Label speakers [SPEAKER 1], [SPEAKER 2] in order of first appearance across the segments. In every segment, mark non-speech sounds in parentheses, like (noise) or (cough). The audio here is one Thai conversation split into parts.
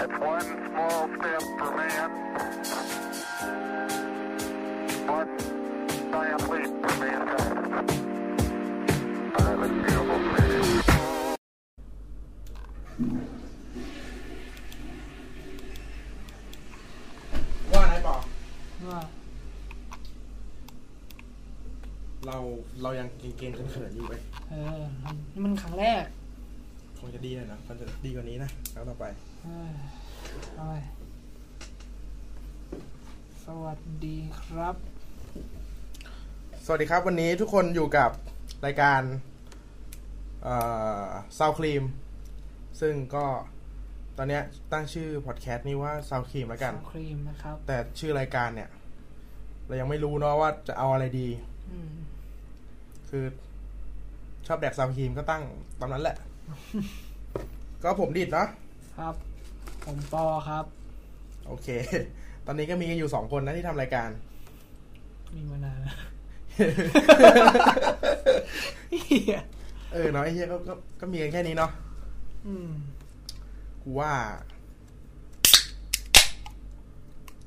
[SPEAKER 1] It's one small step for man, one giant leap for mankind. I look beautiful, man.
[SPEAKER 2] ว่าไหนบอก
[SPEAKER 3] ว่า
[SPEAKER 2] เราเรายังเกรงๆเขินๆอยู่เว้ย
[SPEAKER 3] เออมันนี่มันครั้งแรก
[SPEAKER 2] คงจะดีเลยนะคงจะดีกว่านี้นะครั้งต่อไป
[SPEAKER 3] เออเอาไปสวัสดีครับ
[SPEAKER 2] สวัสดีครับ วันนี้ทุกคนอยู่กับรายการเอ่อซาวครีม ซึ่งก็ตอนเนี้ยตั้งชื่อพอดแคสต์นี้ว่าซาวครีมแล้วกัน
[SPEAKER 3] Sour ครีมนะครับ
[SPEAKER 2] แต่ชื่อรายการเนี่ย เรายังไม่รู้เนาะว่าจะเอาอะไรดี
[SPEAKER 3] อืม
[SPEAKER 2] คือชอบแดกซาวครีมก็ตั้งตามนั้นแหละ (laughs) ก็ผมดิดเนาะ
[SPEAKER 3] ครับ ผมปอครับ
[SPEAKER 2] โอเค (laughs) ตอนนี้ก็มีกันอยู่สองคนนะที่ทำรายการ (laughs)
[SPEAKER 3] มีมานานแล้ว
[SPEAKER 2] เออเนาะไอ้เหี้ยก็ก็ก็มีกันแค่นี้เนาะ
[SPEAKER 3] อืม
[SPEAKER 2] กูว่า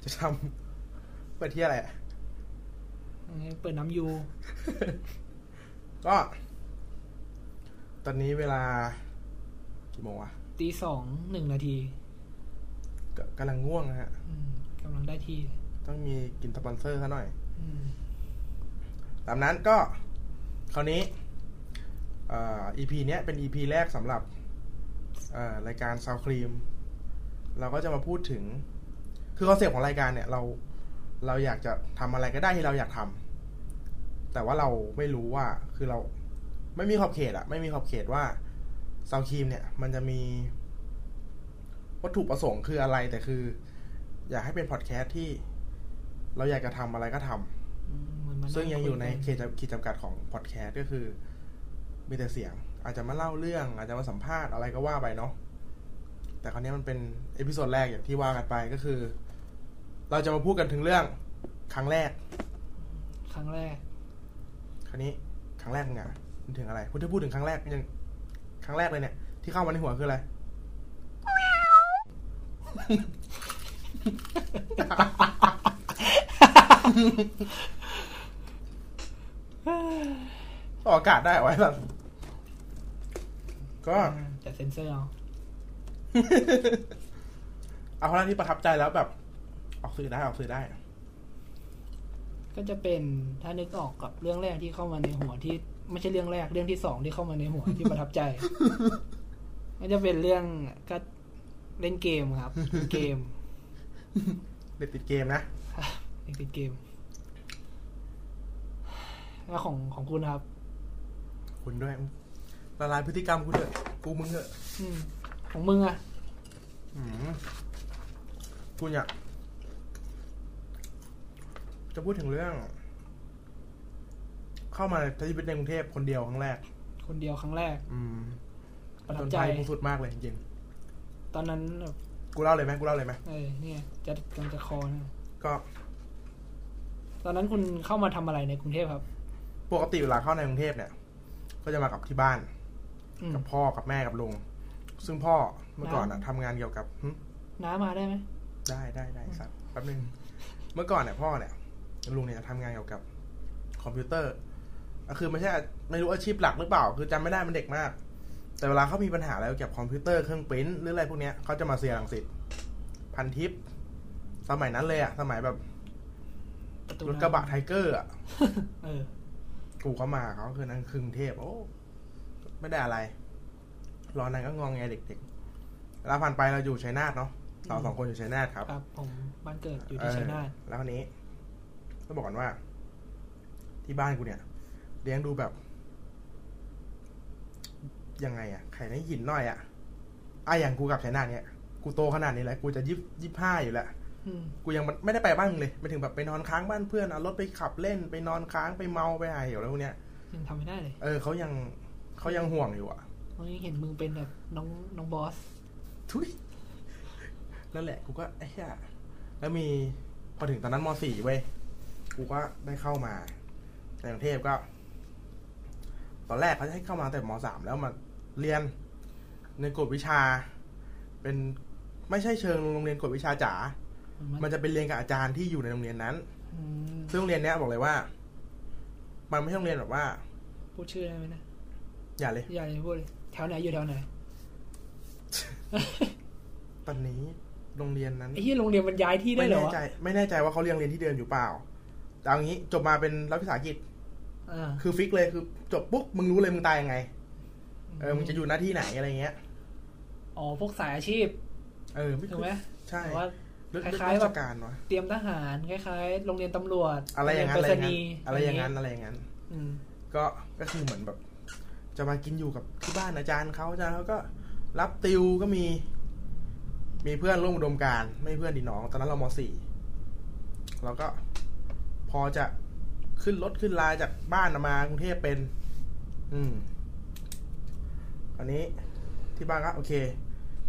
[SPEAKER 2] จะทำเปิด (laughs) ที่อะไรอะ
[SPEAKER 3] อันนี้เปิดน้ำยู
[SPEAKER 2] ก็ ตอนนี้เวลา กี่โมงวะ
[SPEAKER 3] ตีสองหนึ่งนาที
[SPEAKER 2] กกำลังง่วงนะฮะ
[SPEAKER 3] อืมกำลังได้ที่
[SPEAKER 2] ต้องมีกินสปอนเซอร์ซะหน่อย
[SPEAKER 3] อืม
[SPEAKER 2] ตามนั้นก็คราวนี้เอ่อ EP เนี้ยเป็น EP แรกสำหรับเอ่อรายการซาวครีม เราก็จะมาพูดถึง คือคอนเซปต์ของรายการเนี่ย เราเราอยากจะทำอะไรก็ได้ที่เราอยากทำแต่ว่าเราไม่รู้ว่าคือเราไม่มีขอบเขตอะไม่มีขอบเขตว่าซาวครีมเนี่ย มันจะมีวัตถุประสงค์คืออะไรแต่คือ อยากให้เป็นพอดแคสต์ที่เราอยากจะทำอะไรก็ทำ
[SPEAKER 3] อืมเหมือนมัน
[SPEAKER 2] ซึ่งยังอยู่ในเขต
[SPEAKER 3] คุ
[SPEAKER 2] จำขีดจำกัดของพอดแคสต์ก็คือมีแต่เสียง อาจจะมาเล่าเรื่อง อาจจะมาสัมภาษณ์อะไรก็ว่าไปเนาะแต่คราวนี้มันเป็นเอพิโซดแรกอย่างที่ว่ากันไปก็คือ เราจะมาพูดกันถึงเรื่องครั้งแรก
[SPEAKER 3] ครั้งแรก
[SPEAKER 2] คราวนี้ครั้งแรกมึงอะมึงถึงอะไรพูดที่พูดถึงครั้งแรกยังครั้งแรกเลยเนี่ย ที่เข้ามาในหัวคืออะไร (laughs) ออกอากาศได้เหรอไว้แบบก็ (laughs)
[SPEAKER 3] แต่เซ็นเซอร์เอา
[SPEAKER 2] เอาครั้งแรกที่ประทับใจแล้วแบบ ออกสื่อได้ออกสื่อได้
[SPEAKER 3] ก็จะเป็นถ้านึกออกกับเรื่องแรกที่เข้ามาในหัวที่ ไม่ใช่เรื่องแรกเรื่องที่สองที่เข้ามาในหัวที่ประทับใจ
[SPEAKER 2] (laughs)
[SPEAKER 3] ก็จะเป็นเรื่องก็เล่นเกมครับเล่นเกม
[SPEAKER 2] เด็กติดเกมนะ
[SPEAKER 3] เล่นเกมแล้วของของคุณครับ
[SPEAKER 2] คุณด้วยละลายพฤติกรรมคุณเถอะกูมึงเถอะ
[SPEAKER 3] อืม ของมึงอะ
[SPEAKER 2] อืมคุณอยากจะพูดถึงเรื่อง เข้ามาใช้ชีวิตในกรุงเทพคนเดียวครั้งแรก
[SPEAKER 3] คนเดียวครั้งแรก
[SPEAKER 2] อืม
[SPEAKER 3] ประ
[SPEAKER 2] จ
[SPEAKER 3] ทับ
[SPEAKER 2] น
[SPEAKER 3] ใจ
[SPEAKER 2] ไทยมึงสุดมากเลยจริง
[SPEAKER 3] ตอนนั้นแบบ
[SPEAKER 2] ๆกูเล่าเลยไหมกูเล่าเลยไหม
[SPEAKER 3] เออเนี่ย จะกำลังจะคอนะ
[SPEAKER 2] ก็
[SPEAKER 3] ตอนนั้นคุณเข้ามาทำอะไรในกรุงเทพครับ
[SPEAKER 2] ปกติเวลาเข้าในกรุงเทพเนี่ย ก็จะมากับที่บ้าน
[SPEAKER 3] อืม
[SPEAKER 2] กับพ่อกับแม่กับลุง ซึ่งพ่อเมื่อก่อนอะ
[SPEAKER 3] น้ำ
[SPEAKER 2] ทำงานเกี่ยวกับหึ
[SPEAKER 3] น้ามาได้ไหม
[SPEAKER 2] ได้ได้ได้ครับแป๊บนึง เมื่อก่อนเนี่ยพ่อเนี่ยลุงเนี่ยจะทำงานเกี่ยวกับคอมพิวเตอร์ก็คือไม่ใช่ไม่รู้อาชีพหลักหรือเปล่า คือจำไม่ได้มันเด็กมาก แต่เวลาเขามีปัญหาอะไรเกี่ยวกับคอมพิวเตอร์เครื่องปริ้นท์หรืออะไรพวกเนี้ยเขาจะมาเสียรังสิตพันทิป สมัยนั้นเลยอะสมัยแบบ
[SPEAKER 3] ประตู
[SPEAKER 2] รถ
[SPEAKER 3] น้ำ
[SPEAKER 2] กระบะไทเกอร์อะ
[SPEAKER 3] เออ
[SPEAKER 2] กูเข้ามาเขาคือนั่งครึ่งเทพ โอ้ ไม่ได้อะไร รอนั้นก็งองแงเด็กๆแล้วผ่านไปเราอยู่ชัยนาทเนาะเราสองคนอยู่ชัยนาทครับ
[SPEAKER 3] ครับผมบ้านเกิดอยู่
[SPEAKER 2] เอ
[SPEAKER 3] ที่
[SPEAKER 2] อ
[SPEAKER 3] ชัยนาท
[SPEAKER 2] แล้วคนนี้ต้องบอกก่อนว่า ที่บ้านกูเนี่ยเลี้ยงดูแบบ ยังไงอะไข่ในหินหน่อยอะอ่ะอย่างกูกลับชัยนาทเนี่ย กูโตขนาดนี้แล้ว กูจะยี่สิบยี่สิบห้าอยู่แล้ว
[SPEAKER 3] อืม
[SPEAKER 2] กูยังไม่ได้ไปบ้านมึงเลยไปถึงแบบไปนอนค้างบ้านเพื่อนเอารถไปขับเล่นไปนอนค้างไปเมาไปหาเหวอะไรพวกเนี้ย
[SPEAKER 3] ยังทำไม่ได้เลย
[SPEAKER 2] เออเขายังเขายังห่วงอยู่อ่ะ
[SPEAKER 3] เรายังเห็นมึงเป็นแบบน้องน้องบอส
[SPEAKER 2] ทุยนั่นแหละ กูก็ไอ้เหี้ยแล้วมีพอถึงตอนนั้นมสี่เว้ย กูก็ได้เข้ามาในกรุงเทพก็ ตอนแรกเขาจะให้เข้ามาแต่มสามแล้วมาเรียนในกฎวิชา เป็นไม่ใช่เชิงโรงเรียนกฎวิชาจ๋า มันจะเป็นเรียนกับอาจารย์ที่อยู่ในโรงเรียนนั้น
[SPEAKER 3] อืม
[SPEAKER 2] ซึ่งโรงเรียนเนี้ยบอกเลยว่า มันไม่ใช่โรงเรียนแบบว่า
[SPEAKER 3] พูดชื่อได้ไหมนะ
[SPEAKER 2] อย่าเลย
[SPEAKER 3] อย่าเลยพูดเลยแถวไหนอยู่แถ
[SPEAKER 2] (laughs)
[SPEAKER 3] วไหน
[SPEAKER 2] ตอนนี้โรงเรียนนั้น
[SPEAKER 3] ไอ้ที่โรงเรียนมันย้ายที่ได้
[SPEAKER 2] ไม่
[SPEAKER 3] เหรอ
[SPEAKER 2] แน่
[SPEAKER 3] วะ
[SPEAKER 2] ใจไม่แน่ใจว่าเขาเรียงเรียนที่เดิมอยู่เปล่าแต่เอางี้จบมาเป็นรัฐวิสาหกิจ
[SPEAKER 3] อ่า
[SPEAKER 2] คือฟิกเลยคือจบปุ๊บมึงรู้เลยมึงตายยังไงเออมึงจะอยู่หน้าที่ไหนอะไรเงี้ย
[SPEAKER 3] อ๋อพวกสายอาชีพ
[SPEAKER 2] เออไม่
[SPEAKER 3] ถูกไหม
[SPEAKER 2] ใช่
[SPEAKER 3] แต่ว่า
[SPEAKER 2] เรื่อง
[SPEAKER 3] คล้ายๆ
[SPEAKER 2] เรื่องราช
[SPEAKER 3] แบบ
[SPEAKER 2] การวะ
[SPEAKER 3] เตรียมทหารคล้ายๆ โรงเรียนตำรวจ
[SPEAKER 2] อะไรอย่างนั้นอะ
[SPEAKER 3] โง
[SPEAKER 2] ไร
[SPEAKER 3] เป
[SPEAKER 2] อย่างนั้น
[SPEAKER 3] ณี
[SPEAKER 2] อะไรอย่างนั้นอะไรอย่างนั้น
[SPEAKER 3] อืม
[SPEAKER 2] ก็ก็คือเหมือนแบบ จะมากินอยู่กับที่บ้านอาจารย์เขาอาจารย์เขาก็รับติวก็มี มีเพื่อนร่วมอุดมการณ์ไม่เพื่อนดีน้อง ตอนนั้นเรามสี่เราก็พอจะขึ้นรถขึ้นลาจากบ้านมากรุงเทพเป็น อืมอันนี้ที่บ้านก็โอเค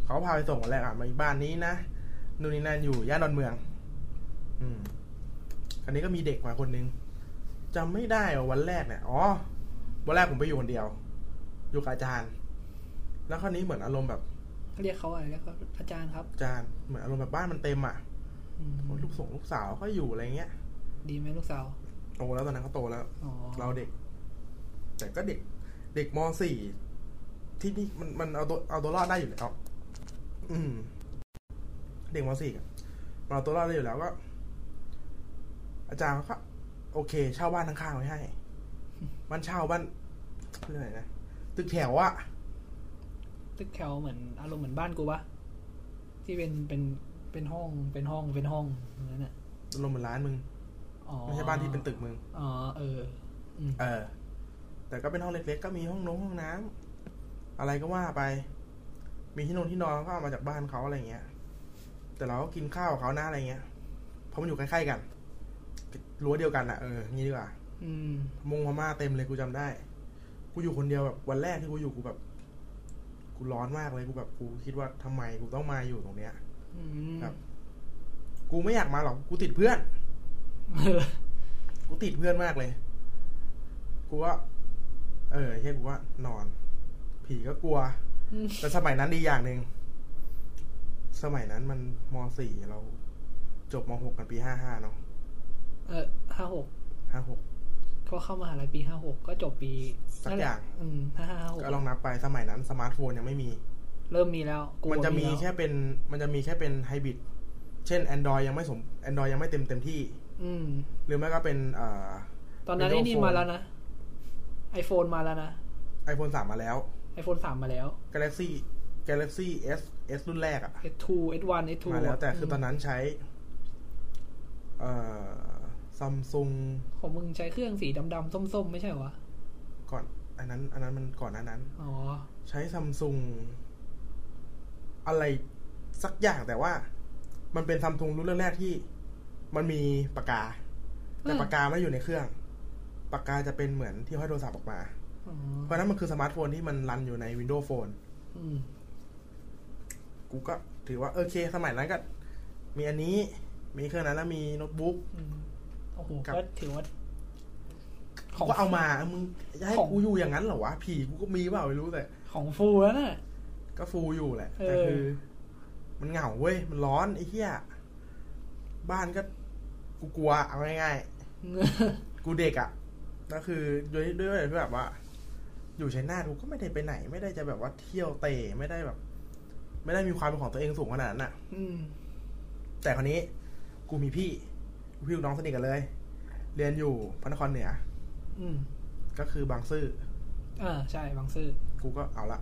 [SPEAKER 2] เขาพาไปส่งวันแรกอ่ะมาบ้านนี้นะนู่นนี่นั่นอยู่ย่านดอนเมือง อืมอันนี้ก็มีเด็กมาคนนึง จำไม่ได้ว่าวันแรกเนี่ย อ๋อ วันแรกผมไปอยู่คนเดียว อยู่กับอาจารย์ แล้วคราวนี้เหมือนอารมณ์แบบ
[SPEAKER 3] เรียกเขาอะไรเรียกเขาอาจารย์ครับ
[SPEAKER 2] อาจารย์ เหมือนอารมณ์แบบบ้านมันเต็มอ่ะ
[SPEAKER 3] อืม
[SPEAKER 2] ลูกส่งลูกสาวก็อยู่อะไรเงี้ย
[SPEAKER 3] ดีไหมลูกสาว
[SPEAKER 2] โตแล้วตอนนั้นเขาโตแล้ว
[SPEAKER 3] อ๋อ
[SPEAKER 2] เราเด็ก แต่ก็เด็ก เด็กมสี่ที่นี่มันมันเอาตัวเอาตัวรอดได้อยู่แล้วอืม เด็กมสี่อะมันเอาตัวรอดได้อยู่แล้วก็ อาจารย์เขาก็โอเค เช่าบ้านข้างๆไว้ให้บ้านเช่าบ้านเรื่ออะไรนะตึกแถวอะ
[SPEAKER 3] ตึกแถวเหมือนอารมณ์เหมือนบ้านกูปะที่เป็นเป็นเป็นห้องเป็นห้องเป็นห้องอย่างนั้นน่ะ
[SPEAKER 2] ลมเหมือนร้านมึง
[SPEAKER 3] อ๋อ
[SPEAKER 2] ไม่ใช่บ้านที่เป็นตึกมึง
[SPEAKER 3] อ๋อเอออืม
[SPEAKER 2] เออ แต่ก็เป็นห้องเล็กๆ ก็มีห้องน้องห้องน้ำอะไรก็ว่าไป มีที่นอนที่นอนก็เอามาจากบ้านเขาอะไรเงี้ย แต่เราก็กินข้าวกับเขาหน้าอะไรเงี้ย เพราะมันอยู่ใกล้ๆกัน รั้วเดียวกันอะเออ งี้ดีกว่า
[SPEAKER 3] อืม
[SPEAKER 2] มงพม่าเต็มเลยกูจำได้ กูอยู่คนเดียวแบบวันแรกที่กูอยู่กูแบบ กูร้อนมากเลยกูแบบกูคิดว่าทำไมกูต้องมาอยู่ตรงเนี้ย
[SPEAKER 3] อืม
[SPEAKER 2] ครับ กูไม่อยากมาหรอก กูติดเพื่อน
[SPEAKER 3] เออ (laughs)
[SPEAKER 2] กูติดเพื่อนมากเลย กูว่า เออเฮียกูว่านอน ผีก็กลัว
[SPEAKER 3] อืม
[SPEAKER 2] แต่สมัยนั้นดีอย่างหนึ่ง สมัยนั้นมันมสี่เรา จบมหกกันปีห้าห้าเนาะ
[SPEAKER 3] เออห้าหก
[SPEAKER 2] ห้าหก
[SPEAKER 3] ก็เข้ามหาลัยปีห้าหกก็จบปี
[SPEAKER 2] สัก
[SPEAKER 3] นั่นแห
[SPEAKER 2] อ
[SPEAKER 3] ละ
[SPEAKER 2] ย่าง
[SPEAKER 3] อืมห้าห้าหก
[SPEAKER 2] ก็ลองนับไปสมัยนั้น สมาร์ทโฟนยังไม่มี
[SPEAKER 3] เริ่มมีแล้วกู
[SPEAKER 2] มันจะมี
[SPEAKER 3] ล้ว
[SPEAKER 2] แค่เป็น มันจะมีแค่เป็นไฮบริด เช่น Android ยังไม่สม Android ยังไม่เต็มเต็มที่
[SPEAKER 3] อืม
[SPEAKER 2] หรือไม่ก็เป็นเอ่อ
[SPEAKER 3] ตอนนั้นไอ้
[SPEAKER 2] Windows
[SPEAKER 3] นี่
[SPEAKER 2] Phone
[SPEAKER 3] มาแล้วนะไอโฟนมาแล้วนะ
[SPEAKER 2] iPhone สามมาแล้ว
[SPEAKER 3] ไอโฟนสามมาแล้ว
[SPEAKER 2] Galaxy Galaxy S S รุ่นแรกอะ
[SPEAKER 3] S2 S1 S2
[SPEAKER 2] มาแล้วแต่คือตอน
[SPEAKER 3] ม
[SPEAKER 2] นั้นใช้ เอ่อซัมซุง
[SPEAKER 3] ของมึงใช้เครื่องสีดำๆส้มๆ ไม่ใช่เหรอวะ
[SPEAKER 2] ก่อน อันนั้น อันนั้นมันก่อนหน้านั้น
[SPEAKER 3] อ๋อ
[SPEAKER 2] ใช้ซัมซุงอะไรสักอย่างแต่ว่า มันเป็นซัมซุงรุ่นแรกๆที่ มันมีปากกา แต่
[SPEAKER 3] อืม
[SPEAKER 2] ปากกาไม่ได้อยู่ในเครื่อง ปากกาจะเป็นเหมือนที่ห้อยโทรศัพท์ออกมา
[SPEAKER 3] อ๋อ
[SPEAKER 2] เพราะฉะนั้นมันคือสมาร์ทโฟนที่มันรันอยู่ใน Windows Phone
[SPEAKER 3] อืม
[SPEAKER 2] กูก็ถือว่า โอเค สมัยนั้นก็ มีอันนี้ มีเครื่องนั้นแล้วมีโน้ตบุ๊ก
[SPEAKER 3] อืมโอ้โห
[SPEAKER 2] ครับ
[SPEAKER 3] ก็ถือว่า
[SPEAKER 2] กูก็เอามาเอามึงจะให้
[SPEAKER 3] ของ
[SPEAKER 2] กูอยู่อย่างนั้นเหรอวะ ผีกูก็มีเปล่าไม่รู้แต่
[SPEAKER 3] ของฟูแล้วน่ะ
[SPEAKER 2] ก็ฟูลอยู่แหละ
[SPEAKER 3] เออ
[SPEAKER 2] แต่คือ มันเหงาเว้ย มันร้อนไอ้เหี้ย บ้านก็กูกลัวเอาง่ายๆ กูเด็กอะ่ะ ก็คือด้วยด้วยด้วยแบบว่า อยู่ชัยนาทกูก็ไม่ได้ไปไหน ไม่ได้จะแบบว่าเที่ยวเตะไม่ได้แบบ ไม่ได้มีความเป็นของตัวเองสูงขนาดนั้นอะ
[SPEAKER 3] อืม
[SPEAKER 2] แต่คราวนี้ กูมีพี่พี่ลูกน้องสนิทกันเลย เรียนอยู่พระนครเหนือ
[SPEAKER 3] อืม
[SPEAKER 2] ก็คือบางซื่อ
[SPEAKER 3] อ่าใช่บางซื่อ
[SPEAKER 2] กูก็เอาละ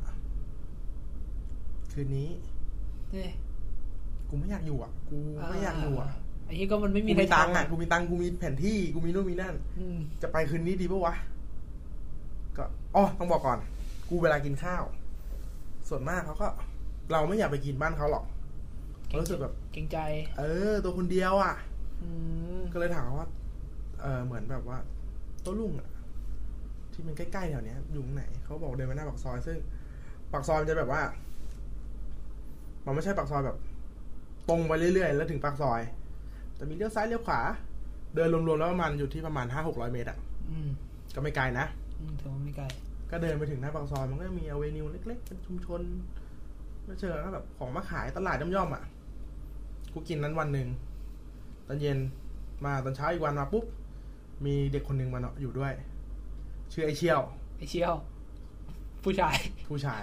[SPEAKER 2] คืนนี้
[SPEAKER 3] เนี่ย
[SPEAKER 2] กูไม่อยากอยู่อ่ะ กูไม่อยากอยู่อ่ะ
[SPEAKER 3] ไอ้ที่ก็มันไม่มี
[SPEAKER 2] กูมีตังค์
[SPEAKER 3] ทำ
[SPEAKER 2] อ่ะ กูมีตังค์ กูมีแผนที่ กูมีนู่นมีนั่น
[SPEAKER 3] อืม
[SPEAKER 2] จะไปคืนนี้ดีปะวะ ก็อ๋อต้องบอกก่อน กูเวลากินข้าว ส่วนมากเขาก็ เราไม่อยากไปกินบ้านเขาหรอก
[SPEAKER 3] เกรง
[SPEAKER 2] รู้สึกแบบ
[SPEAKER 3] เกรงใจ
[SPEAKER 2] เออ ตัวคนเดียวอ่ะ
[SPEAKER 3] อืม
[SPEAKER 2] ก็เลยถามว่า เออเหมือนแบบว่าโตัวลุงอะที่มันใกล้ๆแถวเนี้ยอยู่ตรงไหน เขาบอกเดินมาหน้าปากซอย ซึ่งปากซอยมันจะแบบว่า มันไม่ใช่ปากซอยแบบ ตรงไปเรื่อยๆ แล้วถึงปากซอย แต่มีเลี้ยวซ้ายเลี้ยวขวา เดินรวมๆแล้วประมาณอยู่ที่ประมาณห้าหกร้อยเมตรอะ
[SPEAKER 3] อืม
[SPEAKER 2] ก็ไม่ไกลนะ
[SPEAKER 3] อืมถือว่าไม่ไกล
[SPEAKER 2] ก็เดินไปถึงหน้าปากซอยมันก็มีอเวนิวเล็กๆ เป็นชุมชนแล้วเจอแล้วแบบของมาขายตลาดย่อมๆอ่ะ กูกินนั้นวันหนึ่งตอนเย็นมาตอนเช้าอีกวันมาปุ๊บ มีเด็กคนหนึ่งมาเนาะอยู่ด้วย ชื่อไอเชี่ยว
[SPEAKER 3] ไอเชี่ยว ผู้
[SPEAKER 2] (laughs)
[SPEAKER 3] ชาย
[SPEAKER 2] ผู้ชาย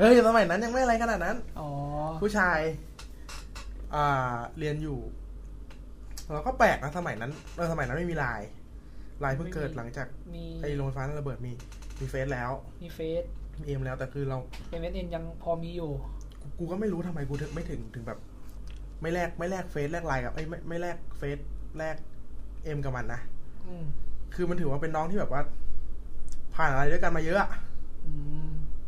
[SPEAKER 2] เฮ้ยสมัยนั้นยังไม่อะไรขนาดนั้น
[SPEAKER 3] อ๋อ
[SPEAKER 2] ผู้ชาย อ่า เรียนอยู่เราก็แปลกนะสมัยนั้นเออสมัยนั้นไม่มีไลน์ไลน์เพิ่งเกิดหลังจาก
[SPEAKER 3] มี
[SPEAKER 2] ไอโรงไฟฟ้าระเบิดมีมีเฟซแล้ว
[SPEAKER 3] มีเฟซ
[SPEAKER 2] มีเอ็มแล้วแต่คือเรา
[SPEAKER 3] เอ็มเอสเอ็นยังพอมีอยู่
[SPEAKER 2] กูก็ไม่รู้ทำไมกูถึงไม่ถึงถึงแบบ ไม่แลกไม่แลกเฟซแลกไลน์กับไอ้ยไม่ไม่แลกเฟซแลกเอ็มกับมันนะ
[SPEAKER 3] อืม
[SPEAKER 2] คือมันถือว่าเป็นน้องที่แบบว่า ผ่านอะไรด้วยกันมาเยอะอะ
[SPEAKER 3] อืม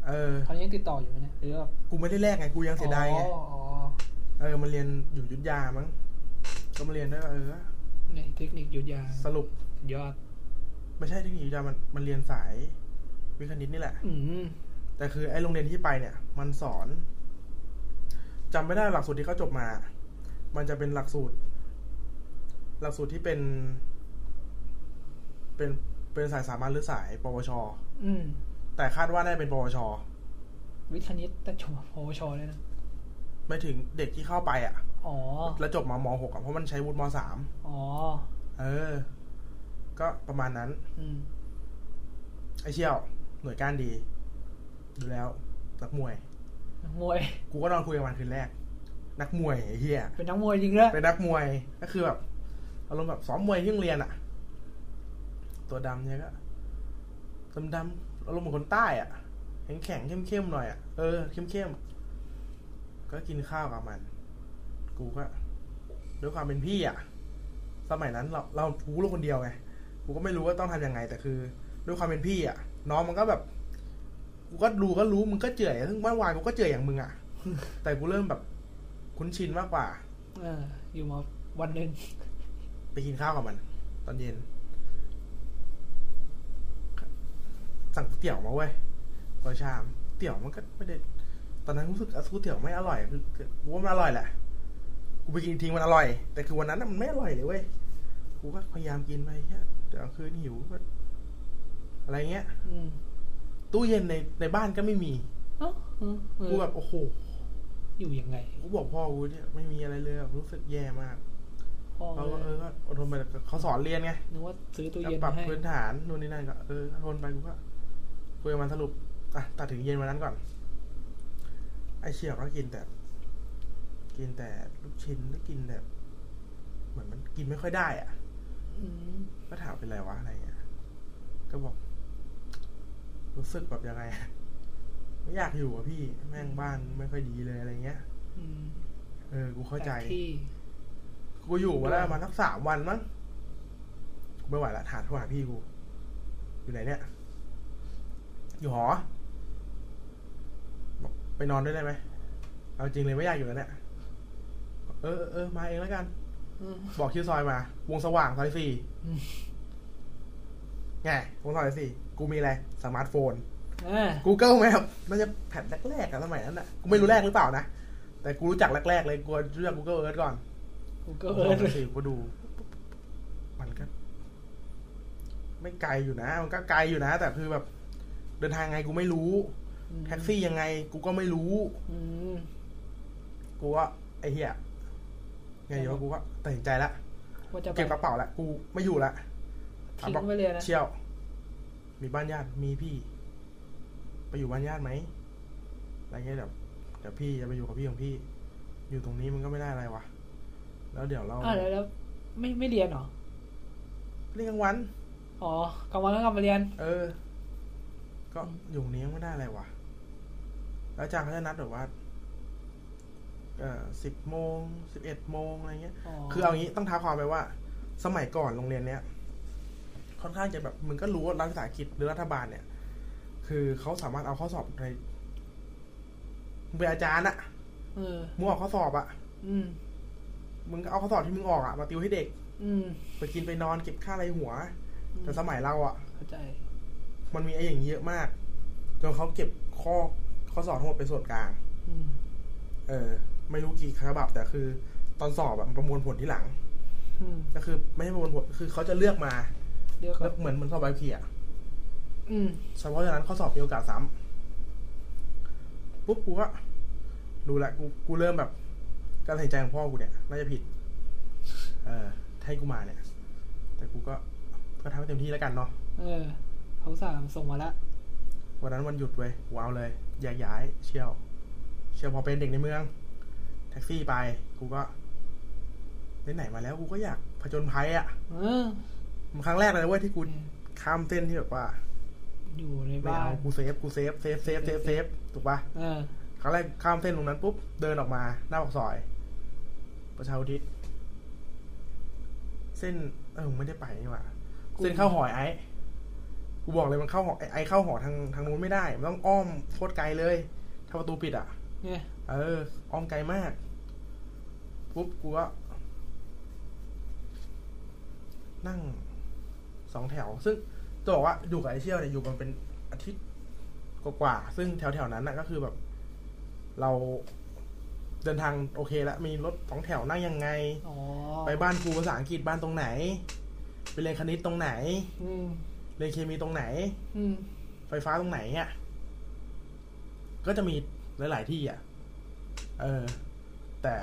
[SPEAKER 2] เออ
[SPEAKER 3] เขายังติดต่ออยู่ไหมเนี่ยหรือแบบ
[SPEAKER 2] กูไม่ได้แลกไงกูยังเสียดายไง
[SPEAKER 3] อ๋ออ๋อ
[SPEAKER 2] เออมันเรียนอยู่ยุทธยามั้งก็มาเรียนได้วยว่าเออ
[SPEAKER 3] เนี่ยเทคนิคยุดยา
[SPEAKER 2] สรุป
[SPEAKER 3] ยอด
[SPEAKER 2] ไม่ใช่เทคนิคยุทธยามันมันเรียนสาย วิทย์คณิตนี่แหละ
[SPEAKER 3] อืม
[SPEAKER 2] แต่คือไอ้โรงเรียนที่ไปเนี่ย มันสอนจำไม่ได้หลักสูตรที่เขาจบมา มันจะเป็นหลักสูตร หลักสูตรที่เป็น เป็นเป็นสายสามัญหรือสาย ปวช
[SPEAKER 3] อืม
[SPEAKER 2] แต่คาดว่าน่าจะเป็น ปวช
[SPEAKER 3] วิทย์คณิตแต่จบโพชเลยนะ
[SPEAKER 2] ไม่ถึงเด็กที่เข้าไปอะ่ะ
[SPEAKER 3] อ๋อ
[SPEAKER 2] แล้วจบมามหกอ่ะเพราะมันใช้วุฒิมสาม
[SPEAKER 3] อ๋อ
[SPEAKER 2] เออ ก็ประมาณนั้น
[SPEAKER 3] อืม
[SPEAKER 2] ไอเชี่ยว หน่วยก้านดี ดูแล้วนักมวย
[SPEAKER 3] นักมวย
[SPEAKER 2] กูก็นอนคุยกับมันคืนแรก นักมวยไอ้เฮีย
[SPEAKER 3] เป็นนักมวยจริงด้วย
[SPEAKER 2] เป็นนักมวยก็คือแบบอารมณ์แบบซ้อมมวยที่โรงเรียนอะตัวดำเนี่ยก็ดำดำๆอารมณ์เหมือนคนใต้อะแข็งแข็งเข้มเข้มๆหน่อยอะเออเข้มเข้มๆก็กินข้าวกับมัน กูก็ด้วยความเป็นพี่อะสมัยนั้นเราเรากูลูกคนเดียวไงกูก็ไม่รู้ว่าต้องทำยังไง แต่คือ ด้วยความเป็นพี่อะน้องมันก็แบบกูก็ดูก็รู้มึงก็เจื่อยซึ่งเมื่อวานกูก็เจื่อยอย่างมึงอะ แต่กูเริ่มแบบคุ้นชินมากกว่า
[SPEAKER 3] เออ อยู่มาวันหนึ่ง
[SPEAKER 2] ไปกินข้าวกับมัน ตอนเย็น สั่งก๋วยเตี๋ยวมาเว้ยร้อยชามเตี๋ยวมันก็ไม่ได้ ตอนนั้นรู้สึกอ่ะก๋วยเตี๋ยวไม่อร่อยคือคือกูว่ามันอร่อยแหละกูไปกินทิ้งมันอร่อย แต่คือวันนั้นน่ะมันไม่อร่อยเลยเว้ยกูก็พยายามกินไปเหี้ยแต่กลางคืนหิวก็อะไรเงี้ย
[SPEAKER 3] อืม
[SPEAKER 2] ตู้เย็นในในบ้านก็ไม่มี
[SPEAKER 3] เอ้าเออเออ
[SPEAKER 2] กูแบบโอ้โห
[SPEAKER 3] อยู่ยังไง
[SPEAKER 2] กูบอกพ่อกูเนี่ยไม่มีอะไรเลยแบบรู้สึกแย่มาก
[SPEAKER 3] พ่อ
[SPEAKER 2] เขาก็เออก็อดทนไปแต่เขาสอนเรียนไง
[SPEAKER 3] นึกว่าซื้อตู้
[SPEAKER 2] ก็
[SPEAKER 3] เย็น
[SPEAKER 2] ปรับ
[SPEAKER 3] มาให้
[SPEAKER 2] พื้นฐานนู่นนี่นั่นก็เออทนไปกูก็คุยกับมันสรุปอ่ะตัดถึงเย็นวันนั้นก่อน ไอเชี่ยวก็กินแต่ กินแต่ลูกชิ้นแล้วกินแต่เหมือนมันกินไม่ค่อยได้อ่ะ
[SPEAKER 3] อืม
[SPEAKER 2] ก็ถามเป็นไรวะอะไรเงี้ย ก็บอก รู้สึกแบบยังไง ไม่อยากอยู่อ่ะพี่ แม่งบ้านไม่ค่อยดีเลยอะไรเงี้ย
[SPEAKER 3] อืม
[SPEAKER 2] เออ กูเข้าใจ
[SPEAKER 3] แต่ที่
[SPEAKER 2] กูอยู่มาได้ประมาณสักสามวันมั้งกูไม่ไหวละถามโทรหาพี่กู อยู่ไหนเนี่ย อยู่หอบอกไปนอนด้วยได้ไหมเอาจริงเลยไม่อยากอยู่แล้วเนี่ยเออเออเออมาเองแล้วกัน
[SPEAKER 3] อืม
[SPEAKER 2] บอกชื่อซอยมา วงสว่างซอยสี่
[SPEAKER 3] อืม
[SPEAKER 2] ไงวงสว่างซอยสี่กูมีอะไร สมาร์ทโฟน
[SPEAKER 3] อ่า
[SPEAKER 2] Google Map น่าจะแผ่นแรกๆอะสมัยนั้นอะกูไม่รู้แรกหรือเปล่านะ แต่กูรู้จักแรกๆเลยกูรู้จัก Google Earth ก่อน
[SPEAKER 3] กู
[SPEAKER 2] ก็
[SPEAKER 3] ก็
[SPEAKER 2] เอ
[SPEAKER 3] เอ
[SPEAKER 2] อ
[SPEAKER 3] อ
[SPEAKER 2] สิก็ดู มันก็ ไม่ไกลอยู่นะ มันก็ไกลอยู่นะ แต่คือแบบ เดินทางไงกูไม่รู้ แท็กซี่ยังไง กูก็ไม่รู้
[SPEAKER 3] อืม
[SPEAKER 2] กูว่าไอ้เหี้ยไงเดี๋ยวกูก็ตัดสินใจละ
[SPEAKER 3] ว่าจะไป
[SPEAKER 2] เก็บกระเป๋าละกูไม่อยู่ละ
[SPEAKER 3] ทิ้งไปเลยนะ
[SPEAKER 2] เชี่ยว มีบ้านญาติมีพี่ ไปอยู่บ้านญาติไหมอะไรเงี้ยเดี๋ยวเดี๋ยวพี่จะไปอยู่กับพี่ของพี่ อยู่ตรงนี้มันก็ไม่ได้อะไรวะแล้วเดี๋ยวเรา
[SPEAKER 3] อ่าแล้วแล้วไม่ไม่เรียนเหรอ
[SPEAKER 2] เรียกกลางวัน
[SPEAKER 3] อ๋อกลางวันแล้วกลับมาเรียน
[SPEAKER 2] เออ ก็อยู่นี้ไม่ได้อะไรวะ แล้วอาจารย์เขาจะนัดแบบว่า เออสิบโมง สิบเอ็ดโมงอะไรเงี้ย
[SPEAKER 3] อ๋อ
[SPEAKER 2] คือเอางี้ต้องท้าความไปว่า สมัยก่อนโรงเรียนเนี้ย ค่อนข้างจะแบบมึงก็รู้ว่ารัฐวิสาหกิจหรือรัฐบาลเนี่ย คือเขาสามารถเอาข้อสอบในมึงเป็นอาจารย์อะ
[SPEAKER 3] เออ
[SPEAKER 2] มึงออกข้อสอบอะ่ะ
[SPEAKER 3] อืม
[SPEAKER 2] มึงก็เอาข้อสอบที่มึงออกอะ่ะ มาติวให้เด็ก
[SPEAKER 3] อืม
[SPEAKER 2] ไปกินไปนอนเก็บค่าอะไรหัว
[SPEAKER 3] อื
[SPEAKER 2] แต่สมัยเราอะ่ะ
[SPEAKER 3] เข้าใจ
[SPEAKER 2] มันมีไอ้อย่างนี้เยอะมาก จนเขาเก็บข้อข้อสอบทั้งหมดไปส่วนกลาง
[SPEAKER 3] อืม
[SPEAKER 2] เออ ไม่รู้กี่ฉบับแต่คือ ตอนสอบอะมันประมวลผลที่หลัง
[SPEAKER 3] อืม
[SPEAKER 2] ก็คือไม่ให้ประมวลผลคือเขาจะเลือกมา
[SPEAKER 3] เดี๋ยว
[SPEAKER 2] เลื
[SPEAKER 3] ก็
[SPEAKER 2] อกเหมือนเหมือนสอบใบขับขี่อะ
[SPEAKER 3] อืม
[SPEAKER 2] เฉพาะฉะนั้นข้อสอบมีโอกาสซ้ำปุ๊บกูก็รู้ละกูกูเริ่มแบบ การตัดสินใจของพ่อกูเนี่ย น่าจะผิด เออให้กูมาเนี่ย แต่กูก็ก็ทำให้เต็มที่แล้วกันเนาะ
[SPEAKER 3] เออเขาสามส่งมาละ
[SPEAKER 2] วันนั้นวันหยุดเว้ยว้าวเลยแยกย้ายเชี่ยว เชี่ยวพอเป็นเด็กในเมือง แท็กซี่ไป กูก็ไหนๆมาแล้ว กูก็อยากผจญภัยอะ่ะ
[SPEAKER 3] เออ
[SPEAKER 2] มันครั้งแรกเลยนะเว้ยที่กูข้ามเส้นที่แบบว่า
[SPEAKER 3] อยู่ใน
[SPEAKER 2] ไม่
[SPEAKER 3] บ้า
[SPEAKER 2] เอา
[SPEAKER 3] น
[SPEAKER 2] กูเซฟกูเซฟเซฟเซฟเซฟเซฟถูกปะ
[SPEAKER 3] เออ
[SPEAKER 2] ครั้งแรกข้ามเส้นตรงนั้นปุ๊บ เดินออกมา หน้าปากซอย ประชาอุทิศเส้น เออไม่ได้ไปนี่หว่า
[SPEAKER 3] กู
[SPEAKER 2] เส้นเข้าหอยไอ้กูบอกเลยมันเข้าหอไอ้ไอ้เข้าหอทางทางนู้นไม่ได้ มันต้องอ้อมโคตรไกลเลย ถ้าประตูปิดอ่ะ
[SPEAKER 3] เนี่ย
[SPEAKER 2] เออ อ้อมไกลมากปุ๊บกูก็นั่งสองแถว ซึ่งจะบอกว่าอยู่กับไอเชี่ยวเนี่ยอยู่กันเป็นอาทิตย์กว่าๆซึ่งแถวๆนั้นน่ะก็คือแบบ เราเดินทางโอเคแล้วมีรถสองแถวนั่งยังไง
[SPEAKER 3] อ๋อ
[SPEAKER 2] ไปบ้านครูภาษาอังกฤษบ้านตรงไหน ไปเรียนคณิตตรงไหน
[SPEAKER 3] อืม
[SPEAKER 2] เรียนเคมีตรงไหน
[SPEAKER 3] อืม
[SPEAKER 2] ไฟฟ้าตรงไหนเนี่ย ก็จะมีหลาย ๆ ที่อ่ะ เออ แต่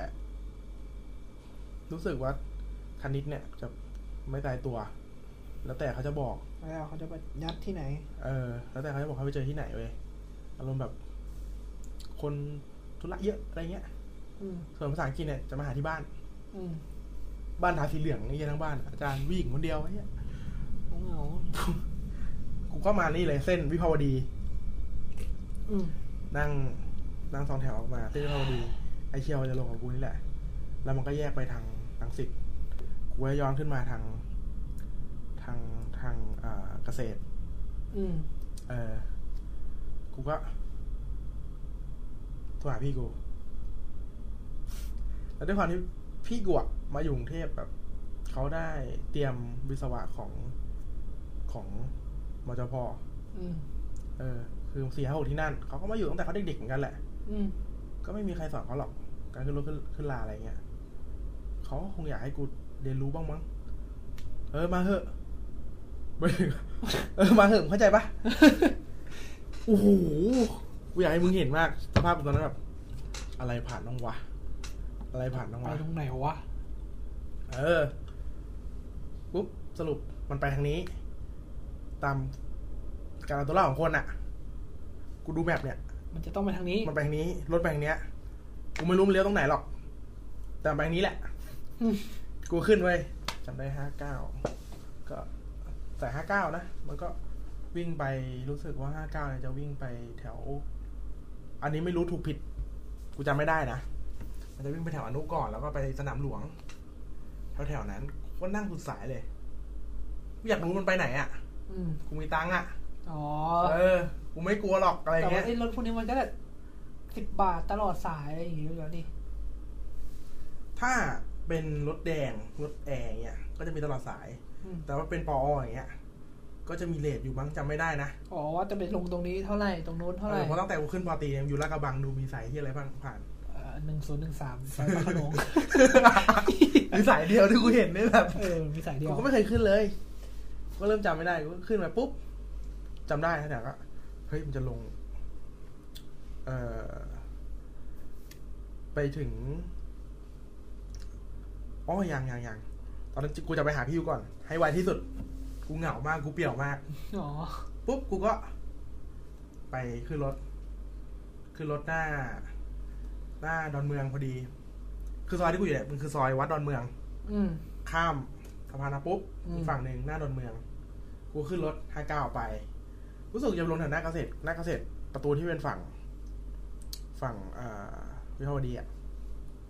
[SPEAKER 2] รู้สึกว่าคณิตเนี่ย จะไม่ตายตัว แล้วแต่เขาจะบอก
[SPEAKER 3] แล้วเขาจะไปยัดที่ไหน
[SPEAKER 2] เออ แล้วแต่เขาจะบอกเขาไปเจอที่ไหนเว้ย อารมณ์แบบ คนธุระเยอะอะไรเงี้ย
[SPEAKER 3] อืม
[SPEAKER 2] ส่วนภาษาอังกฤษเนี่ยจะมาหาที่บ้าน
[SPEAKER 3] อืม
[SPEAKER 2] บ้านทาสีเหลืองนี่เหี้ยทั้งบ้าน อาจารย์วิ่งคนเดียวไอ้เนี้ย
[SPEAKER 3] เหงา
[SPEAKER 2] กูก็มานี่เลยเส้นวิภาวดี
[SPEAKER 3] ๆอืม
[SPEAKER 2] นั่งนั่งสองแถวออกมาเส้นวิภาวดี ไอเชียวจะลงกับกูนี่แหละ แล้วมันก็แยกไปทางทางสิบกูก็ย้อนขึ้นมาทาง ทางทางอ่าเกษตร
[SPEAKER 3] อืม
[SPEAKER 2] เออ กูก็โทรหาพี่กู แล้วด้วยความที่พี่กูอะมาอยู่กรุงเทพแบบเขาได้เตรียมวิศวะของของมจพ
[SPEAKER 3] อืม
[SPEAKER 2] เออ คือสี่ห้าหกที่นั่น เขาก็มาอยู่ตั้งแต่เขาเด็กๆเหมือนกันแหละ
[SPEAKER 3] อืม
[SPEAKER 2] ก็ไม่มีใครสอนเขาหรอก การขึ้นรถขึ้นขึ้นลาอะไรเงี้ย เขาก็คงอยากให้กูเรียนรู้บ้างมั้ง เออมาเหอะ (laughs) ไม่ถึงเออมาเหอะเข้าใจปะ โอ้โห กูอยากให้มึงเห็นมากสภาพกูตอนนั้นแบบ อะไรผ่านน้องวะ อะไรผ่านน้อง
[SPEAKER 3] ไป
[SPEAKER 2] วะ
[SPEAKER 3] ตรงไหนวะ
[SPEAKER 2] เออ ปุ๊บ สรุปมันไปทางนี้ ตามการเอาตัวรอดของคนอะกูดูแมปเนี่ย
[SPEAKER 3] มันจะต้องไปทางนี้
[SPEAKER 2] มันไปทางนี้ รถไปทางเนี้ย กูไม่รู้มันเลี้ยวตรงไหนหรอก แต่ไปทางนี้แหละ
[SPEAKER 3] อืม
[SPEAKER 2] กูขึ้นไว้ยจำได้ห้าเก้า ก็สายห้าเก้านะ มันก็วิ่งไปรู้สึกว่าห้าเก้าเนี่ยจะวิ่งไปแถว อันนี้ไม่รู้ถูกผิด กูจำไม่ได้นะ มันจะวิ่งไปแถวอนุก่อนแล้วก็ไปสนามหลวง แถวแถวๆนั้นก็นั่งสุดสายเลยกูอยากรู้มันไปไหนอะ่ะ
[SPEAKER 3] อืม
[SPEAKER 2] กูมีตังค์อ่ะ
[SPEAKER 3] อ๋อ
[SPEAKER 2] เออ กูไม่กลัวหรอกอะไร
[SPEAKER 3] แต่
[SPEAKER 2] เงี้
[SPEAKER 3] ว่าย ไอ้รถพวกนี้มันก็แบบสิบบาทตลอดสายอะไรอย่างเงี้ยอยู่แล้วนี่
[SPEAKER 2] ถ้าเป็นรถแดงรถแอร์เงี้ย ก็จะมีตลอดสาย
[SPEAKER 3] อืม
[SPEAKER 2] แต่ว่าเป็นปออย่างเงี้ย ก็จะมีเลทอยู่บ้างจำไม่ได้นะ
[SPEAKER 3] อ๋อว่าจะไปลงตรงนี้เท่าไหร่ตรงนู้นเท่าไหร่
[SPEAKER 2] ออเพราะตั้งแต่กูขึ้นปอตีเนี่ยอยู่ลาดกระบังดูมีสายที่อะไรบ้างผ่าน
[SPEAKER 3] หนึ่งศูนย์หนึ่ (laughs) งสามซอยพระโขนง
[SPEAKER 2] (laughs) มีสายเดียวที่กูเห็นนี่แบบ
[SPEAKER 3] เออมีสายเดีย
[SPEAKER 2] กู
[SPEAKER 3] ว
[SPEAKER 2] ก็ไม่เคยขึ้นเลย ก็เริ่มจำไม่ได้กูขึ้นมาปุ๊บจำได้นะแต่ก็เฮ้ยมันจะลง เอ่อไปถึงอ๋อยังยังยังตอนนั้นกูจะไปหาพี่อยู่ก่อน ให้ไวที่สุด กูเหงามากกูเปลี่ยวมาก
[SPEAKER 3] อ๋อ
[SPEAKER 2] ปุ๊บกูก็ ไปขึ้นรถ ขึ้นรถหน้า หน้าดอนเมืองพอดี คือซอยที่กูอยู่เนี่ยมันคือซอยวัดดอนเมือง
[SPEAKER 3] อืม
[SPEAKER 2] ข้ามสะพานมาปุ๊บ
[SPEAKER 3] อืม
[SPEAKER 2] อีกฝั่งหนึ่งหน้าดอนเมือง กูขึ้นรถห้าเก้าไป รู้สึกจะลงแถวหน้าเกษตรหน้าเกษตรประตูที่เป็นฝั่ง ฝั่งอ่าวิภาวดีอ่ะ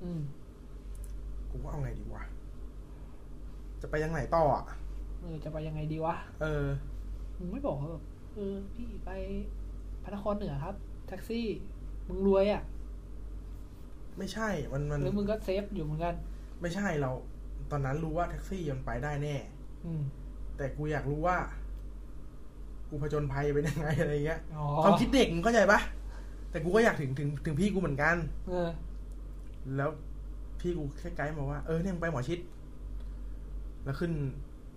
[SPEAKER 3] อืม
[SPEAKER 2] กูว่าเอาไงดีวะ จะไปยังไหนต่ออ่ะ
[SPEAKER 3] เออจะไปยังไงดีวะ
[SPEAKER 2] เออ
[SPEAKER 3] มึงไม่บอกเขาแบบเออพี่ไปพระนครเหนือครับ แท็กซี่ มึงรวยอ่ะ
[SPEAKER 2] ไม่ใช่มันมัน
[SPEAKER 3] หรือมึงก็เซฟอยู่เหมือนกัน
[SPEAKER 2] ไม่ใช่เรา ตอนนั้นรู้ว่าแท็กซี่มันไปได้แน่
[SPEAKER 3] อืม
[SPEAKER 2] แต่กูอยากรู้ว่า กูผจญภัยเป็นยังไงอะไรเงี้ย
[SPEAKER 3] อ๋อ
[SPEAKER 2] ความคิดเด็กมึงเข้าใจปะแต่กูก็อยากถึงถึงถึงพี่กูเหมือนกัน
[SPEAKER 3] เออ
[SPEAKER 2] แล้วพี่กูแค่ไกด์มาว่า เออเนี่ยมึงไปหมอชิด แล้วขึ้น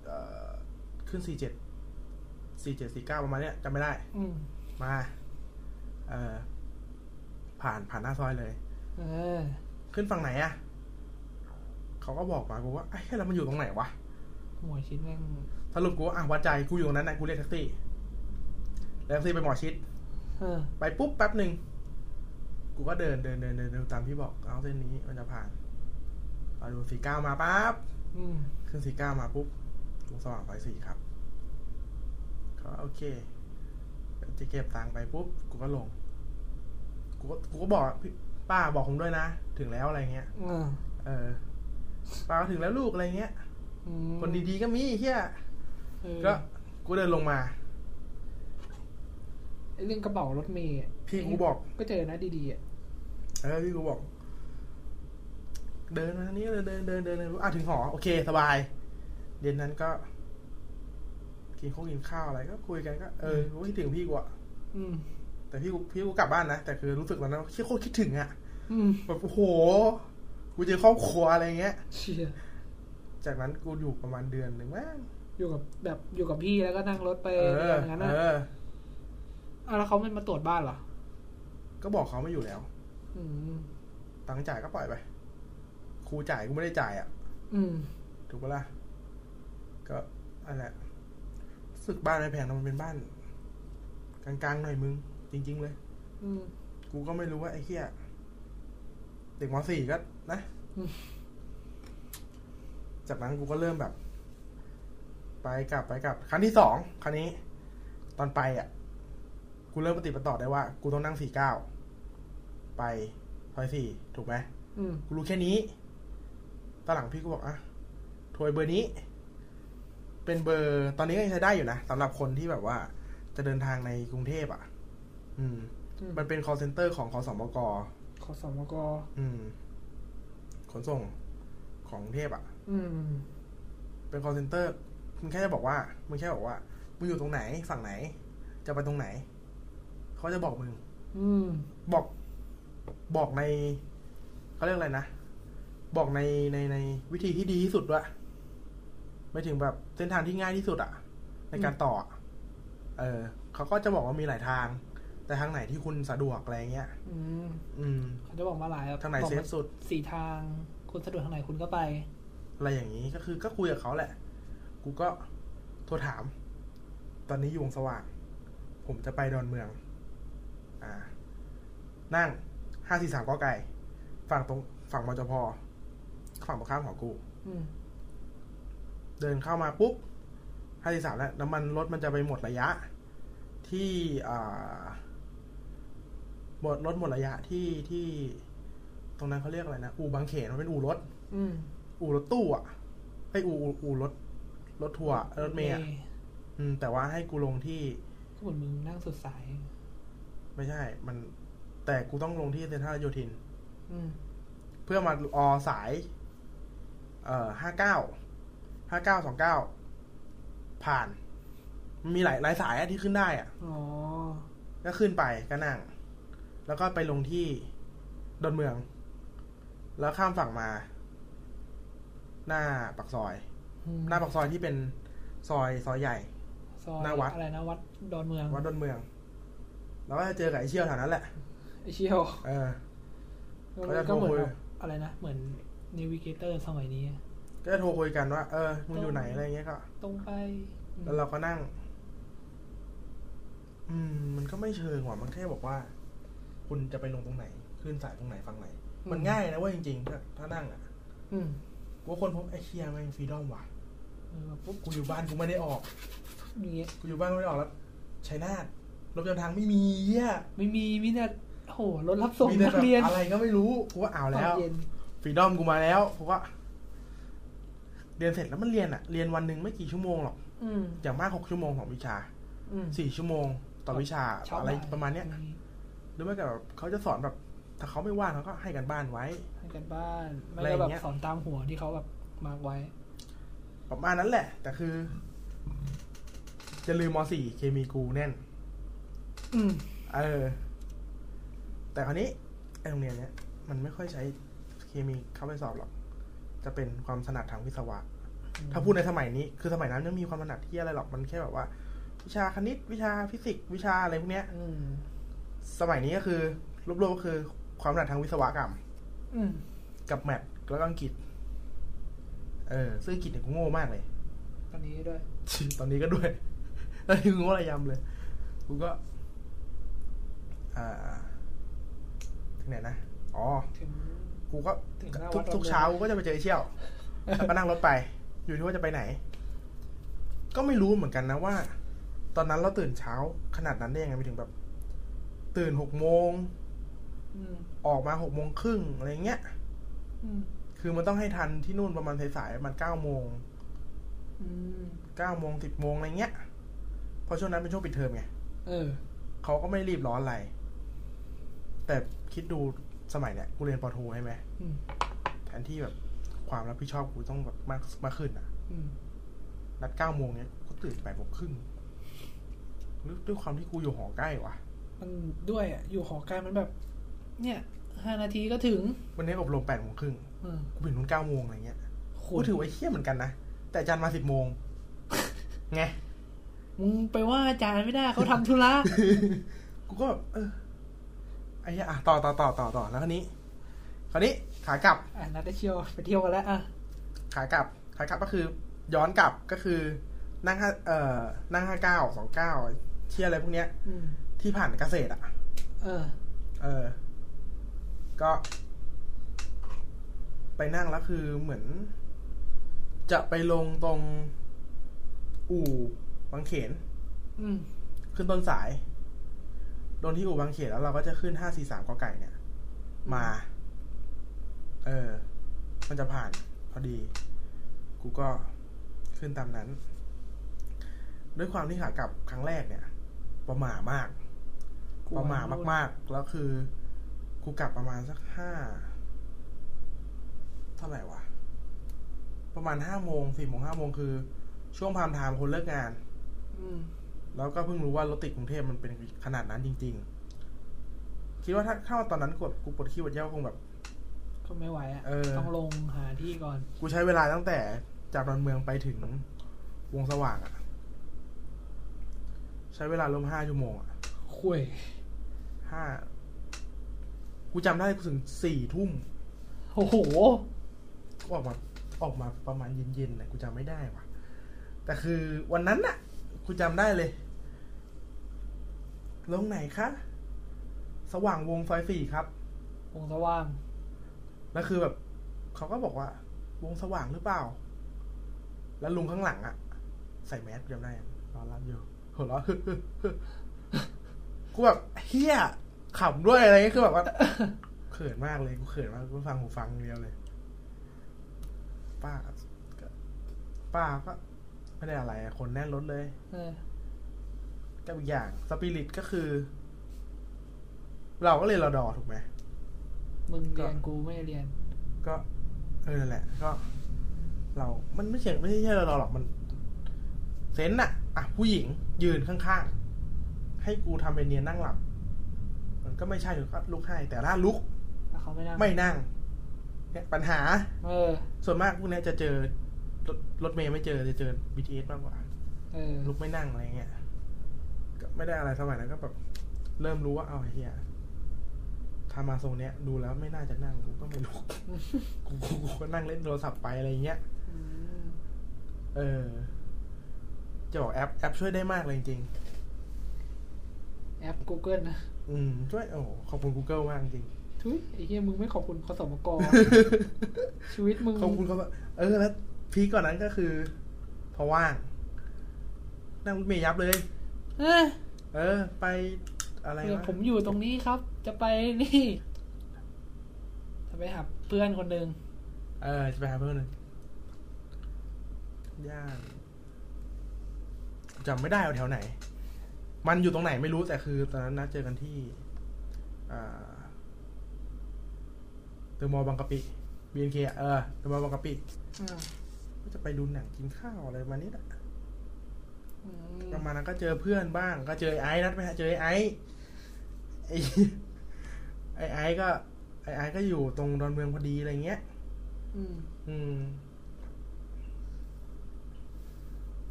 [SPEAKER 2] เอ่อขึ้นสี่เจ็ดสี่เจ็ดสี่เก้าประมาณเนี้ยจำไม่ได้
[SPEAKER 3] อืม
[SPEAKER 2] มาเอ่อผ่านผ่านหน้าซอยเลย
[SPEAKER 3] เออ
[SPEAKER 2] ขึ้นฝั่งไหนอะเขาก็บอกมากูว่าไอ้ยแล้วมันอยู่ตรงไหนวะ
[SPEAKER 3] หัวชิ้นแม่ง
[SPEAKER 2] สรุปกูว่าอ่ะวัดใจกูอยู่ตรงนั้นนะกูเรียกแท็กซี่แล้วแท็กซี่ไปหมอชิด
[SPEAKER 3] เออ
[SPEAKER 2] ไปปุ๊บแป๊บหนึ่งกูก็เดินเดินเดินเดินเดินตามที่บอกเอาเส้นนี้มันจะผ่านเราดูสี่เก้ามาปั๊บ
[SPEAKER 3] อืม
[SPEAKER 2] ขึ้นสี่เก้ามาปุ๊บวงสว่างไฟสี่ครับก็โอเคจะเก็บตังค์ไปปุ๊บกูก็ลงกูก็กูก็บอกพี่ป้าบอกผมด้วยนะ ถึงแล้วอะไรเงี้ย
[SPEAKER 3] เออ
[SPEAKER 2] เออป้าก็ถึงแล้วลูกอะไรเงี้ย
[SPEAKER 3] อืม
[SPEAKER 2] คนดีๆก็มีเฮีย
[SPEAKER 3] เออ
[SPEAKER 2] ก็กูเดินลงมา
[SPEAKER 3] ไอ้เรื่องกระเป๋ารถเมย์อะ
[SPEAKER 2] พี่กูบอก
[SPEAKER 3] ก็เจอนะดีๆอ่ะ
[SPEAKER 2] เออพี่กูบอก เดินมาทางนี้เลยเดินเดินเดินเดินอ่ะถึงหอโอเคสบาย เย็นนั้นก็ กินข้าวกินข้าวอะไรก็คุยกันก็เออกูคิดถึงพี่กูอะ
[SPEAKER 3] อืม
[SPEAKER 2] แต่พี่กูพี่กูกลับบ้านนะแต่คือรู้สึกตอนนั้นว่าเชี่ยโคตรคิดถึงอะ
[SPEAKER 3] อืม
[SPEAKER 2] แบบโอ้โหกูเจอครอบครัวอะไรเงี้ย
[SPEAKER 3] เชีย
[SPEAKER 2] จากนั้นกูอยู่ประมาณเดือนหนึ่งมั้ง
[SPEAKER 3] อยู่กับแบบอยู่กับพี่แล้วก็นั่งรถไป
[SPEAKER 2] เออ
[SPEAKER 3] เรื่อยอย่างนั้นนะ
[SPEAKER 2] เออ
[SPEAKER 3] อ่ะแล้วเขาไม่มาตรวจบ้านเหรอ
[SPEAKER 2] ก็บอกเขาไม่อยู่แล้ว
[SPEAKER 3] อืม
[SPEAKER 2] ตังค์จ่ายก็ปล่อยไปครูจ่ายกูไม่ได้จ่ายอะ
[SPEAKER 3] อืม
[SPEAKER 2] ถูกปะล่ะ ก็อะไรรู้สึกบ้านไม่แพงนะมันเป็นบ้าน กลางๆหน่อยมึง จริง ๆ เลย
[SPEAKER 3] อืม
[SPEAKER 2] กูก็ไม่รู้ว่าไอ้เหี้ยเด็กมสี่ก็นะ
[SPEAKER 3] อืม
[SPEAKER 2] จากนั้นกูก็เริ่มแบบ ไปกลับไปกลับ ครั้งที่สองครั้งนี้ ตอนไปอ่ะ กูเริ่มปฏิดปะต่อได้ว่า กูต้องนั่งสี่เก้าไปซอยสี่ถูกไหม
[SPEAKER 3] อืม
[SPEAKER 2] กูรู้แค่นี้ ตอนหลังพี่ก็บอกอ่ะโทรเบอร์นี้ เป็นเบอร์ ตอนนี้ก็ยังใช้ได้อยู่นะสำหรับคนที่แบบว่า จะเดินทางในกรุงเทพอ่ะ อืม
[SPEAKER 3] อืม
[SPEAKER 2] มันเป็น call center ของคอสมก
[SPEAKER 3] ขอสมก
[SPEAKER 2] อืม ขนส่งของกรุงเทพอ่ะ
[SPEAKER 3] อืม
[SPEAKER 2] เป็น call center มึงแค่จะบอกว่า มึงแค่บอกว่า มึงอยู่ตรงไหน ฝั่งไหน จะไปตรงไหน เขาจะบอกมึง
[SPEAKER 3] อืม
[SPEAKER 2] บอกบอกในเขาเรียกอะไรนะ บอกในในในวิธีที่ดีที่สุดด้วยไม่ถึงแบบเส้นทางที่ง่ายที่สุดอะในการต่ออะเออเขาก็จะบอกว่ามีหลายทาง แต่ทางไหนที่คุณสะดวกอะไรเงี้ย
[SPEAKER 3] อืม
[SPEAKER 2] อืม
[SPEAKER 3] เขาจะบอกมาหลายแบบ
[SPEAKER 2] ทางไหน
[SPEAKER 3] บอก
[SPEAKER 2] เซ
[SPEAKER 3] มา
[SPEAKER 2] ฟสุด
[SPEAKER 3] สี่ทาง คุณสะดวกทางไหนคุณก็ไป
[SPEAKER 2] อะไรอย่างนี้ก็คือก็คุยกับเขาแหละ กูก็โทรถาม ตอนนี้อยู่วงสว่าง ผมจะไปดอนเมือง อ่า นั่งห้าสี่สามก็ไก่ ฝั่งตรงฝั่งมจพฝั่งตรงข้ามของกู
[SPEAKER 3] อืม
[SPEAKER 2] เดินเข้ามาปุ๊บห้าสี่สามแล้ว น้ำมันรถมันจะไปหมดระยะ ที่อ่าหมดรถหมดระยะที่ที่ ตรงนั้นเขาเรียกอะไรนะ อู่บางเขนมันเป็นอู่รถ
[SPEAKER 3] อืม
[SPEAKER 2] อู่รถตู้อ่ะไอยอู่อู่อู่รถ รถทัวร์รถเมย์อะอืม แต่ว่าให้กูลงที่
[SPEAKER 3] ก็เหมือนมึงนั่งสุดสาย
[SPEAKER 2] ไม่ใช่ มัน แต่กูต้องลงที่เซ็นทรัลโยธิน
[SPEAKER 3] อืม
[SPEAKER 2] เพื่อมาออสาย เอ่อห้าเก้าห้าเก้าสองเก้าผ่านมันมีหลายหลายสายอะที่ขึ้นได้อ่ะ
[SPEAKER 3] อ๋อ
[SPEAKER 2] ก็ขึ้นไปก็นั่ง แล้วก็ไปลงที่ดอนเมือง แล้วข้ามฝั่งมา หน้าปากซอย
[SPEAKER 3] อืม
[SPEAKER 2] หน้าปากซอยที่เป็นซอยซอยใหญ่
[SPEAKER 3] ซอย
[SPEAKER 2] หน้าวัด
[SPEAKER 3] อะไรนะวัดดอนเมือง
[SPEAKER 2] วัดดอนเมืองเราก็จะเจอกับไอ้เชี่ยวแถวนั้นแหละ
[SPEAKER 3] ไอเชี่ยว
[SPEAKER 2] เออ
[SPEAKER 3] ก็
[SPEAKER 2] เขาจะโทร
[SPEAKER 3] เหมือน
[SPEAKER 2] คุย
[SPEAKER 3] แบบอะไรนะ เหมือนน v วิเกเตอร์สมัยนี้อะ
[SPEAKER 2] ก็จะโทรคุยกันว่า เออ มึงอยู่ไหนอะไรเงี้ยก็
[SPEAKER 3] ตรงไปอืม
[SPEAKER 2] แล้วเราก็นั่ง อืม มันก็ไม่เชิงว่ะ มันแค่บอกว่า คุณจะไปลงตรงไหน ขึ้นสายตรงไหนฝั่งไหน มันง่ายนะเว่าจริงๆ ถ้าถ้านั่งอ่ะ
[SPEAKER 3] อืม
[SPEAKER 2] กูว่าคนพบไอ้เชียแม่งฟรีดอมว่ะ
[SPEAKER 3] เออปุ๊บ
[SPEAKER 2] กูอยู่บ้านกูไม่ได้ออก
[SPEAKER 3] อย่างเงี้ย
[SPEAKER 2] กูอยู่บ้านไม่ได้ออกแล้วชัยนาทรถประจำทางไม่มีเหี้ย
[SPEAKER 3] ไม่มีมิเนี่ยโหรถรับส่ง
[SPEAKER 2] มีแต่
[SPEAKER 3] นัก
[SPEAKER 2] แบบ
[SPEAKER 3] เรียน
[SPEAKER 2] อะไรก็ไม่รู้ กูว่าเอา
[SPEAKER 3] ตอ
[SPEAKER 2] แล้
[SPEAKER 3] น
[SPEAKER 2] ว
[SPEAKER 3] เย็น
[SPEAKER 2] ฟรีดอมกูมาแล้วเพราะว่าเรียนเสร็จแล้วมันเรียนอะเรียนวันหนึ่งไม่กี่ชั่วโมงหรอก
[SPEAKER 3] อืม
[SPEAKER 2] อย่างมากหกชั่วโมงของวิชา
[SPEAKER 3] อืม
[SPEAKER 2] สี่ชั่วโมงต่อวิชา
[SPEAKER 3] เช้
[SPEAKER 2] อะไร
[SPEAKER 3] ย
[SPEAKER 2] ประมาณเนี้ย หรือไม่ก็แบบเขาจะสอนแบบ ถ้าเขาไม่ว่างเขาก็ให้กันบ้านไว้
[SPEAKER 3] ให้กันบ้านไม่
[SPEAKER 2] อะไรอ
[SPEAKER 3] ก็
[SPEAKER 2] ย่าง
[SPEAKER 3] แบ
[SPEAKER 2] เงี้
[SPEAKER 3] บ
[SPEAKER 2] ย
[SPEAKER 3] สอนตามหัวที่เขาแบบมาร์กไว้
[SPEAKER 2] ประมาณนั้นแหละ แต่คือ จะลืมมสี่เคมีกูแน่น
[SPEAKER 3] อืม
[SPEAKER 2] เออ แต่คราวนี้ไอโรงเรียนเนี้ยมันไม่ค่อยใช้เคมีเข้าไปสอบหรอก จะเป็นความถนัดทางวิศวะ ถ้าพูดในสมัยนี้ คือสมัยนั้นยังมีความถนัดที่อะไรหรอกมันแค่แบบว่า วิชาคณิต วิชาฟิสิกส์วิชาอะไรพวกเนี้ย
[SPEAKER 3] อืม
[SPEAKER 2] สมัยนี้ก็คือรวบรวมก็คือความถนัดทางวิศวกรรม
[SPEAKER 3] อืม
[SPEAKER 2] กับแมทแล้วก็อังกฤษ เออซึ่งอังกฤษเนี่ยกูโง่มากเลย (laughs)
[SPEAKER 3] ตอนนี้ด้วย
[SPEAKER 2] ตอนนี้ก็ด้วย (laughs) ตอนนี้กูโง่ระยำเลย กูก็ อ่าถึงไหนนะ อ๋อ
[SPEAKER 3] ถึง
[SPEAKER 2] กูก็
[SPEAKER 3] ถึงหน้าวั
[SPEAKER 2] ทุ
[SPEAKER 3] ด
[SPEAKER 2] ก
[SPEAKER 3] เรา
[SPEAKER 2] ทุก
[SPEAKER 3] เลย
[SPEAKER 2] เช้ากูก็จะไปเจอไอ้เชี่ยว แล้วก็นั่งรถไป อยู่ที่ว่าจะไปไหน ก็ไม่รู้เหมือนกันนะว่า ตอนนั้นเราตื่นเช้า ขนาดนั้นได้ยังไงไปถึงแบบ ตื่นหกโมง
[SPEAKER 3] อืม
[SPEAKER 2] ออกมาหกโมงครึ่งอะไรเงี้ย
[SPEAKER 3] อืม
[SPEAKER 2] คือมันต้องให้ทันที่นู่นประมาณสายๆประมาณเก้าโมง
[SPEAKER 3] อืม
[SPEAKER 2] เก้าโมงสิบโมงอะไรเงี้ย เพราะช่วงนั้นเป็นช่วงปิดเทอมไง
[SPEAKER 3] เออ
[SPEAKER 2] เขาก็ไม่รีบร้อนอะไร แต่คิดดูสมัยเนี้ยกูเรียนปอโทใช่ไหม
[SPEAKER 3] อืม
[SPEAKER 2] แทนที่แบบความรับผิดชอบกูต้องแบบมากมากขึ้นอ่ะ
[SPEAKER 3] อืม
[SPEAKER 2] นัดเก้าโมงเนี้ยกูตื่นแปดโมงครึ่งหรือด้วยความที่กูอยู่หอใกล้ว่ะ
[SPEAKER 3] มันด้วยอะอยู่หอไกลมันแบบ เนี่ยห้านาทีก็ถึง
[SPEAKER 2] วันนี้อบรมแปดโมงครึ่ง
[SPEAKER 3] อืม
[SPEAKER 2] กูถึงนู่นเก้าโมงอะไรเงี้ย
[SPEAKER 3] โห
[SPEAKER 2] กูถือว่าเที่ยเหมือนกันนะ แต่อาจารย์มาสิบโมง (laughs) ไง
[SPEAKER 3] มึงไปว่าอาจารย์ไม่ได้เขาทำธุระ
[SPEAKER 2] กูก็แบบเออไอ้เหี้ยอ่ะต่อต่อต่อต่อต่อแล้วคันนี้ คราวนี้ขากลับ
[SPEAKER 3] อ่ะนัดได้เชียวไปเที่ยวกันแล้วอ่ะ
[SPEAKER 2] ขากลับขากลับก็คือ ย้อนกลับก็คือ นั่งห้าเอ่อนั่งห้าเก้าสองเก้าเที่ยอะไรพวกเนี้ย
[SPEAKER 3] อืม
[SPEAKER 2] ที่ผ่านเกษตรอ่ะ
[SPEAKER 3] เออ
[SPEAKER 2] เออ ก็ ไปนั่งแล้วคือเหมือน จะไปลงตรง อู่บางเขน
[SPEAKER 3] อืม
[SPEAKER 2] ขึ้นต้นสายโดนที่อู่บางเขนแล้วเราก็จะขึ้นห้าสี่สามกอไก่เนี่ย มา เออ มันจะผ่านพอดี กูก็ขึ้นตามนั้น ด้วยความที่ขากลับครั้งแรกเนี่ย ประหม่ามาก ประหม่ามาก ๆ แล้วคือ กูกลับประมาณสักห้าเท่าไหร่วะ ประมาณห้าโมงสี่โมงห้าโมงคือ ช่วงพามไทม์คนเลิกงาน
[SPEAKER 3] อืม
[SPEAKER 2] แล้วก็เพิ่งรู้ว่ารถติดกรุงเทพมันเป็นขนาดนั้นจริง ๆ คิดว่าถ้าเข้าตอนนั้นกดกูปวดขี้ปวดเยี่ยวคงแบบ
[SPEAKER 3] ก็ไม่ไหวอ่ะ
[SPEAKER 2] เออ
[SPEAKER 3] ต้องลงหาที่ก่อน
[SPEAKER 2] กูใช้เวลาตั้งแต่จากดอนเมืองไปถึงวงสว่างอะใช้เวลารวมห้าชั่วโมงอะ
[SPEAKER 3] คุย
[SPEAKER 2] ห้ากูจำได้กูถึงสี่ทุ่ม
[SPEAKER 3] โอ้โห
[SPEAKER 2] กูออกมาออกมาประมาณเย็นๆนะกูจำไม่ได้ว่ะ แต่คือวันนั้นน่ะ กูจำได้เลยลงไหนคะสว่างวงซอยสี่ครับ
[SPEAKER 3] วงสว่าง
[SPEAKER 2] แล้วคือแบบเขาก็บอกว่า วงสว่างหรือเปล่า แล้วลุงข้างหลังอะใส่แมสจำได้นอนรับอยู่หัวเราะ (laughs) กูแบบเฮียขำด้วยอะไรเงี้ยคือแบบว่า เขินมากเลยกูเขินมากกูฟังหูฟังอย่างเดียวเลย ป้าก็ป้าก็ไม่ได้อะไรอะคนแน่นรถเลย
[SPEAKER 3] เออ
[SPEAKER 2] กับอีกอย่างสปิริตก็คือ เราก็เลยนรอดอถูกไหม
[SPEAKER 3] มึงเรียน
[SPEAKER 2] ก็
[SPEAKER 3] กูไม่เรียน
[SPEAKER 2] ก็เออนั่นแหละ ก็ เรา มันไม่เชิงไม่ใช่เราหรอกมัน เซนส์น่ะ อ่ะ ผู้หญิงยืนข้างๆ ให้กูทำเป็นเนียนนั่งหลับ มันก็ไม่ใช่หรอกก็ลุกให้ แต่ถ้าลุก
[SPEAKER 3] แล้วเขาไม่นั่ง
[SPEAKER 2] ไม่นั่งเนี่ยปัญหา
[SPEAKER 3] เออ
[SPEAKER 2] ส่วนมากพวกเนี้ยจะเจอรถรถเมย์ไม่เจอจะเจอ BTS มากกว่า
[SPEAKER 3] เออ
[SPEAKER 2] ลุกไม่นั่งอะไรเงี้ย ก็ไม่ได้อะไรสมัยนั้นก็แบบ เริ่มรู้ว่าเอาไอ้เฮียทำมาทรงเนี้ย ดูแล้วไม่น่าจะนั่งกูก็ไม่ลุก (laughs) กูกูกูก็นั่งเล่นโทรศัพท์ไปอะไรเงี้ย
[SPEAKER 3] อืม
[SPEAKER 2] เออ จะบอกแอปแอปช่วยได้มากเลยจริง
[SPEAKER 3] แอป Google นะ
[SPEAKER 2] ๆอืม ช่วยโอ้โหขอบคุณ Google มากจริง
[SPEAKER 3] ทุยไอ้เหี้ยมึงไม่ขอบคุณขสม
[SPEAKER 2] (laughs)
[SPEAKER 3] ก ชีวิตมึง
[SPEAKER 2] ขอบคุณเขาว่าเออแล้วพีคกว่อนนั้นก็คือ พอว่าง นั่งรถเมย์ยับเลย
[SPEAKER 3] เอ้ย
[SPEAKER 2] เออ ไปอะไร
[SPEAKER 3] เดี๋ยว
[SPEAKER 2] วะ
[SPEAKER 3] ผมอยู่ตรงนี้ครับ จะไปนี่จะไปหาเพื่อนคนหนึ่ง
[SPEAKER 2] เออจะไปหาเพื่อนหนึ่งย่านจำไม่ได้ว่าแถวไหน มันอยู่ตรงไหนไม่รู้แต่คือ ตอนนั้นนัดเจอกันที่ อ่า เทอร์โมบางกะปิ BNK อะเออเทอร์โมบางกะปิ
[SPEAKER 3] อ่า
[SPEAKER 2] ก็จะไปดูหนังกินข้าวอะไรประมาณนี้แหละ
[SPEAKER 3] อืม
[SPEAKER 2] ประมาณนั้นก็เจอเพื่อนบ้าง ก็เจอไอ้ไอซ์นัดไปหาเจอไอ้ไอซ์ไอ้ไอ้ไอ้ก็ไอ้ไอ้ก็อยู่ตรงดอนเมืองพอดีอะไรเงี้ย
[SPEAKER 3] อืม
[SPEAKER 2] อืม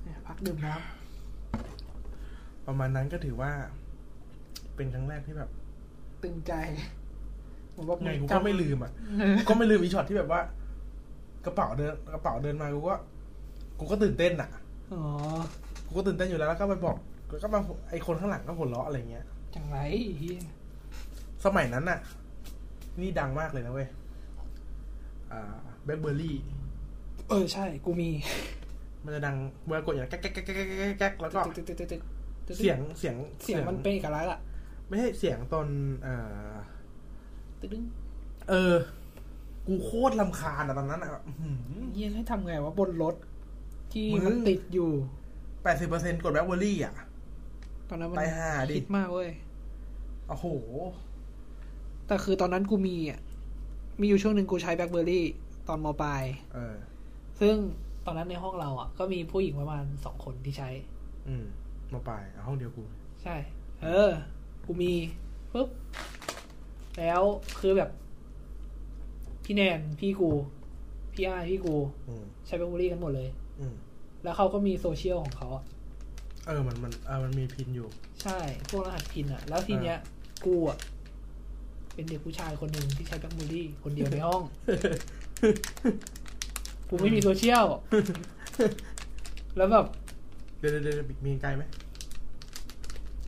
[SPEAKER 3] เนี่ยพักดื่มน้
[SPEAKER 2] ประมาณนั้นก็ถือว่า เป็นครั้งแรกที่แบบ
[SPEAKER 3] ำตึงใจผมว่า
[SPEAKER 2] ไง
[SPEAKER 3] ผ
[SPEAKER 2] กู
[SPEAKER 3] ม
[SPEAKER 2] ก็
[SPEAKER 3] จำ
[SPEAKER 2] ไม่ลื
[SPEAKER 3] (laughs)
[SPEAKER 2] มอ่ะ
[SPEAKER 3] เออ
[SPEAKER 2] ก็ไม่ลืมอีช็อตที่แบบว่า กระเป๋าเดินกระเป๋าเดินมากูก็กูก็ตื่นเต้นอ่ะ
[SPEAKER 3] อ๋อ
[SPEAKER 2] กูก็ตื่นเต้นอยู่แล้วแล้วก็ไปบอกแล้วก็มาไอคนข้างหลังก็หัวเราะอะไรเงี้ย
[SPEAKER 3] จังไรไอ้เหี้ย
[SPEAKER 2] สมัยนั้นน่ะ นี่ดังมากเลยนะเว้ยแบล็คเบอร์รี่
[SPEAKER 3] เออใช่ กูมี
[SPEAKER 2] มันจะดังเวลากดอย่างแก๊กแก๊กแก๊กแก๊กแก๊กแก๊กแล้วก็
[SPEAKER 3] ตึ๊ดตึ๊ดตึ๊ดตึ๊ดตึ๊ด
[SPEAKER 2] เสียงเสียง
[SPEAKER 3] เสียงมันเป็นเอกลักษณ์อะ
[SPEAKER 2] ไม่ใช่เสียงตอนเออ
[SPEAKER 3] ตึ๊ดดึง
[SPEAKER 2] เออ กูโคตรลำคาญอะตอนนั้นอ่ะ
[SPEAKER 3] เยี่ยให้ทำไงวะบนรถ ที่มันติดอยู่
[SPEAKER 2] แปดสิบเปอร์เซ็นต์กดแบล็คเบอร์รี่อ่ะ
[SPEAKER 3] ตอนนั้นมัน
[SPEAKER 2] ไปหาดิ
[SPEAKER 3] คิดมากเว้ย
[SPEAKER 2] โอ้โห
[SPEAKER 3] แต่คือตอนนั้นกูมีอ่ะ มีอยู่ช่วงหนึ่งกูใช้แบล็คเบอร์รี่ตอนมปลาย
[SPEAKER 2] เออ
[SPEAKER 3] ซึ่งตอนนั้นในห้องเราอ่ะ ก็มีผู้หญิงประมาณสองคนที่ใช้
[SPEAKER 2] อืม มาไปอ่ะห้องเดียวกู
[SPEAKER 3] ใช่ เออ กูมีปุ๊บ แล้วคือแบบ พี่แนน พี่กู พี่อ้ายพี่กู
[SPEAKER 2] อืม
[SPEAKER 3] ใช้แบล็คเบอร์รี่กันหมดเลย
[SPEAKER 2] อืม
[SPEAKER 3] แล้วเขาก็มีโซเชียลของเขาอ่ะ
[SPEAKER 2] เออ มันมันเออมันมีพินอยู่ (laughs)
[SPEAKER 3] ใช่ พวกรหัสพินอ่ะ แล้วทีเนี้ย กูอ่ะ เป็นเด็กผู้ชายคนหนึ่งที่ใช้แบล็คเบอร์รี่คนเดียวใน (laughs) ห้อง กูไม่มีโซเชียล แล้วแบบ
[SPEAKER 2] เดี๋ยวเดี๋ยวเดี๋ยวมีไกลไหม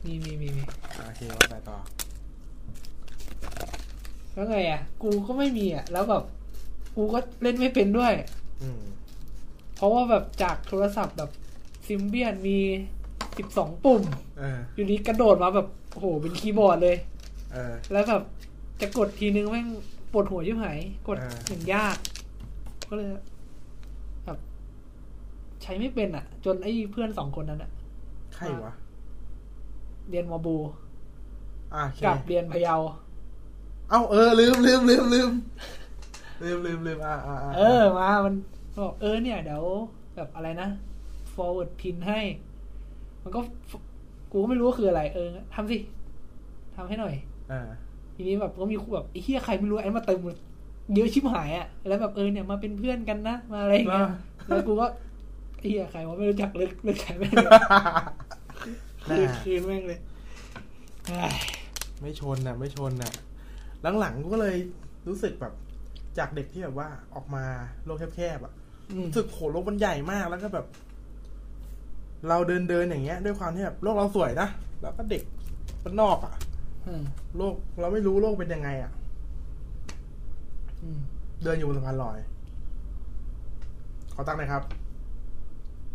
[SPEAKER 3] มีมีมีมี
[SPEAKER 2] อ่ะโอเคว่าไปต่อ
[SPEAKER 3] แล้วไงอ่ะ กูก็ไม่มีอ่ะ แล้วแบบ กูก็เล่นไม่เป็นด้วย
[SPEAKER 2] อืม
[SPEAKER 3] เพราะว่าแบบจากโทรศัพท์แบบซิมเบียนมีสิบสองปุ่ม
[SPEAKER 2] เออ
[SPEAKER 3] อยู่ดีกระโดดมาแบบโอ้โหเป็นคีย์บอร์ดเลย
[SPEAKER 2] เออ
[SPEAKER 3] แล้วแบบจะกดทีนึงแม่งปวดหัวยิ่งหายกด
[SPEAKER 2] อ่า
[SPEAKER 3] อย่างยาก ก็เลยแบบ ใช้ไม่เป็นอ่ะ จนไอ้เพื่อนสองคนนั้นอ่ะ
[SPEAKER 2] ใครวะ
[SPEAKER 3] เรียนมอบู
[SPEAKER 2] อ่ะโอเค
[SPEAKER 3] กับเรียนพะเยา
[SPEAKER 2] เอ้าเออลืมลืมลืมลืม (laughs) ลืมลืมลืมอ่าอ่าา
[SPEAKER 3] เออมา มันบอกเออเนี่ย เดี๋ยวแบบอะไรนะ forward pin ให้ มันก็ฟกูก็ไม่รู้ว่าคืออะไร เออทำสิทำให้หน่อย
[SPEAKER 2] เออ
[SPEAKER 3] (laughs) ทีนี้แบบก็มีแบบไอ้เฮียใครไม่รู้แอดมาเต็มเลยเยอะชิบหายอะแล้วแบบเออเนี่ยมาเป็นเพื่อนกันนะ มาอะไรอย่างเงี้ยแล้วกูก็ไอ้เฮียใครวะไม่รู้จักเลิกเลิกใช้แม่งเลยคืนคืนแม่งเลยเฮ้ย
[SPEAKER 2] ไม่ชนน่ะ ไม่ชนน่ะ หลังๆกูก็เลยรู้สึกแบบ จากเด็กที่แบบว่าออกมาโลกแคบๆอ่ะ
[SPEAKER 3] อืม
[SPEAKER 2] รู้สึกโหโลกมันใหญ่มากแล้วก็แบบ เราเดินเดินๆอย่างเงี้ย ด้วยความที่แบบโลกเราสวยนะแล้วก็เด็กมันนอกอ่ะ
[SPEAKER 3] อืม
[SPEAKER 2] โลกเราไม่รู้โลกเป็นยังไง อ่ะ
[SPEAKER 3] อืม
[SPEAKER 2] เดินอยู่บนสะพานลอย ขอตั้งค์หนะครับ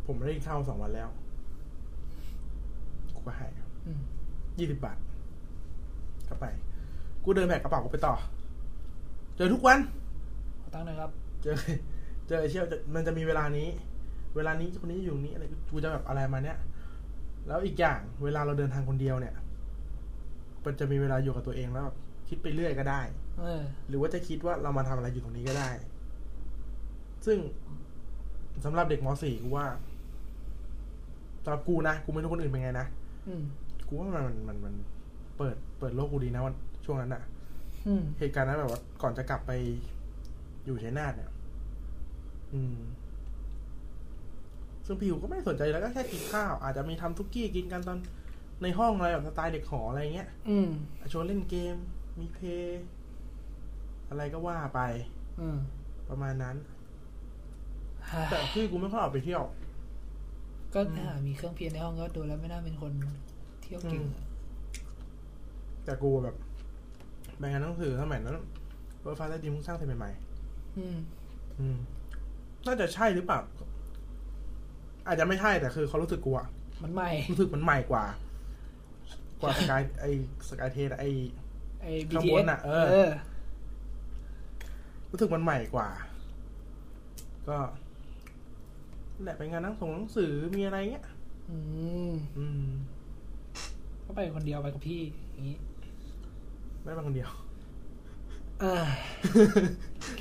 [SPEAKER 2] ผมไม่ได้กินข้าวมาสองวันแล้วกูก็ให้
[SPEAKER 3] อืม
[SPEAKER 2] ยี่สิบบาทก็ไป กูเดินแบกกระเป๋ากูไปต่อ เจอทุกวัน
[SPEAKER 3] ขอตั้งหน่อยครับ
[SPEAKER 2] เจอ (laughs) เจอไอ้เชี่ยวจะมันจะมีเวลานี้ เวลานี้คนนี้อยู่นี้อะไรกูจะแบบอะไรมาเนี้ยแล้วอีกอย่าง เวลาเราเดินทางคนเดียวเนี่ย มันจะมีเวลาอยู่กับตัวเองแล้วแบบคิดไปเรื่อยก็ได้
[SPEAKER 3] เออ
[SPEAKER 2] หรือว่าจะคิดว่าเรามาทำอะไรอยู่ตรงนี้ก็ได้ ซึ่งสำหรับเด็กมสี่กูว่าสำหรับกูนะกูไม่รู้คนอื่นเป็นไงนะ
[SPEAKER 3] อืม
[SPEAKER 2] กูว่ามันมันมันเปิดเปิดโลกกูดีนะวันช่วงนั้นอะ
[SPEAKER 3] อืม
[SPEAKER 2] เหตุการณ์นั้นแบบว่าก่อนจะกลับไปอยู่ชัยนาทเนี่ย อืม ซึ่งพี่อูก็ไม่ได้สนใจแล้วก็แค่กินข้าว อาจจะมีทำทุกกี้กินกันตอนในห้องอะไรแบบสไตล์เด็กหออะไรเงี้ย
[SPEAKER 3] อืม
[SPEAKER 2] อ่ะชวนเล่นเกม มีเพลย์อะไรก็ว่าไป
[SPEAKER 3] อืม
[SPEAKER 2] ประมาณนั้น
[SPEAKER 3] เฮ้ย
[SPEAKER 2] แต่พี่กูไม่ค่อยออกไปเที่ยว
[SPEAKER 3] ก็
[SPEAKER 2] อืม
[SPEAKER 3] อ่ามีเครื่องเพียนในห้องก็ดูแล้วไม่น่าเป็นคนเที่ยวเก่ง
[SPEAKER 2] อืม แต่กูแบบแบ่งงานหนังสือสมัยนั้นเบอร์ฟ้าได้ดีมึงสร้างเสร็จใหม่ๆ
[SPEAKER 3] อืม
[SPEAKER 2] อืมน่าจะใช่หรือเปล่า อาจจะไม่ใช่แต่คือเขารู้สึกกลัว
[SPEAKER 3] มันใหม่
[SPEAKER 2] รู้สึกมันใหม่กว่า กว่าสกายไอสกายเทสไอ
[SPEAKER 3] ไอ้
[SPEAKER 2] ข้างบ
[SPEAKER 3] BTS
[SPEAKER 2] นน่ะเออ
[SPEAKER 3] เออ
[SPEAKER 2] รู้สึกมันใหม่กว่า ก็นั่นแหละไปงานหนังส่งหนังสือมีอะไรเงี้ย
[SPEAKER 3] อืม
[SPEAKER 2] อืม
[SPEAKER 3] ก็ไปคนเดียวไปกับพี่อย่างนี้
[SPEAKER 2] (laughs) ไม่ได้ไปคนเดียว
[SPEAKER 3] อ่า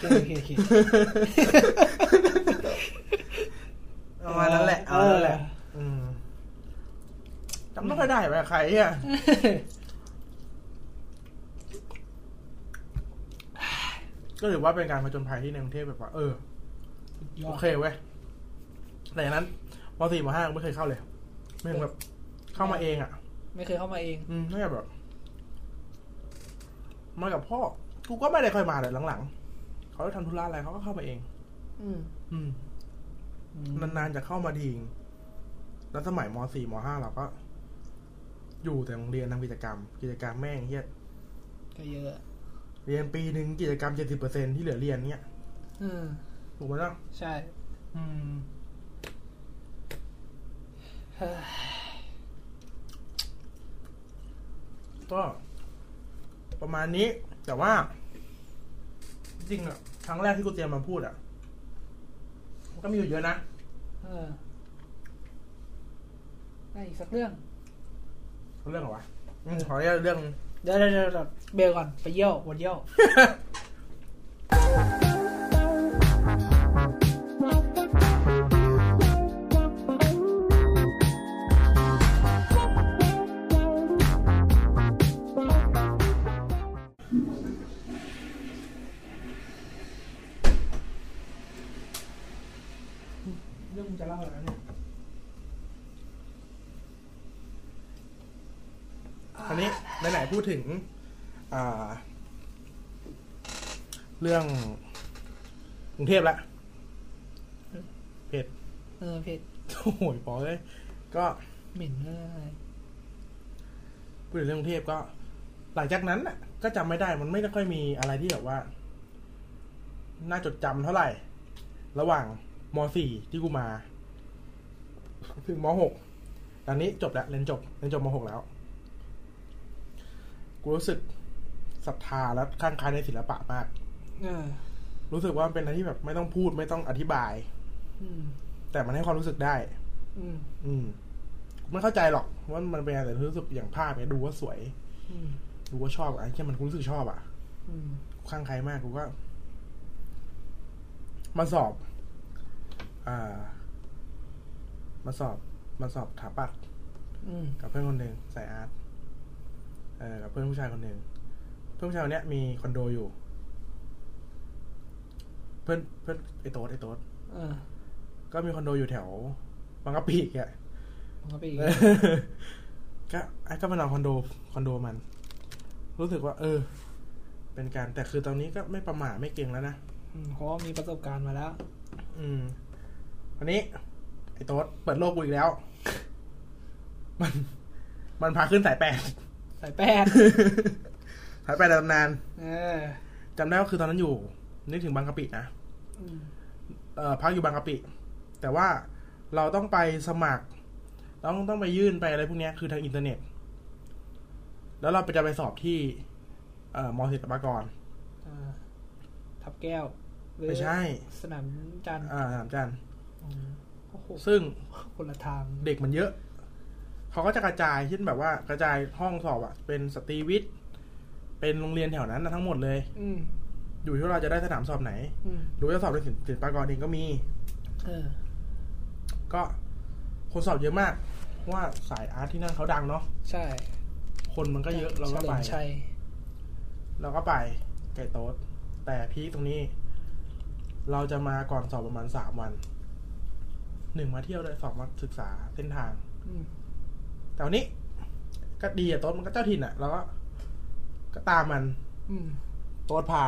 [SPEAKER 3] โอเคโอเคโอเค
[SPEAKER 2] เอามาแล้วแหละเอามาแล้วแหละอืมจำไม่ค่อยได้ไปใครอ่ะก็ถือว่าเป็นการผจญภัยที่ในกรุงเทพแบบว่าเออ
[SPEAKER 3] ยอ
[SPEAKER 2] โอ
[SPEAKER 3] ด
[SPEAKER 2] เคเว้ยแต่อย่างนั้นมสี่มห้าไม่เคยเข้าเลยไม่งแบบเข้ามาเองอ่ะ
[SPEAKER 3] ไม่เคยเข้ามาเอง
[SPEAKER 2] อืมไม่แบบ มากับพ่อ กูก็ไม่ได้ค่อยมาเลยหลังๆ เขาได้ทำธุระอะไรเขาก็เข้ามาเอง
[SPEAKER 3] อืม
[SPEAKER 2] อืม
[SPEAKER 3] อืม
[SPEAKER 2] นานๆจะเข้ามาทีงแล้วสมัยมสี่มห้าเราก็ อยู่แต่โรงเรียนทำกิจกรรม กิจกรรมแม่งเฮีย
[SPEAKER 3] ก็เยอะ
[SPEAKER 2] เรียนปีหนึ่งกิจกรรมเจ็ดสิบเปอร์เซ็นที่เหลือเรียนเนี่ย
[SPEAKER 3] อืม
[SPEAKER 2] ถูกไหมล่ะ
[SPEAKER 3] ใช่
[SPEAKER 2] อืม
[SPEAKER 3] เฮ้ย
[SPEAKER 2] ก็ ประมาณนี้ แต่ว่า จริงๆอะครั้งแรกที่กูเตรียมมาพูดอะมันก็มีอยู่เยอะนะ
[SPEAKER 3] เออได้อีกสักเรื่อง
[SPEAKER 2] เรื่องเหรอวะอืมขออนุญาตเรื่อง
[SPEAKER 3] เดี๋ยวเดี๋ยวเดี๋ยวเดี๋ยวเบลก่อนไปเยี่ยววันเยี่ยว
[SPEAKER 2] เรื่องมึงจะเล่าอะไรนะเนี่ยคราวนี้ไหนๆพูดถึง อ่า เรื่องกรุงเทพละเผ็ด
[SPEAKER 3] เออเผ็ด
[SPEAKER 2] (laughs) โอ้โหปอเลยก็
[SPEAKER 3] เหม็นเลย
[SPEAKER 2] พูดถึงเรื่องกรุงเทพก็ หลังจากนั้นน่ะ ก็จำไม่ได้มันไม่ได้ค่อยมีอะไรที่แบบว่า น่าจดจำเท่าไหร่ ระหว่างม .4 ที่กูมา ถึงม .6 ตอนนี้จบแล้วเรียนจบเรียนจบม .6 แล้ว กูรู้สึกศรัทธาและข้างใคายในศิลปะมาก
[SPEAKER 3] เออ
[SPEAKER 2] รู้สึกว่ามันเป็นอะไรที่แบบไม่ต้องพูดไม่ต้องอธิบาย
[SPEAKER 3] อืม
[SPEAKER 2] แต่มันให้ความรู้สึกได้
[SPEAKER 3] อืม
[SPEAKER 2] อืมกูไม่เข้าใจหรอกว่ามันเป็นอะไรแต่รู้สึกอย่างภาพเนี่ยดูว่าสวย
[SPEAKER 3] อืม
[SPEAKER 2] ดูว่าชอบอะไรที่มันกูรู้สึกชอบอ่ะ
[SPEAKER 3] อืม
[SPEAKER 2] ข้างใครมากกูก็มาสอบ อ่า มาสอบ มาสอบถาปัด
[SPEAKER 3] อืม
[SPEAKER 2] กับเพื่อนคนหนึ่งสายอาร์ตเออกับเพื่อนผู้ชายคนหนึ่งเพื่อนผู้ชายคนเนี้ยมีคอนโดอยู่ เพื่อนเพื่อนไอโต๊ดไอโต๊ด
[SPEAKER 3] เออ
[SPEAKER 2] ก็มีคอนโดอยู่แถวบางกะปิอ่ะ (laughs)
[SPEAKER 3] มันก็ไปอีก
[SPEAKER 2] เออก็ไอ้ก็มานอนคอนโดคอนโดมัน รู้สึกว่า เออ เป็นการแต่คือตอนนี้ก็ไม่ประมาทไม่เก่งแล้วนะ
[SPEAKER 3] อืมเพราะว่ามีประสบการณ์มาแล้ว
[SPEAKER 2] อืมวันนี้ ไอ้โต๊ดเปิดโลกกูอีกแล้ว (laughs) มัน มันพาขึ้นสายแปด (laughs)
[SPEAKER 3] สายแป้ (laughs) ง
[SPEAKER 2] สายแปดในตำนาน
[SPEAKER 3] เออ
[SPEAKER 2] จำได้ว่าคือตอนนั้นอยู่ นึกถึงบางกะปินะ
[SPEAKER 3] อืม
[SPEAKER 2] เอ่อพักอยู่บางกะปิ แต่ว่าเราต้องไปสมัครต้องต้องไปยื่นไปอะไรพวกเนี้ยคือทางอินเทอร์เน็ต แล้วเราไปจะไปสอบที่ เอ่อมอศิลปากร
[SPEAKER 3] เออทับแก้วหรือ
[SPEAKER 2] ไม่ใช่
[SPEAKER 3] สนามจันทร์
[SPEAKER 2] อ่าถามจัน
[SPEAKER 3] อืมโอ้โห
[SPEAKER 2] ซึ่ง
[SPEAKER 3] คนละทาง
[SPEAKER 2] เด็กมันเยอะ เขาก็จะกระจายเช่นแบบว่ากระจายห้องสอบอะเป็นสตรีวิทย์ เป็นโรงเรียนแถวนั้นนะทั้งหมดเลย
[SPEAKER 3] อืม
[SPEAKER 2] อยู่ที่ว่าเราจะได้สนามสอบไหน
[SPEAKER 3] อืม
[SPEAKER 2] หรือว่าจะสอบในศิลศิลปากรเองก็มี
[SPEAKER 3] เออ
[SPEAKER 2] ก็คนสอบเยอะมากเพราะว่าสายอาร์ตที่นั่นเขาดังเนาะ
[SPEAKER 3] ใช่
[SPEAKER 2] คนมันก็เยอะเราก็ไป
[SPEAKER 3] ฉลิมชัย
[SPEAKER 2] เราก็ไปไก่โต๊ด แต่พีคตรงนี้ เราจะมาก่อนสอบประมาณสามวัน หนึ่งมาเที่ยวเลยสองมาศึกษาเส้นทาง
[SPEAKER 3] อืม
[SPEAKER 2] แต่วันนี้ก็ดีอะโต๊ดมันก็เจ้าถิ่นอะเราก็ก็ตามมัน
[SPEAKER 3] อืม
[SPEAKER 2] โต๊ดพา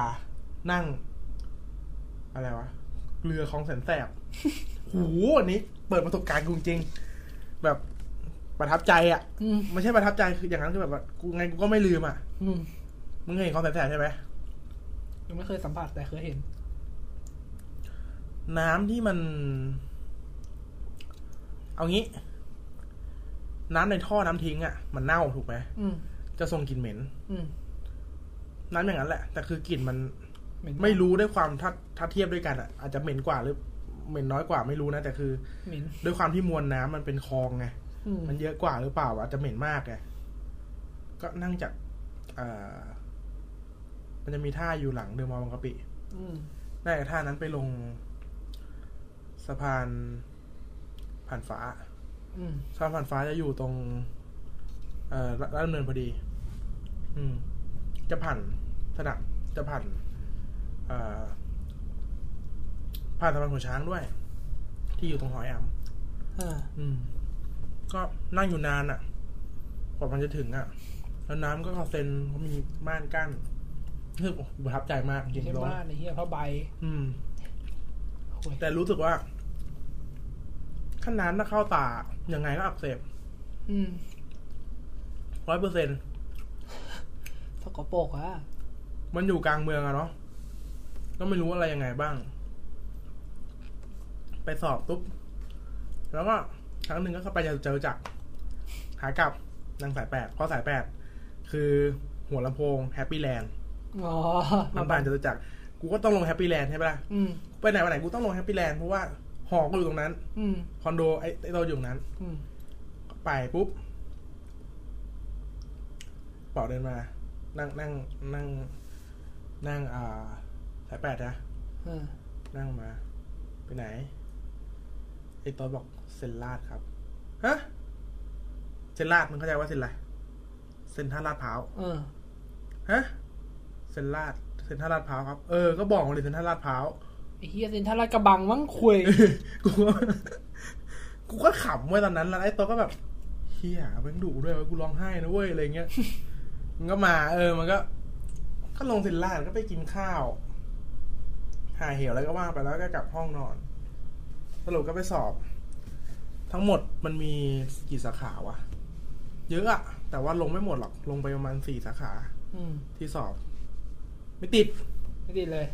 [SPEAKER 2] นั่ง อะไรวะ เรือของแสนแสบ หูอันนี้ เปิดประสบการณ์กูจริงๆแบบประทับใจอะ
[SPEAKER 3] อืม
[SPEAKER 2] ไม่ใช่ประทับใจคืออย่างนั้นคือแบบว่ากูไงกูก็ไม่ลืมอะ
[SPEAKER 3] อืม
[SPEAKER 2] มึงเคยเห็นของแสนแสบใช่ไหม
[SPEAKER 3] ยังไม่เคยสัมผัสแต่เคยเห็น
[SPEAKER 2] น้ำที่มัน เอางี้ น้ำในท่อน้ำทิ้งอะมันเน่าถูกไหม
[SPEAKER 3] อืม
[SPEAKER 2] จะส่งกลิ่นเหม็น
[SPEAKER 3] อืม
[SPEAKER 2] น้ำอย่างนั้นแหละ แต่คือกลิ่นมัน
[SPEAKER 3] เหม็น
[SPEAKER 2] ไม่รู้ด้วยความถ้าถ้าเทียบด้วยกันอ่ะอาจจะเหม็นกว่าหรือเหม็นน้อยกว่าไม่รู้นะ แต่คือ
[SPEAKER 3] เหม็น
[SPEAKER 2] ด้วยความที่มวลน้ำมันเป็นคลองไง
[SPEAKER 3] อืม
[SPEAKER 2] มันเยอะกว่าหรือเปล่าอาจจะเหม็นมากไงก็นั่งจากเอ่อ มันจะมีท่าอยู่หลังเดอะมอลล์บางกะปิ
[SPEAKER 3] อืม
[SPEAKER 2] ได้กับท่านั้นไปลงสะพานผ่านฟ้า
[SPEAKER 3] อืม
[SPEAKER 2] สะพานผ่านฟ้าจะอยู่ตรง เอ่อราชดำเนินพอดี อืม จะผ่านสนามจะผ่านเอ่อผ่านสะพานหัวช้างด้วย ที่อยู่ตรงหอยแอม
[SPEAKER 3] อ่า
[SPEAKER 2] อืม ก็นั่งอยู่นานอะ่ะกว่ามันจะถึงอะ่ะ แล้วน้ำก็เซนเขามีม่านกั้นรู้สึกโอ้โหประทับใจมากจริง
[SPEAKER 3] ใช่
[SPEAKER 2] ๆร้อน
[SPEAKER 3] บ้านไอ้เหี้ยผ้าใบ
[SPEAKER 2] อืม
[SPEAKER 3] โอ้ย
[SPEAKER 2] แต่รู้สึกว่าขั้นน้ำถ้าเข้าตายังไงก็อักเสบ
[SPEAKER 3] อืม
[SPEAKER 2] ร้อยเปอร์เซ็นต
[SPEAKER 3] สกปรกอ่ะ
[SPEAKER 2] มันอยู่กลางเมืองอะเนาะ ก็ไม่รู้อะไรยังไงบ้าง ไปสอบปุ๊บ แล้วก็ครั้งหนึ่งก็เข้าไปเจอจักรหากลับนางสายแปดเพราะสายแปดคือหัวลำโพงแฮปปี้แลนด์
[SPEAKER 3] อ๋อ
[SPEAKER 2] มันผ่านจตุจักรกูก็ต้องลงแฮปปี้แลนด์ใช่ปะล่ะ
[SPEAKER 3] อืม
[SPEAKER 2] ไปไหนมาไหนกูต้องลงแฮปปี้แลนด์เพราะว่าหอก็อยู่ตรงนั้น
[SPEAKER 3] อืม
[SPEAKER 2] คอนโดไอ้ไอ้เราอยู่ตรงนั้น
[SPEAKER 3] อืม
[SPEAKER 2] ไปปุ๊บเป่าเดินมา นั่งนั่งนั่ง นั่ง อ่า สายแปดนะ
[SPEAKER 3] อ่า
[SPEAKER 2] นั่งมา ไปไหนไอ้ตอนบอกเซนลาดครับ ฮะ เซนลาดมึงเข้าใจว่าเซนอะไรเซนท่าลาดพร้าว
[SPEAKER 3] อ่า
[SPEAKER 2] ฮะเซนลาดเซนท่าลาดพร้าวครับเออก็บอกมาเลยเซนท่าลาดพร้าว
[SPEAKER 3] ไอ้เหี้ยเซ็นทรัลลาดกระบังมั้งคุย
[SPEAKER 2] (laughs) กูก็กูก็ขำเว้ยตอนนั้นแล้วไอ้โต๊ะก็แบบเฮียแมันดุด้วยเว้ยกูร้องไห้นะเว้ยอะไรเงี้ย มันก็มา เออ มันก็ ก็ลงเซนลาดก็ไปกินข้าว หาเหวแล้วก็ว่าไปแล้วก็กลับห้องนอน สรุปก็ไปสอบ ทั้งหมดมันมีกี่สาขาวะ เยอะอะ แต่ว่าลงไม่หมดหรอก ลงไปประมาณสี่สาขา
[SPEAKER 3] อืม
[SPEAKER 2] ที่สอบ ไม่ติด
[SPEAKER 3] ไม่ติดเลย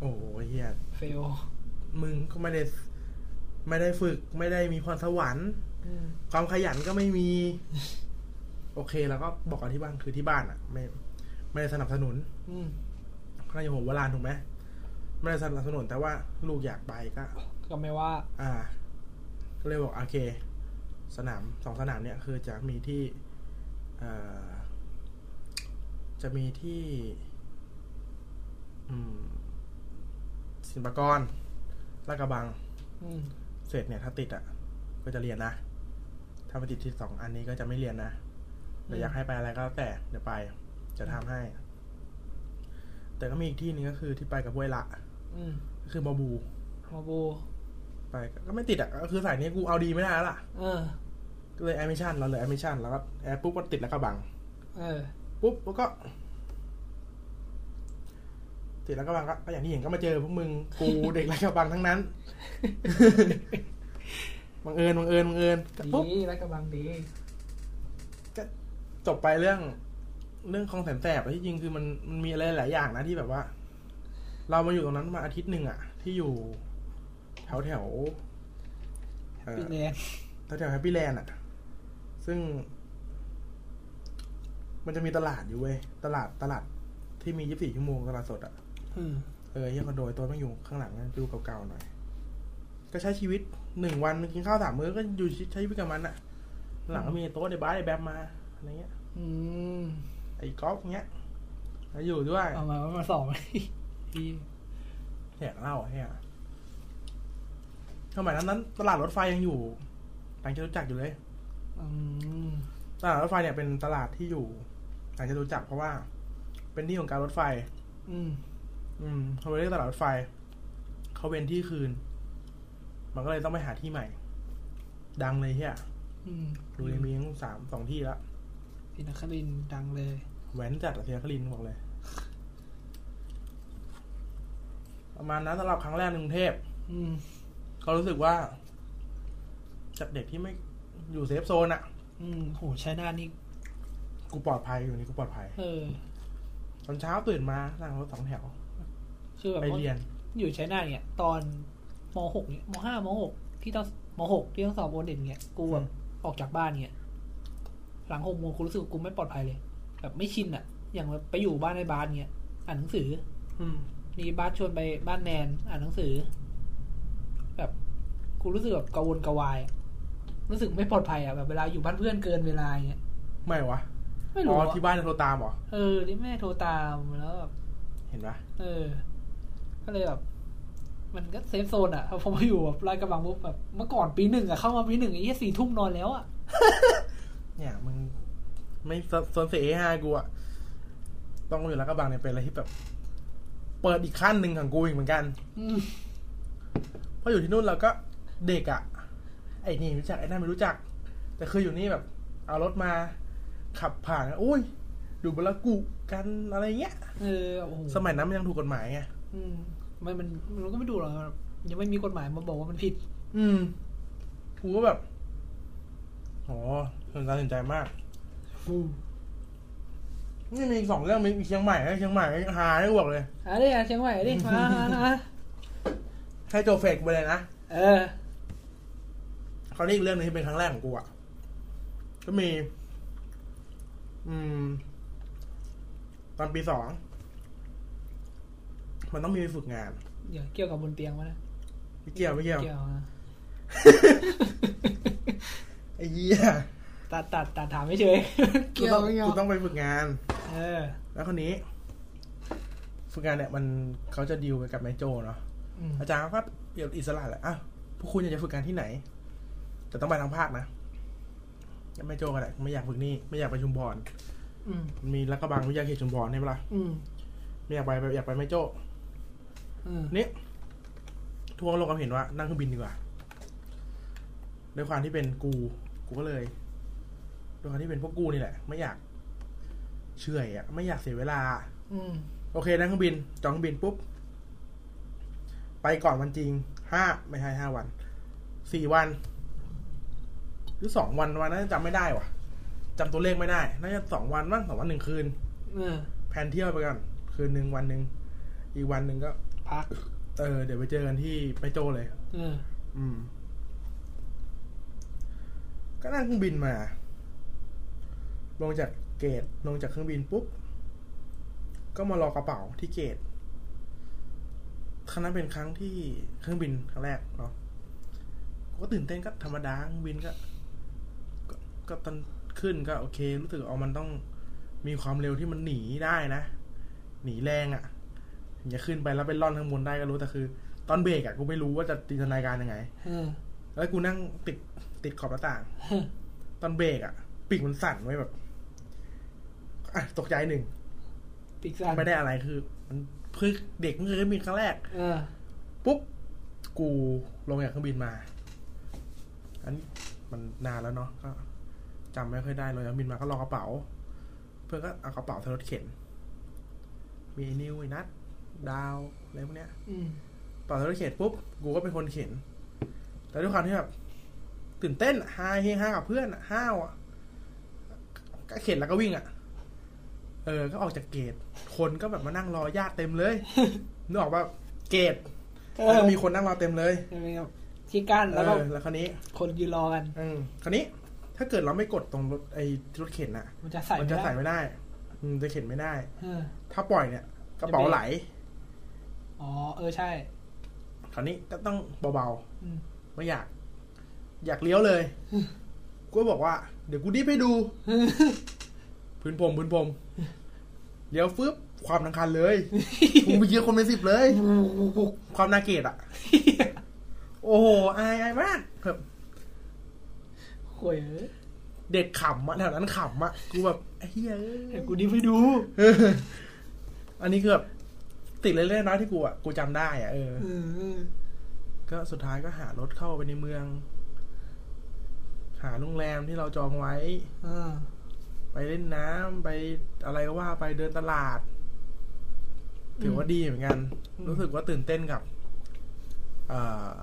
[SPEAKER 2] โอ้โหเฮีย
[SPEAKER 3] เฟล
[SPEAKER 2] มึงก็ไม่ได้ ไม่ได้ฝึก ไม่ได้มีพรสวรรค์
[SPEAKER 3] อืม
[SPEAKER 2] ความขยันก็ไม่มี โอเคแล้วก็บอกกันที่บ้านคือที่บ้านอ่ะ ไม่ ไม่ได้สนับสนุน
[SPEAKER 3] อืม
[SPEAKER 2] ข้าอยู่หัววลานถูกไหมไม่ได้สนับสนุนแต่ว่าลูกอยากไปก็
[SPEAKER 3] ก็ไม่ว่า
[SPEAKER 2] อ่า ก็เลยบอกโอเค สนามสองสนามเนี่ยคือจะมีที่เอ่อจะมีที่ อืมศิลปากรลาดกระบัง
[SPEAKER 3] อืม
[SPEAKER 2] เสร็จเนี่ยถ้าติดอ่ะ ก็จะเรียนนะ ถ้าไม่ติดที่สองอันนี้ก็จะไม่เรียนนะแต่อยากให้ไปอะไรก็แล้วแต่เดี๋ยวไป จะทำให้ แต่ก็มีอีกที่หนึงก็คือที่ไปกับห้วยละ
[SPEAKER 3] อืม
[SPEAKER 2] ก็คือบอบู
[SPEAKER 3] มาบู
[SPEAKER 2] ไปก็ไม่ติดอ่ะก็คือสายนี้กูเอาดีไม่ได้แล้วล่ะ
[SPEAKER 3] เออ
[SPEAKER 2] ก็เลยแอมิชันเราเลยแอมิชันแล้วก็แอร์ปุ๊บก็ติดแล้วก็บัง
[SPEAKER 3] เออ
[SPEAKER 2] ปุ๊บแล้วก็ ติดแล้วก็บังก็ก็อย่างที่เห็นก็มาเจอพวกมึงกูเด็กไรกระบังทั้งนั้น (laughs) บังเอิญบังเอิญบังเอิญก็ปุ๊บ
[SPEAKER 3] ดีแล้วกระบังดี
[SPEAKER 2] ก็จบไปเรื่อง เรื่องคลองแสนแสบอะที่จริงคือมันมันมีอะไรหลายอย่างนะที่แบบว่า เรามาอยู่ตรงนั้นมาอาทิตย์หนึ่งอะที่อยู่แถวแถวเอ่อ
[SPEAKER 3] พี่เลน
[SPEAKER 2] แถวแถวแฮปปี้แลนด์อะซึ่ง มันจะมีตลาดอยู่เว้ยตลาดตลาดที่มี 24 ชั่วโมงตลาดสดอะ
[SPEAKER 3] อืม
[SPEAKER 2] เออเฮียคอนโดไอ้ตัวมันอยู่ข้างหลังนะดูเก่าๆหน่อย ก็ใช้ชีวิตหนึ่งวันกินข้าวสามมื้อก็อยู่ใช้ชีวิตกับมันอะหลังก็มีไอ้โต๊ะในบ้านในแบบมาอะไรเงี้ย
[SPEAKER 3] อืม
[SPEAKER 2] ไอ้ก๊อฟเงี้ยมาอยู่ด้วย
[SPEAKER 3] เอามาเอามาสอง (laughs) พี่
[SPEAKER 2] แหกเหล่าไอ้เฮียสมัยนั้นนั้น ตลาดรถไฟยังอยู่ต่างจตุจักรอยู่เลย
[SPEAKER 3] อืม
[SPEAKER 2] ตลาดรถไฟเนี่ยเป็นตลาดที่อยู่ต่างจตุจักรเพราะว่า เป็นที่ของการรถไฟ
[SPEAKER 3] อืม
[SPEAKER 2] อืมเขาไปเรียกตลาดรถไฟ เขาเว้นที่คืน มันก็เลยต้องไปหาที่ใหม่ ดังเลยเฮีย
[SPEAKER 3] อืม
[SPEAKER 2] ดูในมีทั้งสามสองที่ละ
[SPEAKER 3] พี่นักครินทร์ดังเลย
[SPEAKER 2] แหวนจัดอะเสียคลินทร์บอกเลย ประมาณนั้นสำหรับครั้งแรกในกรุงเทพ
[SPEAKER 3] อืม
[SPEAKER 2] เขารู้สึกว่า จากเด็กที่ไม่อยู่เซฟโซนอะ
[SPEAKER 3] อืมโหใช้หน้านี่
[SPEAKER 2] กูปลอดภัยอยู่นี่กูปลอดภัย
[SPEAKER 3] เออ
[SPEAKER 2] ตอนเช้าตื่นมานั่งรถสองแถว
[SPEAKER 3] คือแบบ
[SPEAKER 2] ไปเรียน
[SPEAKER 3] อยู่ใช้หน้าเนี่ย ตอนมหกเนี่ยมห้ามหกที่ต้องมหกที่ต้องสอบโอเด่นเนี่ยกูแบบ
[SPEAKER 2] อืม
[SPEAKER 3] ออกจากบ้านเนี่ย หลังหกโมงกูรู้สึกว่ากูไม่ปลอดภัยเลย แบบไม่ชินอะอย่างแบบไปอยู่บ้านในบ้านเนี่ยอ่านหนังสือ
[SPEAKER 2] อืม
[SPEAKER 3] มีบ้านชวนไปบ้านแนนอ่านหนังสือ แบบกูรู้สึกแบบกังวลกระวายอะรู้สึกไม่ปลอดภัยอ่ะแบบเวลาอยู่บ้านเพื่อนเกินเวลาอย่างเงี้ย
[SPEAKER 2] ไม่วะ
[SPEAKER 3] ไม่
[SPEAKER 2] อ๋
[SPEAKER 3] รู้
[SPEAKER 2] อ
[SPEAKER 3] อะ
[SPEAKER 2] ที่บ้านโทรตามเหรอ
[SPEAKER 3] เออที่แม่โทรตามแล้วแบบ
[SPEAKER 2] เห็นปะ
[SPEAKER 3] เออ ก็เลยแบบมันก็เซฟโซนอ่ะพอมาอยู่แบบลาดกระบังปุ๊บแบบเมื่อก่อนปีหนึ่งอ่ะเข้ามาปีหนึ่งไอ้ที่สี่ทุ่มนอนแล้วอ่ะ
[SPEAKER 2] เนี่ยมึงไม่สนเสียห้ากูอะต้องมาอยู่รักกระบังเนี่ยเป็นอะไรที่แบบ เปิดอีกขั้นหนึ่งของกูอีกเหมือนกัน
[SPEAKER 3] อืม
[SPEAKER 2] เพราะอยู่ที่นู่นเราก็เด็กอะไอ้นี่รู้จักไอ้นั่นไม่รู้จัก แต่คืออยู่นี่แบบ เอารถมา ขับผ่านอุ้ย ดูบลากุกันอะไรเงี้ย
[SPEAKER 3] เออโอ้โห
[SPEAKER 2] สมัยนั้นมันยังถูกกฎหมายไง
[SPEAKER 3] อืมมันมันมันก็ไม่ดูหรอกยังไม่มีกฎหมายมาบอกว่ามันผิด
[SPEAKER 2] อืมกูก็แบบโหน่าสนใจมาก
[SPEAKER 3] อืม
[SPEAKER 2] นี่มีอีกสองเรื่องมีอีกเชียงใหม่นะเชียงใหม่หาให้บอกเลย
[SPEAKER 3] อ่ะดิอ่ะเชียงใหม่
[SPEAKER 2] (laughs)
[SPEAKER 3] ดิมามามา
[SPEAKER 2] ให้โจเฟกไปเลยนะ
[SPEAKER 3] เออ
[SPEAKER 2] คราวนี้อีกเรื่องหนึงที่เป็นครั้งแรกของกูอ่ะก็มี อืม ตอนปีสองมันต้องมีไปฝึกงาน
[SPEAKER 3] เดี๋ยวเกี่ยวกับบนเตียงวะนะ
[SPEAKER 2] ไม่เกี่ยวไม่เกี่ยว (laughs)
[SPEAKER 3] เกี่ยวนะ
[SPEAKER 2] ไอ้เหี้ย
[SPEAKER 3] ตัดตัดตัดถามไม่เฉย
[SPEAKER 2] กูต้องกูต้องไปฝึกงาน
[SPEAKER 3] เออ
[SPEAKER 2] แล้วคราวนี้ ฝึกงานเนี่ย มันเขาจะดีลกันกับนายโจเนาะ
[SPEAKER 3] อืม
[SPEAKER 2] อาจารย์ก็เกี่ยวอิสระแหละอ่ะพวกคุณอยากจะฝึกงานที่ไหน แต่ต้องไปทางภาคนะยังไม่โจกันแหละไม่อยากฝึกนี่ ไม่อยากไปชุมพร
[SPEAKER 3] อืม
[SPEAKER 2] มันมีรักกระบังวิทยาเขตชุมพรใช่ปะล่ะ
[SPEAKER 3] อืม
[SPEAKER 2] ไม่อยากไปไปอยากไปไม่โจ
[SPEAKER 3] อืม
[SPEAKER 2] นี่ทัวร์ลงความเห็นว่า นั่งเครื่องบินดีกว่าด้วยความที่เป็นกู กูก็เลยด้วยความที่เป็นพวกกูนี่แหละ ไม่อยากเฉื่อยอ่ะ ไม่อยากเสียเวลา
[SPEAKER 3] อืม
[SPEAKER 2] โอเคนั่งเครื่องบินจองเครื่องบินปุ๊บ ไปก่อนวันจริงห้าไม่ใช่ห้าวันสี่วัน หรือสองวันวันนั้นจำไม่ได้ว่ะจำตัวเลขไม่ได้น่าจะสองวันมั้งสองวันหนึ่งคืน
[SPEAKER 3] เออ
[SPEAKER 2] แพลนเที่ยวไปกันคืนหนึ่งวันหนึ่งอีกวันหนึ่งก็
[SPEAKER 3] พัก
[SPEAKER 2] เออเดี๋ยวไปเจอกันที่ไปโจเลย
[SPEAKER 3] เออ
[SPEAKER 2] อืม ก็นั่งเครื่องบินมา ลงจากเกตลงจากเครื่องบินปุ๊บ ก็มารอกระเป๋าที่เกตครั้งนั้นเป็นครั้งที่เครื่องบินครั้งแรกเนาะก็ตื่นเต้นก็ธรรมดาเครื่องบินก็กก็ตอนขึ้นก็ โอเค รู้สึกเอามันต้องมีความเร็วที่มันหนีได้นะ หนีแรงอะ่ะอย่าขึ้นไปแล้วไปล่อนข้างบนได้ก็รู้แต่คือ ตอนเบรกอะ่ะกูไม่รู้ว่าจะจินตนาการยังไง
[SPEAKER 3] เออ
[SPEAKER 2] แล้วกูนั่งติดติดขอบหน้าต่าง ตอนเบรกอะปีกมันสั่นไว้ยแบบอ่ะตกใจหนึ่ง
[SPEAKER 3] ปีกสั่น
[SPEAKER 2] ไม่ได้อะไรคือ มันเพิ่งเด็กเพิ่งเคยขึ้นบินครั้งแรก
[SPEAKER 3] เออ
[SPEAKER 2] ปุ๊บ กูลงจากเครื่องบินมา อันนี้มันนานแล้วเนาะก็จำไม่ค่อยได้ลงจากเครื่องบินมาก็รอกระเป๋า เพื่อนก็เอากระเป๋าใส่รถเข็น มีไอ้นิวไอ้นัดดาวอะไรพวกเนี้ย
[SPEAKER 3] อืม
[SPEAKER 2] ต่อจากรถเข็นปุ๊บ กูก็เป็นคนเข็น แต่ด้วยความที่แบบตื่นเต้นอะฮาเฮฮากับเพื่อนอะห้าวอะก็เข็นแล้วก็วิ่งอะเออ ก็ออกจากเกต คนก็แบบมานั่งรอญาติเต็มเลย
[SPEAKER 3] (laughs)
[SPEAKER 2] นึกออกว่าเกต
[SPEAKER 3] เอ
[SPEAKER 2] แล้
[SPEAKER 3] อ
[SPEAKER 2] วมีคนนั่งรอเต็มเลย
[SPEAKER 3] จะเป็นแบบที่กั้น
[SPEAKER 2] เอ
[SPEAKER 3] แล้วก็
[SPEAKER 2] อแล้วคราวนี้
[SPEAKER 3] คนยืนรอกัน
[SPEAKER 2] อืมคราวนี้ ถ้าเกิดเราไม่กดตรงรถไอ้รถเข็นอะ
[SPEAKER 3] มันจะใส่
[SPEAKER 2] มัจะใส่
[SPEAKER 3] ไม่ได้
[SPEAKER 2] ไม่ได้อืมจะเข็นไม่ได้
[SPEAKER 3] เออ
[SPEAKER 2] ถ้าปล่อยเนี่ย กระเป๋าไหล
[SPEAKER 3] อ๋อ เออ ใช่
[SPEAKER 2] คราวนี้ก็ต้องเบาๆ
[SPEAKER 3] อืม (laughs)
[SPEAKER 2] ไม่อยาก อยากเลี้ยวเลย กูก็บอกว่า เดี๋ยวกูดิบให้ดู พื้นพรมพื้นพรมเลี้ยวฟึบความทังคัน (laughs) เลยกูไปเยอะคนเป็นสิบเลย ความนาเกลียดอ่ (laughs) ะ โอ้โหอายอายมากแบบ
[SPEAKER 3] ข่วยเอ้ย
[SPEAKER 2] เด็กขำอะแถวนั้นขำอะกูแบบไอ้เหี้ย
[SPEAKER 3] เดี๋
[SPEAKER 2] เอ้
[SPEAKER 3] ย
[SPEAKER 2] ยว
[SPEAKER 3] กูดิฟให้ดู
[SPEAKER 2] เออ (laughs) อันนี้คือแบบติดเล่นๆนะที่กูอะกูจำได้อะเออ
[SPEAKER 3] เออ
[SPEAKER 2] ก็สุดท้ายก็หารถเข้าไปในเมือง หาโรงแรมที่เราจองไว้
[SPEAKER 3] เออ
[SPEAKER 2] ไปเล่นน้ำไปอะไรก็ว่าไปเดินตลาด ถือว่าดีเหมือนกัน
[SPEAKER 3] อืม
[SPEAKER 2] รู้สึกว่าตื่นเต้นกับเอ่อ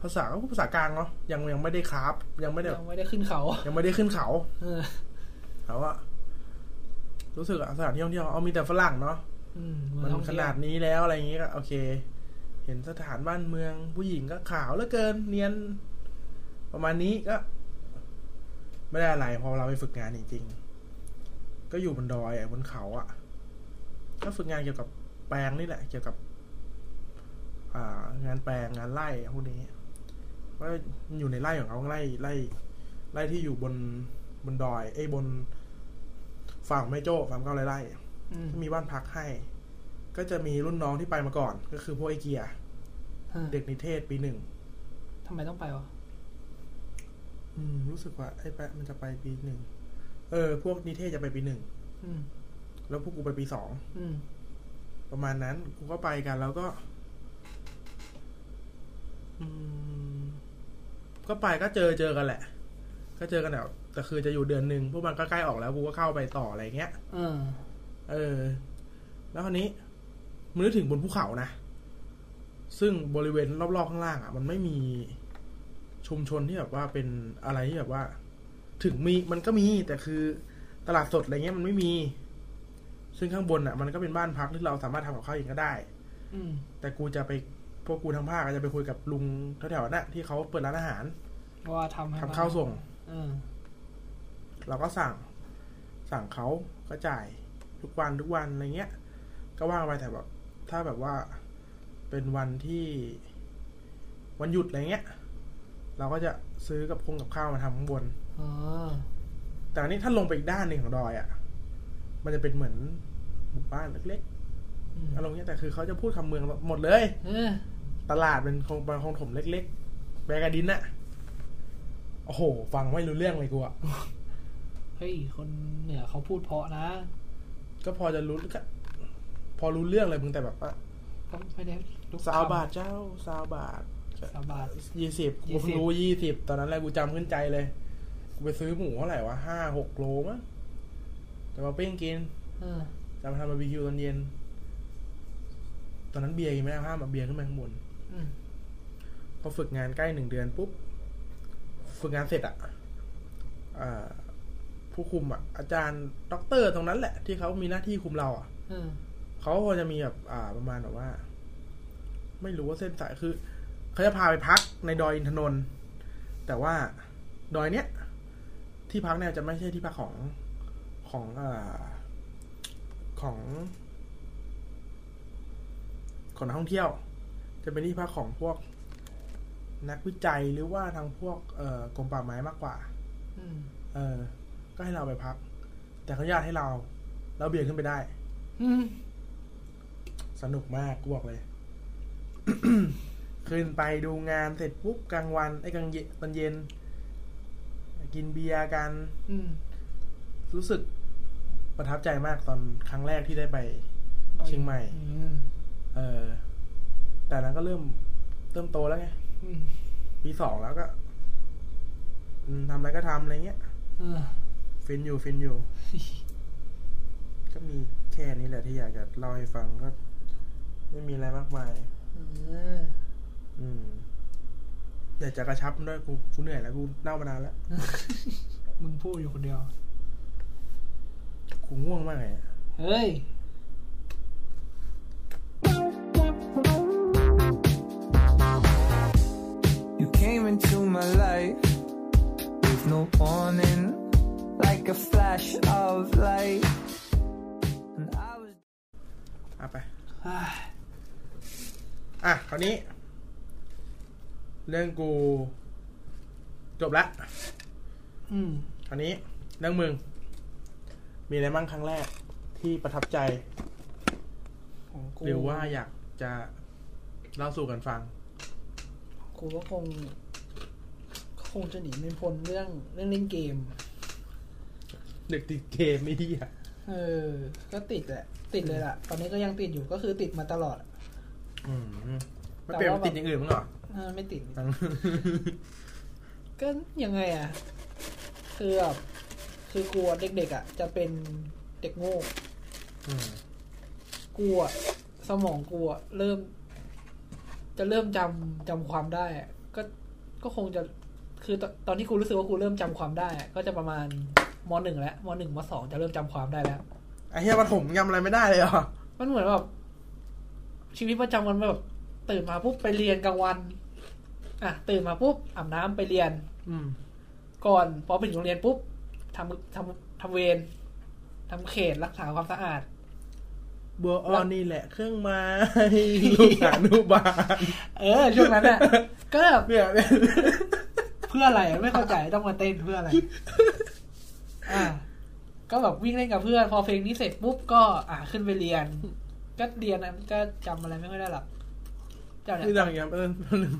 [SPEAKER 2] ภาษาก็ภาษากลางเนาะยังยังไม่ได้คราฟยังไม่ได้
[SPEAKER 3] ยังไม่ได้ขึ้นเขา
[SPEAKER 2] ยังไม่ได้ขึ้นเขา
[SPEAKER 3] เออ
[SPEAKER 2] แต่ว่ารู้สึกอะสถานที่ท่องเที่ยวเอามีแต่ฝรั่งเนาะ
[SPEAKER 3] อืม
[SPEAKER 2] มัน
[SPEAKER 3] ท่อ
[SPEAKER 2] ข
[SPEAKER 3] งเที่ยว
[SPEAKER 2] นาดนี้แล้วอะไรอย่างงี้ก็โอเค เห็นสถานบ้านเมือง ผู้หญิงก็ขาวเหลือเกิน เนียน ประมาณนี้ก็ ไม่ได้อะไรพอเราไปฝึกงานจริงๆ ก็อยู่บนดอยอะบนเขาอะก็ฝึกงานเกี่ยวกับแปลงนี่แหละ เกี่ยวกับ อ่างานแปลงงานไร่พวกนี้ก็อยู่ในไร่ของเขาไร่ไร่ไร่ที่อยู่บนบนดอย เอ้ยบนฝั่งแม่โจ้ฝั่งเก้าไร่ไร่
[SPEAKER 3] อืม
[SPEAKER 2] มีบ้านพักให้ ก็จะมีรุ่นน้องที่ไปมาก่อน ก็คือพวกไอเกีย
[SPEAKER 3] ฮะ
[SPEAKER 2] เด็กนิเทศปีหนึ่ง
[SPEAKER 3] ทำไมต้องไปวะ
[SPEAKER 2] อืม รู้สึกว่าไอ้แปะมันจะไปปีหนึ่งเออ พวกนิเทศจะไปปีหนึ่ง
[SPEAKER 3] อืม
[SPEAKER 2] แล้วพวกกูไปปีสอง
[SPEAKER 3] อืม
[SPEAKER 2] ประมาณนั้นกูก็ไปกันแล้วก็ อืม ก็ไปก็เจอเจอกันแหละ ก็เจอกันแหละแต่คือจะอยู่เดือนหนึ่งพวกมันก็ใกล้ออกแล้วกูก็เข้าไปต่ออะไรเงี้ย
[SPEAKER 3] เออ
[SPEAKER 2] เออ แล้วคราวนี้มันนึกถึงบนภูเขานะ ซึ่งบริเวณรอบๆข้างล่างอ่ะ มันไม่มีชุมชนที่แบบว่าเป็นอะไรที่แบบว่า ถึงมีมันก็มีแต่คือตลาดสดอะไรเงี้ยมันไม่มี ซึ่งข้างบนอ่ะ มันก็เป็นบ้านพักที่เราสามารถทำกับข้าวเองก็ได้
[SPEAKER 3] อืม
[SPEAKER 2] แต่กูจะไปพวกกูทางภาคอะจะไปคุยกับลุงแถวๆนั้นอะที่เขาเปิดร้านอาหาร
[SPEAKER 3] ว่าทำให้
[SPEAKER 2] ทำข้าวส่ง
[SPEAKER 3] เออ
[SPEAKER 2] เราก็สั่ง สั่งเขาก็จ่ายทุกวันทุกวันอะไรเงี้ย ก็ว่างไปแต่แบบถ้าแบบว่าเป็นวันที่วันหยุดอะไรเงี้ย เราก็จะซื้อกับคงกับข้าวมาทำข้างบน
[SPEAKER 3] อ๋อ
[SPEAKER 2] แต่อันนี้ถ้าลงไปอีกด้านหนึ่งของดอยอะ่ะ มันจะเป็นเหมือนหมู่บ้านเล็ก
[SPEAKER 3] อืม
[SPEAKER 2] ๆอารมณ์เงี้ยแต่คือเขาจะพูดคำเมืองหมดเลย
[SPEAKER 3] เออ
[SPEAKER 2] ตลาดเป็นคงเป็นคงถมเล็ก ๆ แบกกระดินอะโอ้โห ฟังไม่รู้เรื่องเลยกูอะ
[SPEAKER 3] เฮ้ย คนเหนือเขาพูดเพราะนะ
[SPEAKER 2] ก็พอจะรู้ก็พอรู้เรื่องเลยมึงแต่แบบว่า
[SPEAKER 3] ก็ไม่ได้ทุก
[SPEAKER 2] สาวบาท
[SPEAKER 3] ค
[SPEAKER 2] เจ้าสาวบาท
[SPEAKER 3] ำสาวบาท
[SPEAKER 2] ยี่สิบกูเพิ่ง
[SPEAKER 3] 20
[SPEAKER 2] รู้ยี่สิบตอนนั้นแหละกูจำขึ้นใจเลย กูไปซื้อหมูเท่าไหร่วะห้าหกโลมั้งจะมาปิ้งกิน
[SPEAKER 3] เออ
[SPEAKER 2] จะมาทำบาร์บีคิวตอนเย็น ตอนนั้นเบียร์ยังไม่ได้ห้ามเอาเบียร์ขึ้นมาข้างบน
[SPEAKER 3] อืม
[SPEAKER 2] พอฝึกงานใกล้หนึ่งเดือนปุ๊บ ฝึกงานเสร็จอะเอ่อผู้คุมอะอาจารย์ด็อกเตอร์ตรงนั้นแหละ ที่เขามีหน้าที่คุมเราอะ
[SPEAKER 3] เออ
[SPEAKER 2] เขาก็จะมีแบบอ่าประมาณแบบว่า ไม่รู้ว่าเส้นสายคือเขาจะพาไปพักในดอยอินทนนท์แต่ว่าดอยเนี้ยที่พักเนี่ยจะไม่ใช่ที่พักของของเอ่อของของนักท่องเที่ยว จะเป็นที่พักของพวกนักวิจัยหรือว่าทางพวกเอ่อกรมป่าไม้มากกว่า
[SPEAKER 3] อืม
[SPEAKER 2] เออ ก็ให้เราไปพัก แต่เขาอนุญาตให้เรา เราเบี่ยงขึ้นไปได้
[SPEAKER 3] อืม
[SPEAKER 2] สนุกมากกูบอกเลย (coughs) ขึ้นไปดูงานเสร็จปุ๊บกลางวันไอ้ยกลางเย็นตอนเย็น กินเบียร์กัน
[SPEAKER 3] อืม
[SPEAKER 2] รู้สึกประทับใจมากตอนครั้งแรกที่ได้ไป เชียงใหม่
[SPEAKER 3] อืม
[SPEAKER 2] เออ แต่นั้นก็เริ่มเริ่มโตแล้วไง
[SPEAKER 3] อืม
[SPEAKER 2] ปีสองแล้วก็อืมทำอะไรก็ทำอะไรเงี้ย
[SPEAKER 3] เออ
[SPEAKER 2] ฟินอยู่ฟินอยู่ (laughs) ก็มีแค่นี้แหละที่อยากจะเล่าให้ฟังก็ ไม่มีอะไรมากมาย
[SPEAKER 3] เออ
[SPEAKER 2] อืมอยากจะกระชับด้วยกูกูเหนื่อยแล้วกูเน่ามานานแล้ว
[SPEAKER 3] มึงพูดอยู่คนเดียว
[SPEAKER 2] กูง่วงมากเลยอะ
[SPEAKER 3] เฮ้ย
[SPEAKER 4] You came into my life with no warning, like a flash of light. And I was.
[SPEAKER 2] เอาไป
[SPEAKER 3] อ่ะ
[SPEAKER 2] อ่ะคราวนี้ เรื่องกู จบละ
[SPEAKER 3] อืม
[SPEAKER 2] คราวนี้ เรื่องมึง มีอะไรบ้างครั้งแรก ที่ประทับใจ
[SPEAKER 3] ของกู
[SPEAKER 2] หรือว่าอยากจะเล่าสู่กันฟัง
[SPEAKER 3] กูก็คง คงจะหนีไม่พ้นเรื่องเรื่องเล่นเกม
[SPEAKER 2] เด็กติดเกมไม่ดีอ่ะ
[SPEAKER 3] เออ ก็ติดแหละ ติดเลยล่ะ ตอนนี้ก็ยังติดอยู่ ก็คือติดมาตลอด
[SPEAKER 2] อืมไม่เปลี่ยนไปติดอย่างอื่นมั้งเหรอ
[SPEAKER 3] เออไม่ติด ก็ยังไงอ่ะ คือแบบคือกลัวเด็กๆอ่ะ จะเป็นเด็กโง่
[SPEAKER 2] อืม
[SPEAKER 3] กลัว สมองกลัว เริ่ม จะเริ่มจำจำความได้อะก็ก็คงจะคือตอนตอนที่กูรู้สึกว่ากูเริ่มจำความได้อะก็จะประมาณมหนึ่งแล้วมหนึ่งมสองจะเริ่มจำความได้แล้ว
[SPEAKER 2] ไอ้เหี้ยปฐมยำอะไรไม่ได้เลยเหรอ
[SPEAKER 3] มันเหมือนแบบชีวิตประจำวันแบบ ตื่นมาปุ๊บไปเรียนกลางวัน อ่ะตื่นมาปุ๊บอาบน้ำไปเรียน
[SPEAKER 2] อืม
[SPEAKER 3] ก่อนพอไปถึงโรงเรียนปุ๊บทำทำทำเวรทำเขตรักษาความสะอาด
[SPEAKER 2] บัวออนนี่แหละเครื่องไม้ลูกอนุบาล
[SPEAKER 3] เออ ช่วงนั้นอ่ะ (laughs) ก็แบบ
[SPEAKER 2] เนี่ยเนี่ย
[SPEAKER 3] (laughs) เพื่ออะไรไม่เข้าใจต้องมาเต้นเพื่ออะไร อ่า ก็แบบวิ่งเล่นกับเพื่อน พอเพลงนี้เสร็จปุ๊บก็อ่าขึ้นไปเรียน ก็เรียนนะก็จำอะไรไม่ค่อยได้หรอกเจ้าเนี่
[SPEAKER 2] นี่
[SPEAKER 3] ย
[SPEAKER 2] ดังอย่างเงี้ยเออลืม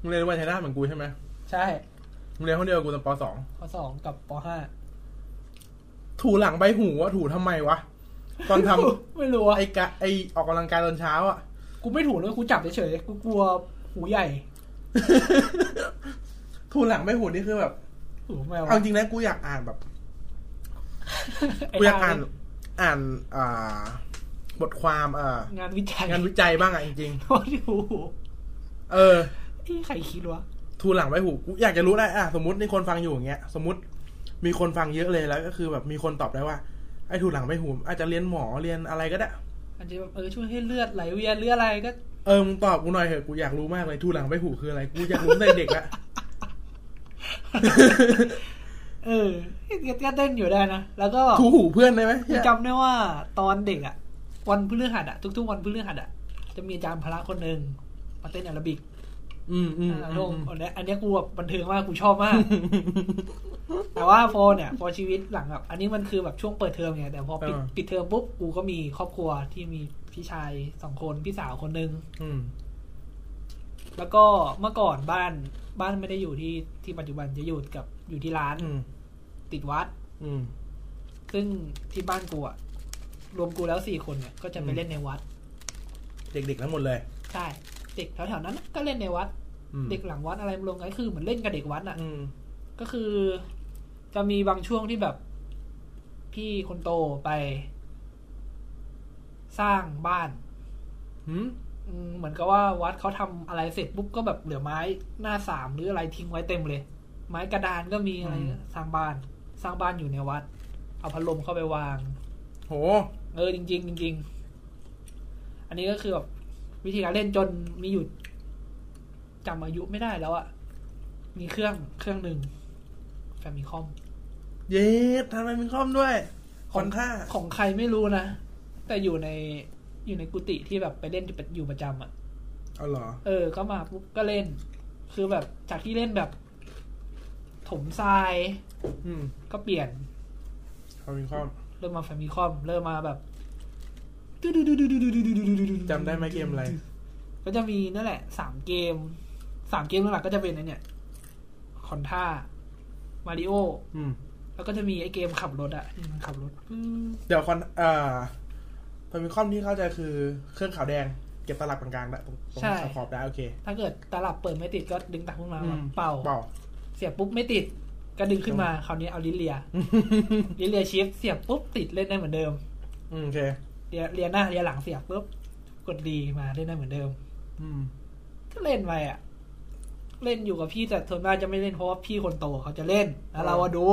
[SPEAKER 2] มึงเรียนวันไทยนาทเหมือนกูใช่ไหม
[SPEAKER 3] ใช่
[SPEAKER 2] มึงเรียนคนเดียวกับกูตอนปสอง
[SPEAKER 3] ปสองกับปห้า
[SPEAKER 2] ถูหลังใบหูว่าถูทำไมวะ ตอนทำ
[SPEAKER 3] (laughs) ไม่รู้อะ
[SPEAKER 2] ไอกะไอออกกำลังกายตอนเช้าอ่ะ
[SPEAKER 3] กูไม่ถูกเลยกูจับเฉยๆกูกลัวหูใหญ่
[SPEAKER 2] ถูหลังใบหูนี่คือแบบ
[SPEAKER 3] หูแมว
[SPEAKER 2] เอาจริงนะกูอยากอ่านแบบ
[SPEAKER 3] ไอ้
[SPEAKER 2] กูอยาก
[SPEAKER 3] ท
[SPEAKER 2] อ่าน
[SPEAKER 3] ง
[SPEAKER 2] อ่านอ่า บทความเอ่อง
[SPEAKER 3] านวิจัย (laughs)
[SPEAKER 2] งานวิจัยบ้างอ่ะจริง
[SPEAKER 3] โอ้โห
[SPEAKER 2] ๆเออ
[SPEAKER 3] ที่ใครคิดวะ
[SPEAKER 2] ทูหลังไว้หูกูอยากจะรู้ได้อ่ะสมมติมีคนฟังอยู่อย่างเงี้ย สมมติมีคนฟังเยอะเลยแล้ว ก็คือแบบมีคนตอบได้ว่าไอ้ทูหลังไว้หู อาจจะเรียนหมอเรียนอะไรก็ได้
[SPEAKER 3] อาจจะแบบเออช่วยให้เลือดไหลเวียนหรืออะไรก็
[SPEAKER 2] เออมึงตอบกูหน่อยเถอะกูอยากรู้มากเลยทูหลังไว้หูคืออะไรกูอยากรู้ตั้งแต่เด็ก
[SPEAKER 3] (laughs)
[SPEAKER 2] ละ (laughs)
[SPEAKER 3] เออก็เต้นอยู่ได้นะ แล้วก็
[SPEAKER 2] ทูหูเพื่อนได้ไหม
[SPEAKER 3] กูจำได้ว่าตอนเด็กอะวันพฤหัสอะทุกๆ วันพฤหัสอะจะมีอาจารย์พละคนหนึ่งมาเต้นแอโรบิก
[SPEAKER 2] อืมอืม
[SPEAKER 3] อ่า
[SPEAKER 2] อื
[SPEAKER 3] โลก
[SPEAKER 2] ม
[SPEAKER 3] อันเนี้ยอันเนี้ยกูแบบบันเทิงมากกูชอบมาก แต่ว่าพอเนี่ย พอชีวิตหลังแบบอันนี้มันคือแบบช่วงเปิดเทอมไงแต่พอปิดปิดเทอมปุ๊บกูก็มีครอบครัวที่มีพี่ชายสองคนพี่สาวคนหนึ่ง
[SPEAKER 2] อืม
[SPEAKER 3] แล้วก็เมื่อก่อนบ้านบ้านไม่ได้อยู่ที่ที่ปัจจุบันจะอยู่กับอยู่ที่ร้าน
[SPEAKER 2] อืม
[SPEAKER 3] ติดวัด
[SPEAKER 2] อืม
[SPEAKER 3] ซึ่งที่บ้านกูอะรวมกูแล้วสี่คนเนี่ย ก็จะไป
[SPEAKER 2] อืม
[SPEAKER 3] เล่นในวัด
[SPEAKER 2] เด็กๆทั้งหมดเลย
[SPEAKER 3] ใช่เด็กแถวๆนั้นก็เล่นในวัด
[SPEAKER 2] อืม
[SPEAKER 3] เด็กหลังวัดอะไรรวมกันคือเหมือนเล่นกับเด็กวัดอะ
[SPEAKER 2] อืม
[SPEAKER 3] ก็คือ จะมีบางช่วงที่แบบ พี่คนโตไป สร้างบ้าน
[SPEAKER 2] หืม
[SPEAKER 3] อืมเหมือนกับว่าวัดเขาทำอะไรเสร็จปุ๊บก็แบบเหลือไม้หน้าสามหรืออะไรทิ้งไว้เต็มเลย ไม้กระดานก็มีอะไรนะสร้างบ้าน สร้างบ้านอยู่ในวัด เอาพัดลมเข้าไปวาง
[SPEAKER 2] โห
[SPEAKER 3] เออจริงๆจริงๆ อันนี้ก็คือแบบวิธีการเล่นจนมีอยู่จำอายุไม่ได้แล้วอะมีเครื่องเครื่องหนึ่งแฟมิคอม
[SPEAKER 2] เย็ดทำไมมึงคล่อมด้วยคอนท่า
[SPEAKER 3] ของใครไม่รู้นะ แต่อยู่ในอยู่ในกุฏิที่แบบไปเล่นอยู่ประอยู่ประจำอะ
[SPEAKER 2] เอาเหรอ
[SPEAKER 3] เออ ก็มาปุ๊บก็เล่น คือแบบจากที่เล่นแบบ ถมทราย
[SPEAKER 2] อืม
[SPEAKER 3] ก็เปลี่ยน
[SPEAKER 2] เขามีคล่อม
[SPEAKER 3] เริ่มมาแฟมิคอม เริ่มมาแบบ
[SPEAKER 2] จำได้ไหมเกมอะไร
[SPEAKER 3] ก็จะมีนั่นแหละสามเกมสามเกมหลักๆก็จะเป็นไอ้เนี่ยคอนท่ามาริโอ
[SPEAKER 2] อืม
[SPEAKER 3] แล้วก็จะมีไอเกมขับรถอะที่มันขับรถอืม
[SPEAKER 2] เดี๋ยวคอนอ่าฟามิคอมที่เข้าใจคือเครื่องขาวแดง เก็บตลับกลางๆได้ตรงตรงขอบขอบได้โอเค
[SPEAKER 3] ถ้าเกิดตลับเปิดไม่ติดก็ดึงตักขึ้นมา
[SPEAKER 2] อืม
[SPEAKER 3] เป่า
[SPEAKER 2] เป่า
[SPEAKER 3] เสียบปุ๊บไม่ติด ก็ดึงขึ้นมาคราวนี้เอาลินเลียลินเลียชิฟเสียบปุ๊บติดเล่นได้เหมือนเดิม
[SPEAKER 2] อืมโอเค
[SPEAKER 3] เลียเลียหน้าเลียหลังเสียบปุ๊บกดดีมาเล่นได้เหมือนเดิม
[SPEAKER 2] อืม
[SPEAKER 3] ก็เล่นไปอะเล่นอยู่กับพี่แต่ส่วนมากจะไม่เล่นเพราะว่าพี่คนโตเขาจะเล่นแล้วเราอะดู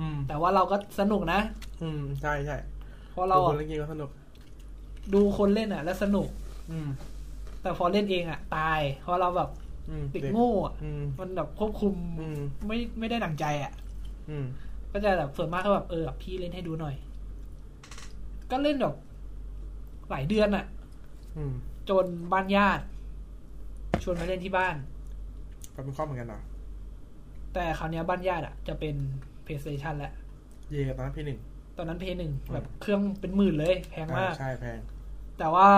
[SPEAKER 2] อืม
[SPEAKER 3] แต่ว่าเราก็สนุกนะ
[SPEAKER 2] อืม ใช่ใช่
[SPEAKER 3] เพราะ
[SPEAKER 2] เรา
[SPEAKER 3] เรา
[SPEAKER 2] ค
[SPEAKER 3] อะ
[SPEAKER 2] นเล่นเกมก็สนุก
[SPEAKER 3] ดูคนเล่นอ่ะ แล้วสนุก
[SPEAKER 2] อืม
[SPEAKER 3] แต่พอเล่นเองอ่ะ ตาย เพราะเราแบบ
[SPEAKER 2] อืม
[SPEAKER 3] เด็กโง่อะ
[SPEAKER 2] อืม
[SPEAKER 3] มันแบบควบคุม
[SPEAKER 2] อืม
[SPEAKER 3] ไม่ไม่ได้ดังใจอ่ะ
[SPEAKER 2] อืม
[SPEAKER 3] ก็จะแบบส่วนมากก็แบบเออแบบพี่เล่นให้ดูหน่อย ก็เล่นแบบหลายเดือนอ่ะ
[SPEAKER 2] อืม
[SPEAKER 3] จนบ้านญาติชวนมาเล่นที่บ้าน
[SPEAKER 2] ฟามิคอมเหมือนกันเหรอ
[SPEAKER 3] แต่คราวเนี้ยบ้านญาติอ่ะจะเป็น PlayStation แล้ว
[SPEAKER 2] เย่ตอนนั้นพี่หนึ่ง
[SPEAKER 3] ตอนนั้นเพย์หนึ่งแบบเครื่องเป็นหมื่นเลยแพงมาก
[SPEAKER 2] อ่าใช่แพง
[SPEAKER 3] แต่ว่า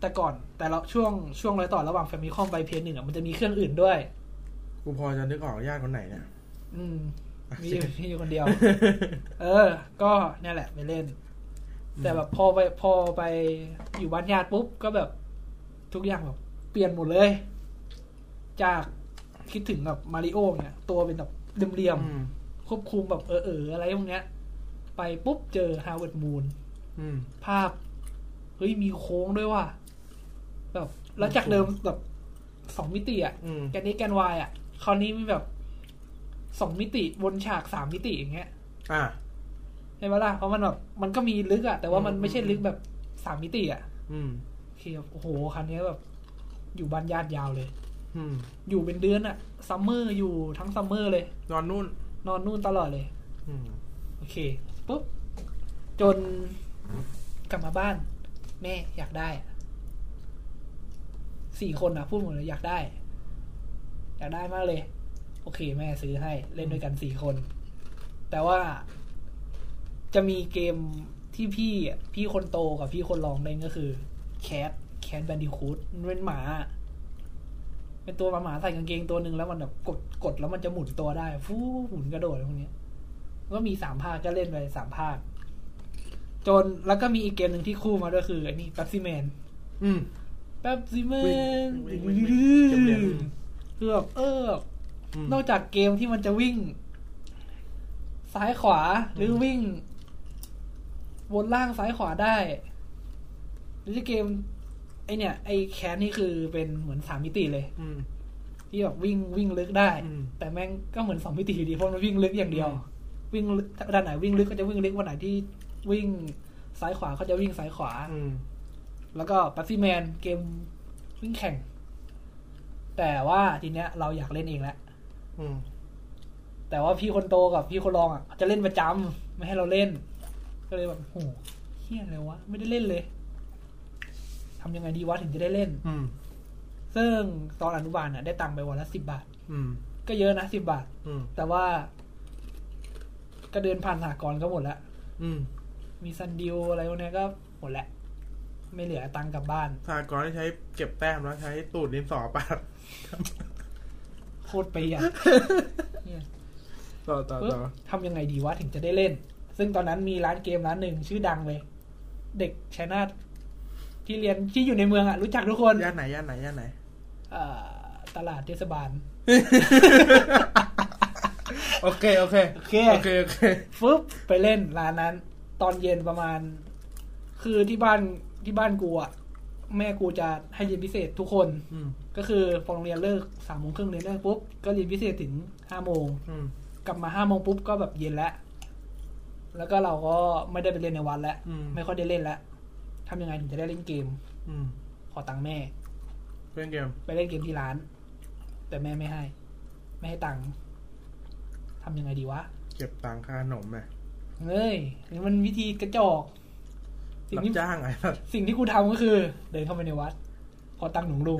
[SPEAKER 3] แต่ก่อนแต่ละช่วงช่วงรอยต่อระหว่างแฟมิคอมไปเพย์หนึ่งอ่ะมันจะมีเครื่องอื่นด้วย
[SPEAKER 2] กูพอจะนึกออกญาติคนไหนเนี่ย
[SPEAKER 3] อืมมีอยู่มีอยู่คนเดียว เออ ก็เนี่ยแหละไปเล่น แต่แบบพอไปพอไปอยู่บ้านญาติปุ๊บก็แบบทุกอย่างแบบเปลี่ยนหมดเลย จากคิดถึงแบบมาริโอเนี่ย ตัวเป็นแบบเรียม
[SPEAKER 2] อืม
[SPEAKER 3] ๆควบคุมแบบเออเออๆอะไรพวกเนี้ย ไปปุ๊บเจอฮาวเวิร์ดมูน
[SPEAKER 2] อืม
[SPEAKER 3] ภาพ เฮ้ยมีโค้งด้วยว่ะแบบแล้วจากเดิมแบบสองมิติอ่ะ
[SPEAKER 2] อืม
[SPEAKER 3] แกนนี้แกนวายอ่ะ คราวนี้มีแบบสองมิติบนฉากสามมิติอย่างเงี้ย
[SPEAKER 2] อ่า
[SPEAKER 3] ใช่ไหมล่ะเพราะมันแบบมันก็มีลึกอ่ะ แต่ว่ามันไม่ใช่ลึกแบบสามมิติอ่ะ
[SPEAKER 2] อืม
[SPEAKER 3] คือแบบโอ้โหครั้นี้แบบ อยู่บ้านญาติยาวเลย
[SPEAKER 2] อืม
[SPEAKER 3] อยู่เป็นเดือนอ่ะซัมเมอร์อยู่ทั้งซัมเมอร์เลย
[SPEAKER 2] นอนนู่น
[SPEAKER 3] นอนนู่นตลอดเลย
[SPEAKER 2] อืม
[SPEAKER 3] โอเคปุ๊บจนกลับมาบ้าน แม่อยากได้อะสี่คนนะพูดหมดเลยอยากได้ อยากได้มากเลย โอเค แม่ซื้อให้เล่นด้วยกันสี่คน แต่ว่า จะมีเกมที่พี่อะพี่คนโตกับพี่คนรองเล่นก็คือแคทแคทแบนดิคูดมันเป็นหมาอะเป็นตัวหมาๆใส่กางเกงตัวหนึ่งแล้วมันแบบกดกดแล้วมันจะหมุนตัวได้ ฟูหมุนกระโดดอะไรพวกเนี้ยก็มีสามภาคก็เล่นไปสามภาค จนแล้วก็มีอีกเกมหนึ่งที่คู่มาด้วยคือไอ้นี่ p ป๊บซี่แมน
[SPEAKER 2] อืม
[SPEAKER 3] แป๊บซิเมน
[SPEAKER 2] วิ่งวิ่งวิ่งวิ่งเก็บเหรียญ
[SPEAKER 3] คือแบบเออ
[SPEAKER 2] ม
[SPEAKER 3] นอกจากเกมที่มันจะวิ่ง ซ้ายขวาหรือวิ่งวนล่างซ้ายขวาได้ หรือจะเกม ไอเนี่ย ไอแคนนี่คือเป็นเหมือนสามมิติเลย
[SPEAKER 2] อืม
[SPEAKER 3] ที่แบบวิ่งวิ่งลึกได้
[SPEAKER 2] อืม
[SPEAKER 3] แต่แม่งก็เหมือนสองมิติอยู่ดีเพราะมันวิ่งลึกอย่างเดียว
[SPEAKER 2] อืม
[SPEAKER 3] วิ่งลึกด้านไหนวิ่งลึกก็จะวิ่งลึกวันไหนที่วิ่งซ้ายขวาเขาจะวิ่งซ้ายขวา
[SPEAKER 2] อืม
[SPEAKER 3] แล้วก็ปัซซี่แมนเกมวิ่งแข่ง แต่ว่าทีเนี้ยเราอยากเล่นเองแล้ว
[SPEAKER 2] อืม
[SPEAKER 3] แต่ว่าพี่คนโตกับพี่คนรองอ่ะจะเล่นประจำไม่ให้เราเล่น ก็เลยแบบโหเฮี้ยอะไรวะ ไม่ได้เล่นเลยทำยังไงดีวะถึงจะได้เล่น
[SPEAKER 2] อืม
[SPEAKER 3] ซึ่งตอนอนุบาลอ่ะได้ตังค์ไปวันละสิบบาท
[SPEAKER 2] อืม
[SPEAKER 3] ก็เยอะนะสิบบาท
[SPEAKER 2] อืม
[SPEAKER 3] แต่ว่า ก็เดินผ่านสหกรณ์ก็หมดละ
[SPEAKER 2] อืม
[SPEAKER 3] มีซันดิวอะไรพวกเนี้ยก็หมดละไม่เหลือตังค์กลับบ้าน
[SPEAKER 2] สากรณ์ที่ใช้เก็บแต้มแล้วใช้ตูดดินสอปาด
[SPEAKER 3] โคตรประหยัด เหี้ย
[SPEAKER 2] ต่อต่อ
[SPEAKER 3] ปึ๊บ
[SPEAKER 2] ต่อ
[SPEAKER 3] ทำยังไงดีวะถึงจะได้เล่น ซึ่งตอนนั้นมีร้านเกมร้านหนึ่งชื่อดังเลย เด็กชยนาทที่เรียนที่อยู่ในเมืองอ่ะ รู้จักทุกคน
[SPEAKER 2] ย่านไหนย่านไหนย่านไหน
[SPEAKER 3] เอ่อตลาดเทศบาล
[SPEAKER 2] (laughs) โอเคโอเค
[SPEAKER 3] โอเค
[SPEAKER 2] โอเคโอเค
[SPEAKER 3] ฟึบไปเล่นร้านนั้น ตอนเย็นประมาณ คือที่บ้านที่บ้านกูอ่ะ แม่กูจะให้เรียนพิเศษทุกคน
[SPEAKER 2] อืม
[SPEAKER 3] ก็คือพอโรงเรียนเลิกสามโมงครึ่งเรียนเลิกปุ๊บก็เรียนพิเศษถึงห้าโมง
[SPEAKER 2] อืม
[SPEAKER 3] กลับมาห้าโมงปุ๊บก็แบบเย็นแล้ว แล้วก็เราก็ไม่ได้ไปเรียนในวันแล้ว
[SPEAKER 2] อืม
[SPEAKER 3] ไม่ค่อยได้เล่นแล้วทำยังไงถึงจะได้เล่นเกม
[SPEAKER 2] อืม
[SPEAKER 3] ขอตังค์แม่
[SPEAKER 2] เพื่อนเกม
[SPEAKER 3] ไปเล่นเกมที่ร้าน แต่แม่ไม่ให้ ไม่ให้ตังค์ทำยังไงดีวะ
[SPEAKER 2] เก็บตังค่าขนมไหม
[SPEAKER 3] เฮ้ยนี่มันวิธีกระจอก สิ่ง
[SPEAKER 2] รับ
[SPEAKER 3] ที่
[SPEAKER 2] จ้างอะไรสัตว์
[SPEAKER 3] สิ่งที่กูทำก็คือ เดินเข้าไปในวัด ขอตังค์หนุ่มลุง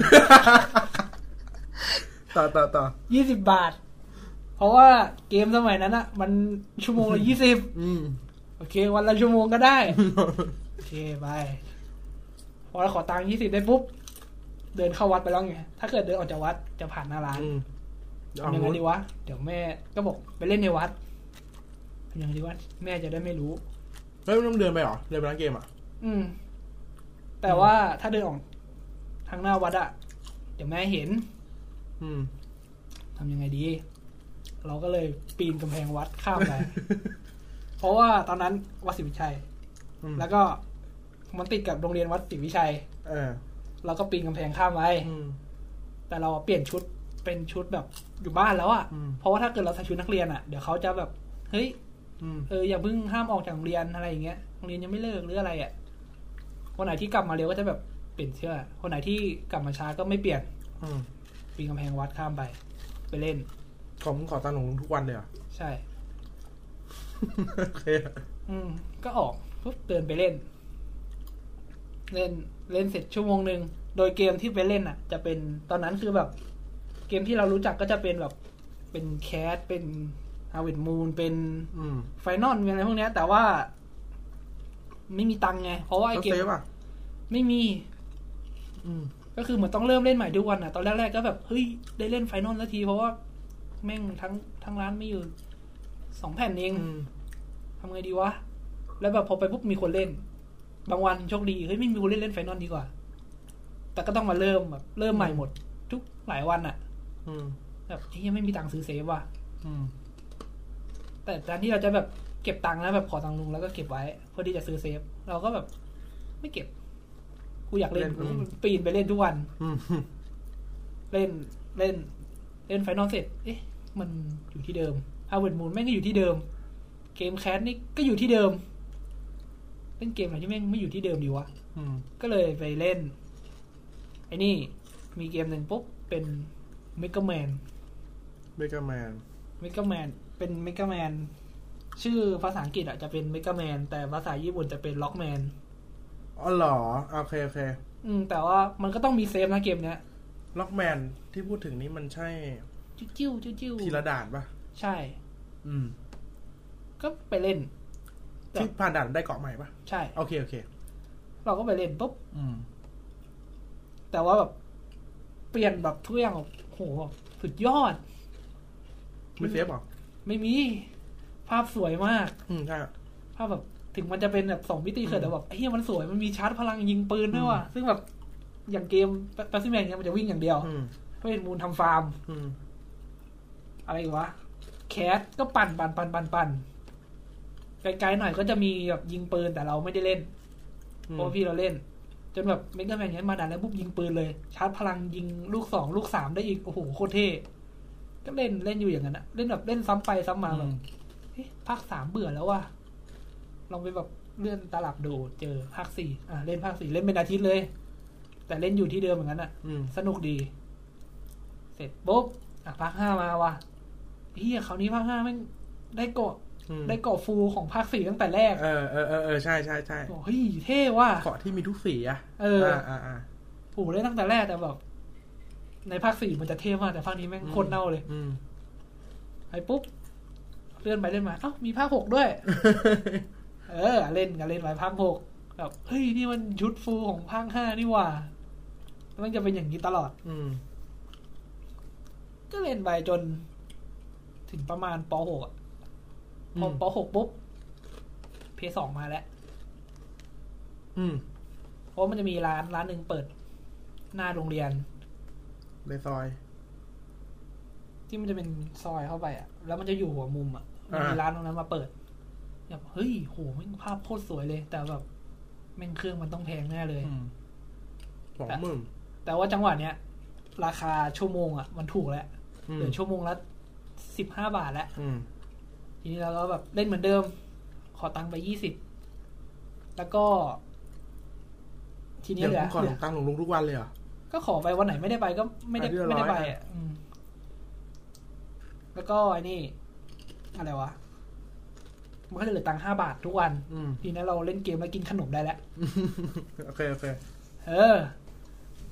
[SPEAKER 2] (laughs) ต่อต่อต่อ
[SPEAKER 3] ยี่สิบบาท เพราะว่าเกมสมัยนั้นอะมันชั่วโมงละยี่สิบ
[SPEAKER 2] อืม
[SPEAKER 3] โอเค วันละชั่วโมงก็ได้ โอเคไปพอเราขอตังค์ยี่สิบได้ปุ๊บ เดินเข้าวัดไปแล้วไง ถ้าเกิดเดินออกจากวัดจะผ่านหน้าร้าน
[SPEAKER 2] อืม
[SPEAKER 3] ทำยังไงดีวะ เดี๋ยวแม่ก็บอกไปเล่นในวัดทำยังไงดีวะแม่จะได้ไม่รู้
[SPEAKER 2] เฮ้ยไม่ต้องเดินไปเหรอเดินไปร้านเกมอ่ะ
[SPEAKER 3] อืม แต่ว่าถ้าเดินออกทางหน้าวัดอะเดี๋ยวแม่เห็น
[SPEAKER 2] อืม
[SPEAKER 3] ทำยังไงดี เราก็เลยปีนกำแพงวัด
[SPEAKER 2] (laughs)
[SPEAKER 3] ข้ามไป เพราะว่าตอนนั้นวัดศรีวิชัย
[SPEAKER 2] อืม
[SPEAKER 3] แล้วก็มันติดกับโรงเรียนวัดศรีวิชัย
[SPEAKER 2] เออ
[SPEAKER 3] เราก็ปีนกำแพงข้ามไป
[SPEAKER 2] อืม
[SPEAKER 3] แต่เราเปลี่ยนชุดเป็นชุดแบบอยู่บ้านแล้วอะ่ะ
[SPEAKER 2] อืม
[SPEAKER 3] เพราะว่าถ้าเกิดเราใส่ชุดนักเรียนอะ่ะ เดี๋ยวเขาจะแบบ เฮ้ย
[SPEAKER 2] อืม
[SPEAKER 3] เอออย่าเพิ่งห้ามออกจากโรงเรียนอะไรอย่างเงี้ย โรงเรียนยังไม่เลิกหรืออะไรอะ่ะ วันไหนที่กลับมาเร็วก็จะแบบเปลี่ยนเสื้อ คนไหนที่กลับมาช้าก็ไม่เปลี่ยน
[SPEAKER 2] อืม
[SPEAKER 3] ปีนกำแพงวัดข้ามไป ไปเล่น
[SPEAKER 2] ของมึงขอตังค์หลวงลุงทุกวันเลยเหรอ (laughs)
[SPEAKER 3] ใช่
[SPEAKER 2] โอเค
[SPEAKER 3] อืม ก็ออกปุ๊บเดินไปเล่น เล่นเล่นเสร็จชั่วโมงหนึ่งโดยเกมที่ไปเล่นอ่ะ จะเป็นตอนนั้นคือแบบ เกมที่เรารู้จักก็จะเป็นแบบ เป็นแคสเป็นฮาวิดมูนเป็น
[SPEAKER 2] อืม
[SPEAKER 3] ไฟนอลเป็นอะไรพวกเนี้ย แต่ว่า ไม่มีตังค์ไง เพราะว่าไอ
[SPEAKER 2] ต้อง
[SPEAKER 3] เกม
[SPEAKER 2] เซฟอ่ะ
[SPEAKER 3] ไม่มี
[SPEAKER 2] อืม
[SPEAKER 3] ก็คือเหมือนต้องเริ่มเล่นใหม่ทุกวันอ่ะ ตอนแรกๆก็แบบเฮ้ยได้เล่นไฟนอลสักที เพราะว่าแม่งทั้งทั้งร้านไม่อยู่สองแผ่นเอง
[SPEAKER 2] อืม
[SPEAKER 3] ทำไงดีวะ แล้วแบบพอไปปุ๊บมีคนเล่น บางวันโชคดี เฮ้ยไม่มีคนเล่นเล่นไฟนอลดีกว่า แต่ก็ต้องมาเริ่มแบบเริ่มใหม่หมด ทุกหลายวันอะ
[SPEAKER 2] อืม
[SPEAKER 3] แบบเฮ้ยยังไม่มีตังค์ซื้อเซฟว่ะ
[SPEAKER 2] อืม
[SPEAKER 3] แต่การที่เราจะแบบเก็บตังค์แล้วแบบขอตังค์ลุงแล้วก็เก็บไว้เพื่อที่จะซื้อเซฟ เราก็แบบ ไม่เก็บ กูอยากเล่นกูปีนไปเล่นทุกวัน
[SPEAKER 2] อืม
[SPEAKER 3] เล่นเล่น เล่นไฟนอลเสร็จ เอ๊ะ มันอยู่ที่เดิมฮาวเวิร์ดมูนแม่งก็อยู่ที่เดิม เกมแคสนี่ก็อยู่ที่เดิม เล่นเกมอะไรที่แม่งไม่อยู่ที่เดิมดีวะ
[SPEAKER 2] อืม
[SPEAKER 3] ก็เลยไปเล่น ไอ้นี่ มีเกมหนึ่งปุ๊บ เป็นเมก a แมน
[SPEAKER 2] เบเกอร์แมน
[SPEAKER 3] เมก a แมนเป็นเมก a แมนชื่อภาษาอังกฤษอ่ะจะเป็นเมก a แมนแต่ภาษาญี่ปุ่นจะเป็นล็อกแมน
[SPEAKER 2] อ๋อเหรอ โอเคโอเค
[SPEAKER 3] อืม แต่ว่ามันก็ต้องมีเซฟนะเกมเนี้ย
[SPEAKER 2] ล็อกแมนที่พูดถึงนี้มันใช่
[SPEAKER 3] จิ้วจิ้วจิ้วจิ้ว
[SPEAKER 2] ธีรดาษปะ
[SPEAKER 3] ใช่
[SPEAKER 2] อืม
[SPEAKER 3] ก็ไปเล่น ไป แต่
[SPEAKER 2] ที่ผ่านด่านได้เกาะใหม่ปะ
[SPEAKER 3] ใช่
[SPEAKER 2] โอเคโอเค
[SPEAKER 3] เราก็ไปเล่นปุ๊บ
[SPEAKER 2] อืม
[SPEAKER 3] แต่ว่าแบบเปลี่ยนแบบทุกอย่างแบบโหสุดยอด
[SPEAKER 2] ไม่เซฟหรอ
[SPEAKER 3] ไม่มี ภาพสวยมาก
[SPEAKER 2] อืมใช่
[SPEAKER 3] ภาพแบบ ถึงมันจะเป็นแบบสองมิติเกิดแต่แบบเฮ้ยมันสวยมันมีชาร์จพลังยิงปืนด้วยว่ะซึ่งแบบอย่างเกมแปซิแมนเนี้ยมันจะวิ่งอย่างเดียว
[SPEAKER 2] อืม
[SPEAKER 3] เพื่อนมูลทำฟาร์ม
[SPEAKER 2] อืม
[SPEAKER 3] อะไรอีกวะ แคสก็ปั่นปั่นปั่นปั่นปั่นไกลๆหน่อยก็จะมีแบบยิงปืนแต่เราไม่ได้เล่น
[SPEAKER 2] อืม
[SPEAKER 3] เพราะว่าพี่เราเล่น จนแบบเมกาแมนเนี้ยมาดันแล้วปุ๊บยิงปืนเลย ชาร์จพลังยิงลูกสองลูกสามได้อีกโอ้โหโคตรเท่ก็เล่นเล่นอยู่อย่างนั้นอะเล่นแบบเล่นซ้ำไปซ้ำมาแบบ เอ๊ะภาคสามเบื่อแล้วว่ะ ลองไปแบบเลื่อนตลับดูเจอภาคสี่อ่ะเล่นภาคสี่เล่นเป็นอาทิตย์เลย แต่เล่นอยู่ที่เดิมเหมือนกันอ่ะ
[SPEAKER 2] อืม
[SPEAKER 3] สนุกดี เสร็จปุ๊บอ่ะภาคห้ามาว่ะเฮียคราวนี้ภาคห้าแม่งได้เกาะ
[SPEAKER 2] อืม
[SPEAKER 3] ได้เกาะฟูของภาคสี่ตั้งแต่แรก
[SPEAKER 2] เออเออเออเออใช่ใช่ใช่
[SPEAKER 3] บอกเฮ้ยเท่ว่ะ
[SPEAKER 2] เกาะที่มีทุกสีอะ
[SPEAKER 3] เออ
[SPEAKER 2] อ่าอ่า
[SPEAKER 3] ผูได้ตั้งแต่แรกแต่แบบ ในภาคสี่มันจะเท่มากแต่ภาคนี้แม่งโคตรเน่าเลย
[SPEAKER 2] อืม (laughs)
[SPEAKER 3] ไอ้ปุ๊บเลื่อนไปเลื่อนมาเอ้ามีภาคหกด้วย เออ เล่นกันเล่นไว้ภาคหกแบบเฮ้ยนี่มันชุดฟูของภาคห้านี่หว่ามันจะเป็นอย่างนี้ตลอด
[SPEAKER 2] อืม
[SPEAKER 3] ก็เล่นไปจน ถึงประมาณปหกอะพอ
[SPEAKER 2] อืม
[SPEAKER 3] ปหกปุ๊บเพย์สองมาแล้ว
[SPEAKER 2] อืม
[SPEAKER 3] เพราะมันจะมีร้านร้านหนึ่งเปิด หน้าโรงเรียน
[SPEAKER 2] ในซอย
[SPEAKER 3] ที่มันจะเป็นซอยเข้าไปอะแล้วมันจะอยู่หัวมุมอะมันมี
[SPEAKER 2] อ่า
[SPEAKER 3] ร้านตรงนั้นมาเปิดแบบเฮ้ยโหแม่งภาพโคตรสวยเลย แต่แบบแม่งเครื่องมันต้องแพงแน่เลย
[SPEAKER 2] อืมสองหมื่น
[SPEAKER 3] แต่ว่าจังหวะเนี้ย ราคาชั่วโมงอะมันถูกแล้ว
[SPEAKER 2] อืม
[SPEAKER 3] เหลือชั่วโมงละสิบห้าบาทแล้ว
[SPEAKER 2] อืม
[SPEAKER 3] ทีนี้เราก็แบบเล่นเหมือนเดิม ขอตังค์ไปยี่สิบแล้วก็ ทีนี้
[SPEAKER 2] เดี๋ยว
[SPEAKER 3] เหลือ
[SPEAKER 2] ผมก่อน
[SPEAKER 3] เหลื
[SPEAKER 2] ผ
[SPEAKER 3] อ
[SPEAKER 2] มตั้งลงลุงทุกวันเลยเหรอ
[SPEAKER 3] ก็ขอไปวันไหนไม่ได้ไปก็ไม่ได้
[SPEAKER 2] อ่ะเรียบร้อย
[SPEAKER 3] ไม่ได้ไปอ่ะอืมแล้วก็ไอ้นี่ อะไรวะ มันก็จะเหลือตังค์ห้าบาททุกวัน
[SPEAKER 2] อื
[SPEAKER 3] (laughs)
[SPEAKER 2] ม
[SPEAKER 3] ทีนี้เราเล่นเกมแล้วกินขนมได้แล้ว
[SPEAKER 2] โอเค โอเค
[SPEAKER 3] เออ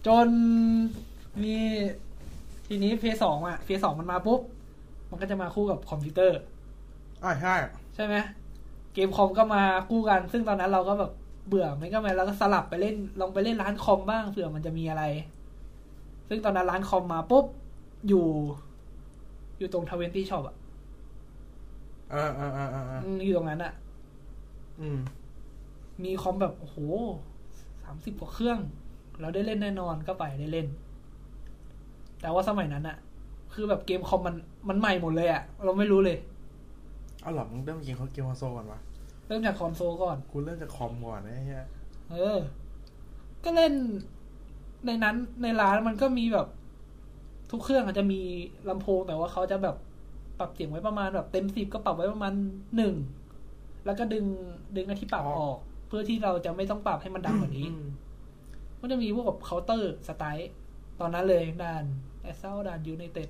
[SPEAKER 3] จนมีทีนี้เพย์สองอ่ะเพย์สองมันมาปุ๊บ มันก็จะมาคู่กับคอมพิวเตอร์
[SPEAKER 2] อ่าใช่
[SPEAKER 3] ใช่ไหมเกมคอมก็มาคู่กัน ซึ่งตอนนั้นเราก็แบบเบื่อไม่ก็ไม่เราก็สลับไปเล่น ลองไปเล่นร้านคอมบ้างเผื่อมันจะมีอะไร ซึ่งตอนนั้นร้านคอมมาปุ๊บ อยู่ อยู่ตรงทเวนตี้ช็อปอ่ะ
[SPEAKER 2] เออเออเออเออเออ
[SPEAKER 3] อืมอยู่ตรงนั้นอ่ะ
[SPEAKER 2] อืม
[SPEAKER 3] มีคอมแบบโอ้โหสามสิบกว่าเครื่อง เราได้เล่นแน่นอนก็ไปได้เล่น แต่ว่าสมัยนั้นอ่ะ คือแบบเกมคอมมันมันใหม่หมดเลยอ่ะ เราไม่รู้เลย
[SPEAKER 2] เอาหรอมึงเริ่มเกมเขาเกมคอนโซลก่อนวะ
[SPEAKER 3] เริ่มจากคอนโซลก่อน
[SPEAKER 2] กูเริ่มจากคอมก่อนนะไอ้เฮีย
[SPEAKER 3] เออ ก็เล่นในนั้นในร้านมันก็มีแบบ ทุกเครื่องอาจจะมีลำโพงแต่ว่าเขาจะแบบปรับเสียงไว้ประมาณแบบเต็มสิบก็ปรับไว้ประมาณหนึ่งแล้วก็ดึงดึงไอ้ที่ปรับออก เพื่อที่เราจะไม่ต้องปรับให้มันดังกว่านี้
[SPEAKER 2] อืม
[SPEAKER 3] ก็จะมีพวกแบบเคาน์เตอร์สไตล์ตอนนั้นเลยด่านแอสเซลด่านยูไนเต็ด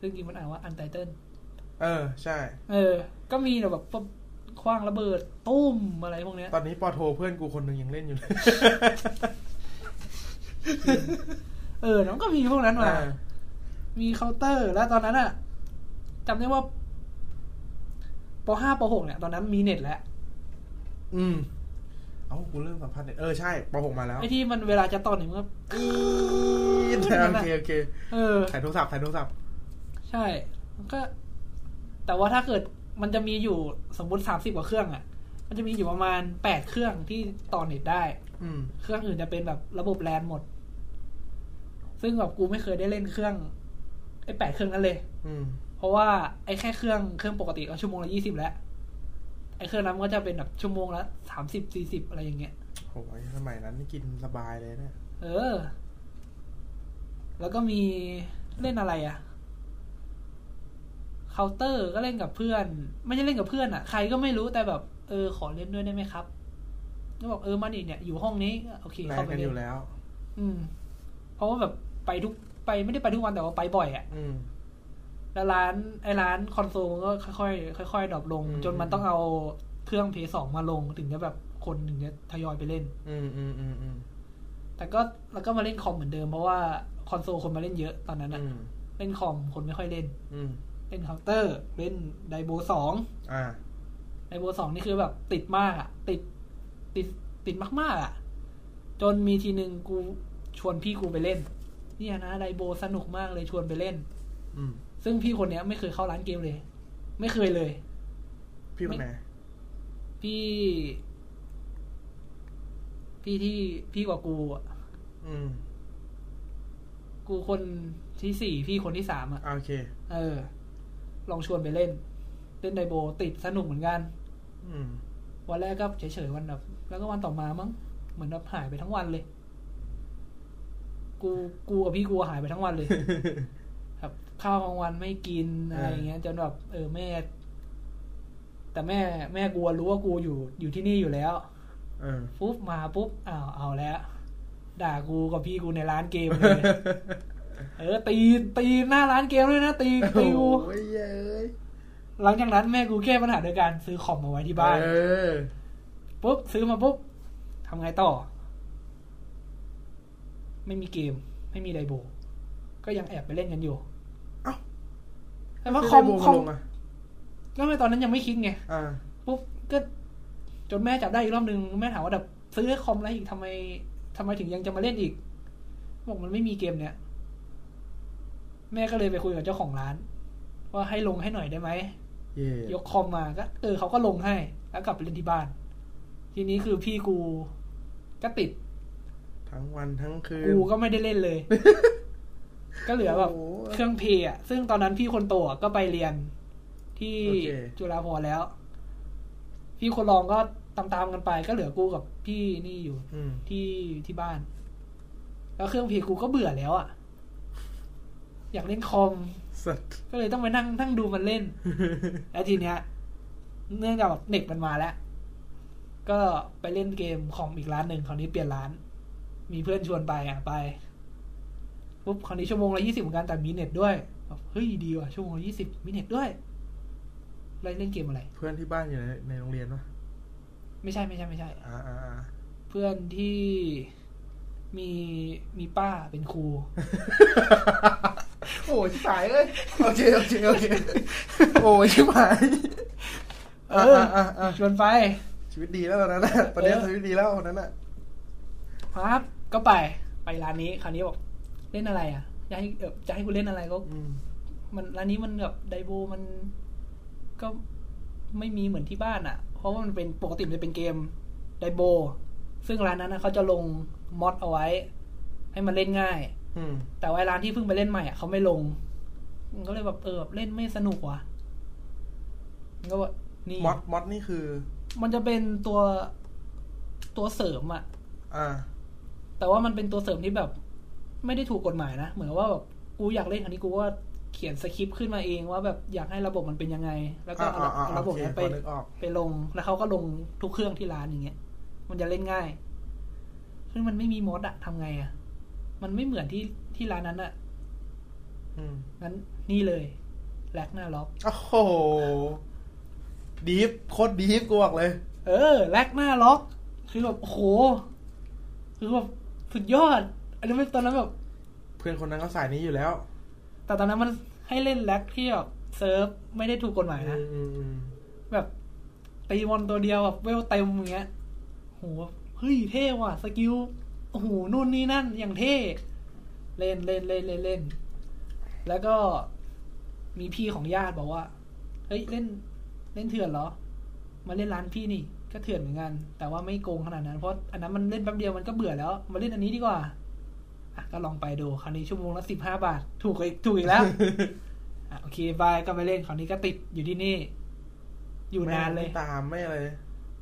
[SPEAKER 3] ซึ่งจริงมันอ่านว่าอันไตเติล
[SPEAKER 2] เออ ใช่
[SPEAKER 3] เออ ก็มีแบบพวกคว้างระเบิดตุ้มอะไรพวกเนี้ย
[SPEAKER 2] ตอนนี้ปอโทเพื่อนกูคนหนึ่งยังเล่นอยู่เลย
[SPEAKER 3] เออแล้วมันก็มีพวกนั้นมา
[SPEAKER 2] อ่า
[SPEAKER 3] มีเคาน์เตอร์ แล้วตอนนั้นอะจำได้ว่าปห้าปหกเนี่ย ตอนนั้นมีเน็ตแล้ว
[SPEAKER 2] อืม เอ้า กูเริ่มสัมผัสเนี่ยเออ ใช่ปอหกมาแล้ว
[SPEAKER 3] ไอ้ที่มันเวลาจะตอนเนี่ยมันก็
[SPEAKER 2] อีดโอเค โอเค
[SPEAKER 3] เออ
[SPEAKER 2] ถ่ายโทรศัพท์ถ่ายโทรศัพท์
[SPEAKER 3] ใช่มันก็ แต่ว่าถ้าเกิดมันจะมีอยู่สมมติสามสิบกว่าเครื่องอะมันจะมีอยู่ประมาณแปดเครื่องที่ต่อเน็ตได้
[SPEAKER 2] อืม
[SPEAKER 3] เครื่องอื่นจะเป็นแบบระบบแลนหมด ซึ่งแบบกูไม่เคยได้เล่นเครื่องไอ้แปดเครื่องนั้นเลย
[SPEAKER 2] อืม
[SPEAKER 3] เพราะว่าไอ้แค่เครื่องเครื่องปกติก็ชั่วโมงละยี่สิบแล้ว ไอ้เครื่องนั้นมันก็จะเป็นแบบชั่วโมงละสามสิบสี่สิบอะไรอย่างเงี้ย
[SPEAKER 2] โอ้ยสมัยนั้นนี่กินสบายเลยเนี่ย
[SPEAKER 3] เออ แล้วก็มีเล่นอะไรอะ่ะ เคาน์เตอร์ก็เล่นกับเพื่อน ไม่ใช่เล่นกับเพื่อนอะ่ะ ใครก็ไม่รู้แต่แบบ เออ ขอเล่นด้วยได้ไหมครับก็บอกเออมาดิเนี่ย อยู่ห้องนี้ก็โอเค
[SPEAKER 2] แร
[SPEAKER 3] เข้าง ไป
[SPEAKER 2] กัน
[SPEAKER 3] เล่
[SPEAKER 2] อยู่
[SPEAKER 3] น
[SPEAKER 2] แล้ว
[SPEAKER 3] อืม เพราะว่าแบบไปทุกไปไม่ได้ไปทุกวันแต่ว่าไปบ่อยอ่ะ
[SPEAKER 2] อืม
[SPEAKER 3] แล้วร้านไอ้ร้านคอนโซลมันก็ค่อยๆค่อยๆดรอปลง
[SPEAKER 2] อืม
[SPEAKER 3] จนมันต้องเอาเครื่อง PS2 มาลงถึงจะแบบคนถึงจะทยอยไปเล่น
[SPEAKER 2] อืมอืมอืมอืม
[SPEAKER 3] แต่ก็แล้วก็มาเล่นคอมเหมือนเดิมเพราะว่าคอนโซลคนมาเล่นเยอะตอนนั้นอะ
[SPEAKER 2] อืม
[SPEAKER 3] เล่นคอมคนไม่ค่อยเล่น
[SPEAKER 2] อืม
[SPEAKER 3] เล่นเคาน์เตอร์ เล่นไดโบสอง
[SPEAKER 2] อ่า
[SPEAKER 3] ในโบสองนี่คือแบบติดมากอะติดติดติดมากๆอะจนมีทีหนึ่งกูชวนพี่กูไปเล่น เนี่ยนะไดโบสนุกมากเลยชวนไปเล่น
[SPEAKER 2] อืม
[SPEAKER 3] ซึ่งพี่คนเนี้ยไม่เคยเข้าร้านเกมเลย ไม่เคยเลย
[SPEAKER 2] พี่คนไหน
[SPEAKER 3] พี่ พี่ที่พี่กว่ากูอะ
[SPEAKER 2] อืม
[SPEAKER 3] กูคนที่สี่พี่คนที่สามอะ
[SPEAKER 2] อ่าโอเค
[SPEAKER 3] เออ ลองชวนไปเล่น เล่นไดโบติดสนุกเหมือนกัน
[SPEAKER 2] อืม (laughs)
[SPEAKER 3] วันแรกก็เฉยๆวันแบบแล้วก็วันต่อมามั้งเหมือนแบบหายไปทั้งวันเลย กูกูกับพี่กูหายไปทั้งวันเลย
[SPEAKER 2] (laughs)
[SPEAKER 3] ครับข้าวกลางวันไม่กิน
[SPEAKER 2] เอออ
[SPEAKER 3] อะไรอย่างเงี้ยจนแบบเออแม่ แต่แม่แม่กูอะรู้ว่ากูอยู่อยู่ที่นี่อยู่แล้ว
[SPEAKER 2] เออ
[SPEAKER 3] ปุ๊บมาปุ๊บอ้าวเอาแล้ว ด่ากูกับพี่กูในร้านเกม
[SPEAKER 2] (laughs)
[SPEAKER 3] เลยเออ ตีตีหน้าร้านเกมเลยนะตีตีกู
[SPEAKER 2] โอ้ยเย้ย
[SPEAKER 3] หลังจากนั้นแม่กูแก้ปัญหาโดยการซื้อคอมมาไว้ที่บ้าน
[SPEAKER 2] เออ
[SPEAKER 3] ปุ๊บซื้อมาปุ๊บทำไงต่อ ไม่มีเกม ไม่มีไดโบ ก็ยังแอบไปเล่นกันอยู่
[SPEAKER 2] เอ้า
[SPEAKER 3] แต่ว่าคอม
[SPEAKER 2] ไได้วง
[SPEAKER 3] คอม
[SPEAKER 2] ลงอ่ะ
[SPEAKER 3] ก็ไม่ตอนนั้นยังไม่คิดไง
[SPEAKER 2] อ่า
[SPEAKER 3] ปุ๊บก็จนแม่จับได้อีกรอบนึงแม่ถามว่าแบบซื้อคอมแล้วอีกทำไมทำไมถึงยังจะมาเล่นอีกบอกมันไม่มีเกมเนี่ย แม่ก็เลยไปคุยกับเจ้าของร้าน ว่าให้ลงให้หน่อยได้ไหม
[SPEAKER 2] เย่
[SPEAKER 3] ยกคอมมาก็เออเขาก็ลงให้ แล้วกลับไปเล่นที่บ้าน ทีนี้คือพี่กูก็ติด
[SPEAKER 2] ทั้งวันทั้งคืน
[SPEAKER 3] กูก็ไม่ได้เล่น
[SPEAKER 2] (laughs)
[SPEAKER 3] เลย ก็เหลือแบบ
[SPEAKER 2] โอ้โห
[SPEAKER 3] เครื่องเพย์อ่ะ ซึ่งตอนนั้นพี่คนโตอะก็ไปเรียน ที่
[SPEAKER 2] โอเค
[SPEAKER 3] จุฬาพรณ์แล้ว พี่คนรองก็ตามๆกันไป ก็เหลือกูกับพี่นี่อยู่
[SPEAKER 2] อืม
[SPEAKER 3] ที่ที่บ้าน แล้วเครื่องเพย์กูก็เบื่อแล้วอ่ะ อยากเล่นคอม
[SPEAKER 2] สัตว์ (laughs)
[SPEAKER 3] ก็เลยต้องไปนั่งนั่งดูมันเล่น แล้วทีเนี้ย เนื่องจากแบบเน็ตมันมาแล้ว ก็ไปเล่นเกมของอีกร้านหนึ่งคราวนี้เปลี่ยนร้าน มีเพื่อนชวนไปอ่ะไปปุ๊บคราวนี้ชั่วโมงละยี่สิบเหมือนกันแต่มีเน็ตด้วยแบบเฮ้ยดีว่ะชั่วโมงละยี่สิบมีเน็ตด้วยแล้วเล่นเกมอะไร
[SPEAKER 2] เพื่อนที่บ้านอยู่ในในโรงเรียนปะ
[SPEAKER 3] ไม่ใช่ไม่ใช่ไม่ใช่
[SPEAKER 2] อ่าอ่าอ่า
[SPEAKER 3] เพื่อนที่มีมีป้าเป็นครู
[SPEAKER 2] โอ้ยสายเลยโอเคโอเคโอเคโอ้ยชิบหาย
[SPEAKER 3] เอ
[SPEAKER 2] อ่ะ
[SPEAKER 3] อ
[SPEAKER 2] อ่ะอ่ะอ่ะ
[SPEAKER 3] ชวนไป
[SPEAKER 2] ชีวิตดีแล้วตอนนั้นน่ะตอนนี้
[SPEAKER 3] เออ
[SPEAKER 2] ชีวิตดีแล้วตอนนั้นน่ะ
[SPEAKER 3] ครับก็ไปไปร้านนี้คราวนี้บอกเล่นอะไรอ่ะจะให้เอ่อจะให้กูเล่นอะไรก็
[SPEAKER 2] อืม
[SPEAKER 3] มันร้านนี้มันแบบไดโบมันก็ไม่มีเหมือนที่บ้านอ่ะ เพราะว่ามันเป็นปกติมันจะเป็นเกมไดโบ ซึ่งร้านนั้นนะเขาจะลงมอดเอาไว้ ให้มันเล่นง่าย
[SPEAKER 2] อืม
[SPEAKER 3] แต่ว่าร้านที่เพิ่งไปเล่นใหม่อ่ะเขาไม่ลงมันก็เลยแบบเออแบบเล่นไม่สนุกว่ะมันก็ว่านี่
[SPEAKER 2] มอดมอดนี่คือ
[SPEAKER 3] มันจะเป็นตัวตัวเสริมอ่ะ
[SPEAKER 2] อ่า
[SPEAKER 3] แต่ว่ามันเป็นตัวเสริมที่แบบ ไม่ได้ถูกกฎหมายนะ เหมือนว่าแบบกูอยากเล่นอันนี้กูว่าเขียนสคริปต์ขึ้นมาเองว่าแบบอยากให้ระบบมันเป็นยังไง แล้วก็เอา
[SPEAKER 2] อ่าอ่าอ่า
[SPEAKER 3] เอาระบบนั้น
[SPEAKER 2] โอเค
[SPEAKER 3] ไป
[SPEAKER 2] พอนึกออก
[SPEAKER 3] ไปลง แล้วเขาก็ลงทุกเครื่องที่ร้านอย่างเงี้ย มันจะเล่นง่ายซึ่งมันไม่มีมอดอะทำไงอะมันไม่เหมือนที่ที่ร้านนั้นอะ
[SPEAKER 2] อืม
[SPEAKER 3] งั้นนี่เลยแลกหน้าล็อก
[SPEAKER 2] โอ้โหดีฟโคตรดีฟกูบอกเลย
[SPEAKER 3] เออแลกหน้าล็อก คือแบบโอ้โหคือแบบสุดยอด อันนี้นตอนนั้นแบบ
[SPEAKER 2] เพื่อนคนนั้นก็สายนี้อยู่แล้ว
[SPEAKER 3] แต่ตอนนั้นมันให้เล่นแล็กที่แบบเซิร์ฟไม่ได้ถูกกฎหมายนะ
[SPEAKER 2] อืมอืม
[SPEAKER 3] แบบตีมอนตัวเดียวแบบเวลเต็มอย่างเงี้ยโหเฮ้ยเท่ว่ะสกิลโอ้โหนู่นนี่นั่นอย่างเท่ เล่นเล่นเล่นเล่นเล่น แล้วก็มีพี่ของญาติบอกว่า เฮ้ยเล่นเล่นเถื่อนเหรอ มาเล่นร้านพี่นี่ ก็เถื่อนเหมือนกัน แต่ว่าไม่โกงขนาดนั้น เพราะอันนั้นมันเล่นแป๊บเดียวมันก็เบื่อแล้ว มาเล่นอันนี้ดีกว่า อ่ะก็ลองไปดูคราวนี้ชั่วโมงละสิบห้าบาท ถูกกว่าอีกถูกอีกแล้ว อ่ะโอเคบายก็ไปเล่นคราวนี้ก็ติดอยู่ที่นี่ อยู่นานเลย
[SPEAKER 2] ไม่ตามไม่อะไร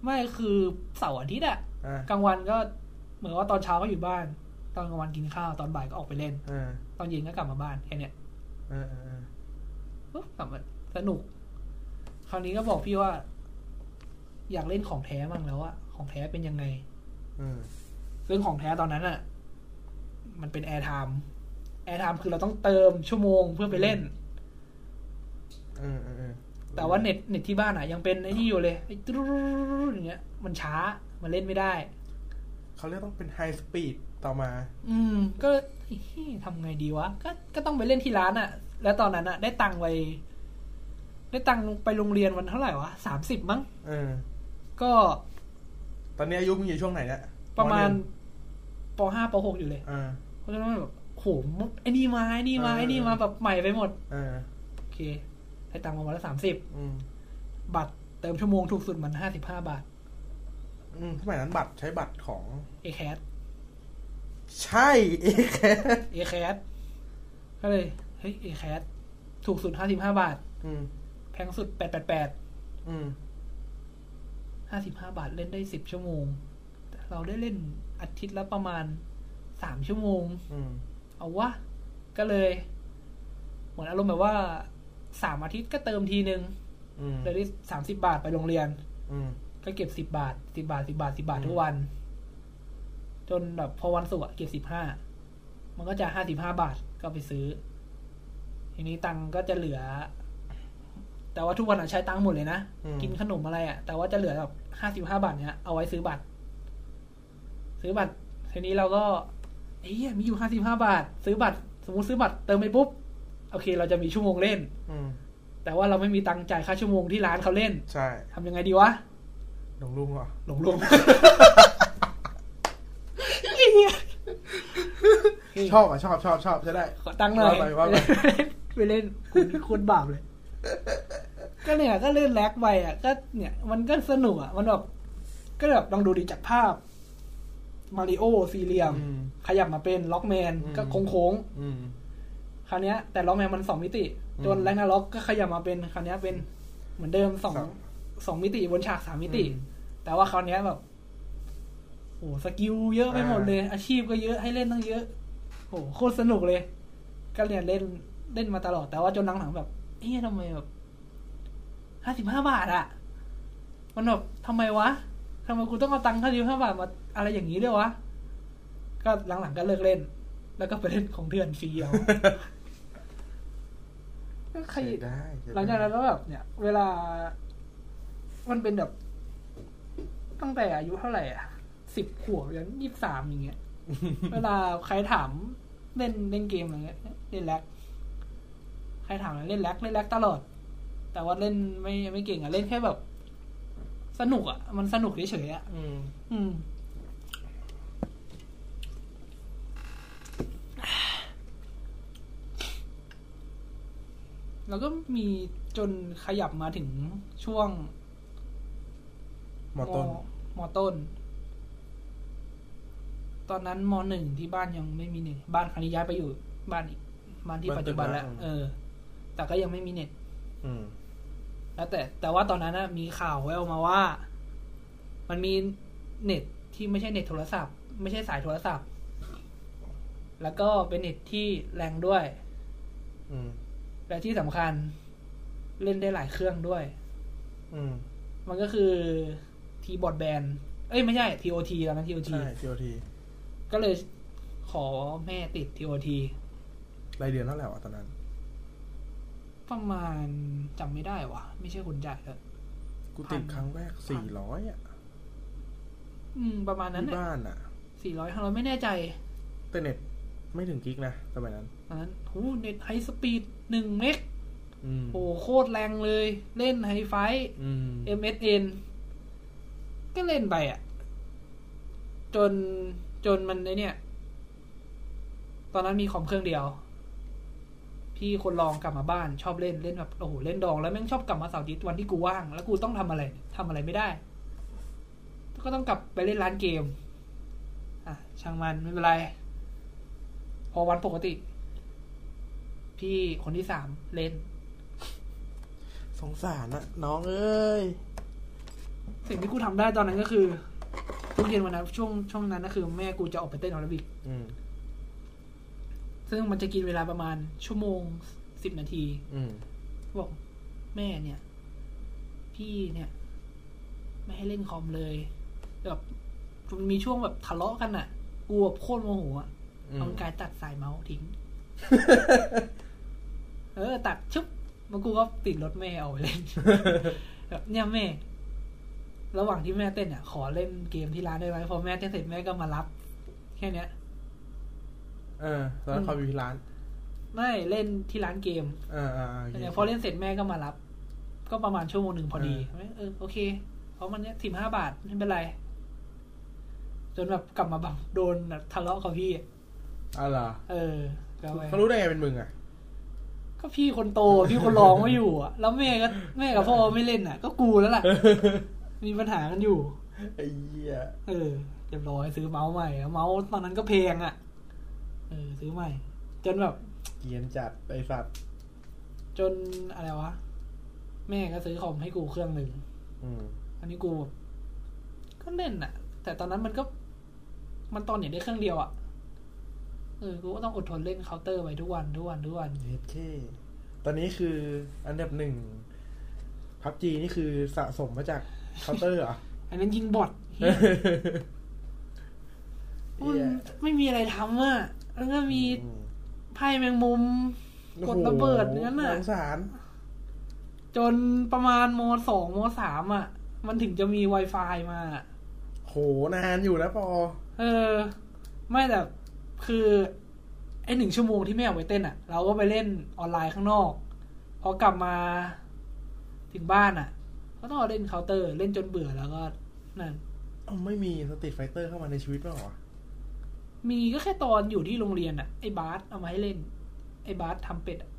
[SPEAKER 3] ไม่คือเสาร์อาทิตย์อะ
[SPEAKER 2] อ่าก
[SPEAKER 3] ลางวันก็เหมือนว่าตอนเช้าก็อยู่บ้าน ตอนกลางวันกินข้าวตอนบ่ายก็ออกไปเล่น
[SPEAKER 2] อ่า
[SPEAKER 3] ตอนเย็นก็กลับมาบ้านแค่เนี้ย
[SPEAKER 2] อ่าอ่าอ่า
[SPEAKER 3] ปุ๊บกลับมาสนุก คราวนี้ก็บอกพี่ว่า อยากเล่นของแท้มั่งแล้วอะของแท้เป็นยังไง
[SPEAKER 2] อ่า
[SPEAKER 3] ซึ่งของแท้ตอนนั้นอะมันเป็นแอร์ไทม์แอร์ไทม์คือเราต้องเติมชั่วโมงเพื่อไปเล่น
[SPEAKER 2] อ่าอ่าอ่า
[SPEAKER 3] แต่ว่าเน็ตเน็ตที่บ้านอะยังเป็นไอ้นี่อยู่เลยไอ้ตุ๊ดๆอย่างเงี้ย มันช้ามันเล่นไม่ได้
[SPEAKER 2] เขาเรียกต้องเป็นไฮสปีดต่อมา
[SPEAKER 3] อืม ก็เฮ้ยทำไงดีวะ ก็ก็ต้องไปเล่นที่ร้านอะแล้วตอนนั้นอะได้ตังค์ไป ได้ตังค์ไปโรงเรียนวันเท่าไหร่วะสามสิบมั้ง
[SPEAKER 2] เออ
[SPEAKER 3] ก็
[SPEAKER 2] ตอนนี้อายุมึงอยู่ช่วงไหนเนี่ย
[SPEAKER 3] ประมาณ
[SPEAKER 2] หนึ่ง
[SPEAKER 3] ปห้าปหกอยู่เลย
[SPEAKER 2] เออ
[SPEAKER 3] เพราะฉะนั้นแบบโหมดไอ้นี่มาไอ้นี่มา
[SPEAKER 2] เออ
[SPEAKER 3] ไอ้นี่มาแบบใหม่ไปหมด
[SPEAKER 2] เออ
[SPEAKER 3] โอเคได้ตังค์มาวันละสามสิบ
[SPEAKER 2] อืม
[SPEAKER 3] บัตรเติมชั่วโมงถูกสุดมันห้าสิบห้าบาท
[SPEAKER 2] อืมสมัยนั้นบัตรใช้บัตรของ
[SPEAKER 3] เอแคส
[SPEAKER 2] ใช่ (laughs) เอก
[SPEAKER 3] เอแคสก็เลยเฮ้ยเอแคสถูกสุดห้าสิบห้าบาท
[SPEAKER 2] อืม
[SPEAKER 3] แพงสุดแปดแปดแปด
[SPEAKER 2] อืม
[SPEAKER 3] ห้าสิบห้าบาทเล่นได้สิบชั่วโมงแต่เราได้เล่นอาทิตย์ละประมาณสามชั่วโมง
[SPEAKER 2] อืม
[SPEAKER 3] เอาวะ ก็เลย เหมือนอารมณ์แบบว่าสามอาทิตย์ก็เติมทีนึง
[SPEAKER 2] อืม
[SPEAKER 3] เลยได้สามสิบบาทไปโรงเรียน
[SPEAKER 2] อืม
[SPEAKER 3] ก็เก็บสิบบาทสิบบาทสิบบาทสิบบาท
[SPEAKER 2] อืม
[SPEAKER 3] ทุกวัน จนแบบพอวันศุกร์อะเก็บสิบห้ามันก็จะห้าสิบห้าบาทก็ไปซื้อ ทีนี้ตังค์ก็จะเหลือ แต่ว่าทุกวันอะใช้ตังค์หมดเลยนะ
[SPEAKER 2] อืม
[SPEAKER 3] กินขนมอะไรอะแต่ว่าจะเหลือแบบห้าสิบห้าบาทเนี้ยเอาไว้ซื้อบัตร ซื้อบัตรทีนี้เราก็เอ้ยมีอยู่ห้าสิบห้าบาท ซื้อบัตร สมมติซื้อบัตรเติมไปปุ๊บโอเค เราจะมีชั่วโมงเล่น
[SPEAKER 2] อืม
[SPEAKER 3] แต่ว่าเราไม่มีตังค์จ่ายค่าชั่วโมงที่ร้านเขาเล่น
[SPEAKER 2] ใช่
[SPEAKER 3] ทำยังไงดีวะ
[SPEAKER 2] หลงลุงเหรอ
[SPEAKER 3] หลงรวม
[SPEAKER 2] ชอบอ่ะชอบชอบชอบจะได้
[SPEAKER 3] ขอตั้งหน่อย
[SPEAKER 2] ว่าไปว่าไป
[SPEAKER 3] ไปเล่น (laughs) คุณคุณบาปเลย ก็เนี่ย ก็เล่นแลกไปอ่ะ ก็เนี่ย มันก็สนุกอ่ะ มันแบบก็แบบลองดูดีจากภาพ มาริโอสี่เหลี่ยม
[SPEAKER 2] อืม
[SPEAKER 3] ขยับมาเป็นล็อกแมน
[SPEAKER 2] อืม
[SPEAKER 3] ก็โค้ง
[SPEAKER 2] อืม
[SPEAKER 3] ๆคราวเนี้ย แต่ล็อกแมนมันสองมิติ จน
[SPEAKER 2] อืม
[SPEAKER 3] แลกนาล็อกก็ขยับมาเป็นคราวเนี้ยเป็นเหมือนเดิมสอง
[SPEAKER 2] สอง
[SPEAKER 3] สองมิติบนฉากสามมิติ
[SPEAKER 2] อืม
[SPEAKER 3] แต่ว่าคราวเนี้ยแบบโอ้สกิลเยอะไปหมดเลย อาชีพก็เยอะให้เล่นตั้งเยอะโอ้โคตรสนุกเลย ก็เรียนเล่นเล่นมาตลอดแต่ว่าจนหลังๆแบบเอ๊ะทำไมแบบห้าสิบห้าบาทอะมันแบบทำไมวะทำไมกูต้องเอาตังค์ห้าสิบห้าบาทมาอะไรอย่างนี้ด้วยวะ ก็หลังๆก็เลิกเล่น แล้วก็ไปเล่นของเดือนฟรี (laughs) เอาก็ใคร
[SPEAKER 2] ใช้ได้ใช้ได้
[SPEAKER 3] หลังจากนั้นก็แบบเนี่ย เวลา มันเป็นแบบ ตั้งแต่อายุเท่าไหร่อ่ะสิบขวบยันยี่สิบสามอย่างเงี้ย (laughs) เวลาใครถามเล่นเล่นเกมอะไรเงี้ยเล่นแล็กใครถามอะไรเล่นแล็กเล่นแล็กตลอด แต่ว่าเล่นไม่ไม่เก่งอ่ะเล่นแค่แบบ สนุกอ่ะ มันสนุกเฉยๆอ่ะ
[SPEAKER 2] อืม
[SPEAKER 3] อืม แล้วก็มีจนขยับมาถึงช่วง
[SPEAKER 2] หมอต้น
[SPEAKER 3] มอต้น ตอนนั้นมหนึ่งที่บ้านยังไม่มีเน็ตบ้านคราวนี้ย้ายไปอยู่ บ้านอีกบ้านที่
[SPEAKER 2] บ้าน
[SPEAKER 3] ปัจจุบันแล้ว
[SPEAKER 2] ตึกนะ
[SPEAKER 3] เออ แต่ก็ยังไม่มีเน็ต
[SPEAKER 2] อืม
[SPEAKER 3] แล้วแต่ แต่ว่าตอนนั้นนะมีข่าวแววมาว่า มันมีเน็ตที่ไม่ใช่เน็ตโทรศัพท์ ไม่ใช่สายโทรศัพท์ แล้วก็เป็นเน็ตที่แรงด้วย
[SPEAKER 2] อืม
[SPEAKER 3] และที่สำคัญ เล่นได้หลายเครื่องด้วย
[SPEAKER 2] อืม
[SPEAKER 3] มันก็คือทีบอดแบนเอ้ยไม่ใช่ TOT ตอนนั้น TOT
[SPEAKER 2] ใช่ TOT
[SPEAKER 3] ก็เลยขอแม่ติด TOT
[SPEAKER 2] รายเดือนเท่าไหร่วะตอนนั้น
[SPEAKER 3] ประมาณจำไม่ได้วะไม่ใช่คนจ่ายแล้ว
[SPEAKER 2] กูติดครั้งแรกสี่ร้อยอ่ะ
[SPEAKER 3] อืม ประมาณนั้น
[SPEAKER 2] ที่บ้านอ่ะ
[SPEAKER 3] สี่ร้อยห้าร้อยไม่แน่ใจ
[SPEAKER 2] แต่เน็ตไม่ถึงกิกนะสมัยนั้น
[SPEAKER 3] ตอนนั้นโหเน็ตไฮสปีดหนึ่งเมก
[SPEAKER 2] อืม
[SPEAKER 3] โหโคตรแรงเลย เล่นไฮไฟ
[SPEAKER 2] อืม
[SPEAKER 3] MSN ก็เล่นไปอ่ะ จนจนมันไอเนี่ย ตอนนั้นมีคอมเครื่องเดียว พี่คนรองกลับมาบ้าน ชอบเล่นเล่นแบบโอ้โหเล่นดองแล้วแม่งชอบกลับมาเสาร์อาทิตย์วันที่กูว่าง แล้วกูต้องทำอะไรทำอะไรไม่ได้ ก็ต้องกลับไปเล่นร้านเกม อ่ะ ช่างมันไม่เป็นไร พอวันปกติ พี่คนที่สามเล่น
[SPEAKER 2] สงสารอะน้องเอ้ย
[SPEAKER 3] สิ่งที่กูทำได้ตอนนั้นก็คือทุกเย็นวันนั้นช่วงช่วงนั้นก็คือแม่กูจะออกไปเต้นแอโรบิก
[SPEAKER 2] อืม
[SPEAKER 3] ซึ่งมันจะกินเวลาประมาณชั่วโมงสิบนาที
[SPEAKER 2] อืม
[SPEAKER 3] บอกแม่เนี่ย พี่เนี่ย ไม่ให้เล่นคอมเลยแบบมันมีช่วงแบบทะเลาะกันอะ่ะกูแบบโคตรโมโหอะ
[SPEAKER 2] อืม
[SPEAKER 3] เอากายตัดสายเมาส์ทิ้ง เออ ตัดชึบมันกูก็ติดรถแม่เอาไปเล่น
[SPEAKER 2] (laughs)
[SPEAKER 3] แบบเนี่ยแม่ ระหว่างที่แม่เต้นอ่ะ ขอเล่นเกมที่ร้านได้ไหมพอแม่เต้นเสร็จแม่ก็มารับ แค่เนี้ย
[SPEAKER 2] เออตอนนั้นคอมอยู่ที่ร้าน
[SPEAKER 3] ไม่เล่นที่ร้านเกม
[SPEAKER 2] เออเออเออโอเค
[SPEAKER 3] เนี่ยพอเล่นเสร็จแม่ก็มารับ ก็ประมาณชั่วโมงหนึ่งพอดี
[SPEAKER 2] เออ
[SPEAKER 3] เออโอเค เพราะมันเนี้ยสิบห้าบาทไม่เป็นไร จนแบบกลับมาแบบโดนแบบทะเลาะกับพี่
[SPEAKER 2] อ๋อเหรอ
[SPEAKER 3] เออก็ไป
[SPEAKER 2] เขารู้ได้ไงเป็นมึงอ่ะ
[SPEAKER 3] ก็พี่คนโต (laughs) พี่คนรองไม่อยู่อะแล้วแม่ก็แม่กับพ่อไม่เล่นอ่ะ ก็กูแล้วล่ะ มีปัญหากันอยู่
[SPEAKER 2] ไอ้เหี้ย
[SPEAKER 3] เออเรียบร้อยซื้อเมาส์ใหม่แล้วเมาส์ตอนนั้นก็แพงอ่ะ เออ ซื้อใหม่ จนแบบ
[SPEAKER 2] เกรียนจัดไอ้สัตว์
[SPEAKER 3] จนอะไรวะ แม่ก็ซื้อคอมให้กูเครื่องหนึ่ง
[SPEAKER 2] อืม
[SPEAKER 3] อันนี้กูก็เล่นอะแต่ตอนนั้นมันก็ มันตอนเนี่ยได้เครื่องเดียวอะเออกูก็ต้องอดทนเล่นเคาน์เตอร์ไว้ทุกวันทุกวันทุกวัน
[SPEAKER 2] เฮดเคตอนนี้คืออันดับหนึ่งพับจีนี่คือสะสมมาจากเคาน์เตอร์เหร
[SPEAKER 3] (laughs)
[SPEAKER 2] อ
[SPEAKER 3] อันนั้นยิงบอท (laughs) เหี้ยมัน
[SPEAKER 2] เหี้ย
[SPEAKER 3] ไม่มีอะไรทำอะแล้วก็มี
[SPEAKER 2] อืม
[SPEAKER 3] ไพ่แมงมุม กดระเบิดอย่างนั้นน่ะ
[SPEAKER 2] โโหสงสาร
[SPEAKER 3] จนประมาณมสองมสามอะมันถึงจะมี Wi-Fi มา
[SPEAKER 2] โหนานอยู่นะปอ
[SPEAKER 3] เออ ไม่แต่คือไอหนึ่งชั่วโมงที่แม่เอาไปเต้นอะ่ะ เราก็ไปเล่นออนไลน์ข้างนอก พอกลับมาถึงบ้านอะ่ะ ก็ต้องเอาเล่นเคาน์เตอร์ เล่นจนเบื่อแล้วก็นั่น
[SPEAKER 2] เอาไม่มีสตรีทไฟเตอร์เข้ามาในชีวิตบ้างเหรอวะ
[SPEAKER 3] มีก็แค่ตอนอยู่ที่โรงเรียนอะ่ะไอบาสเอามาให้เล่น ไอบาสทำเป็ดอะ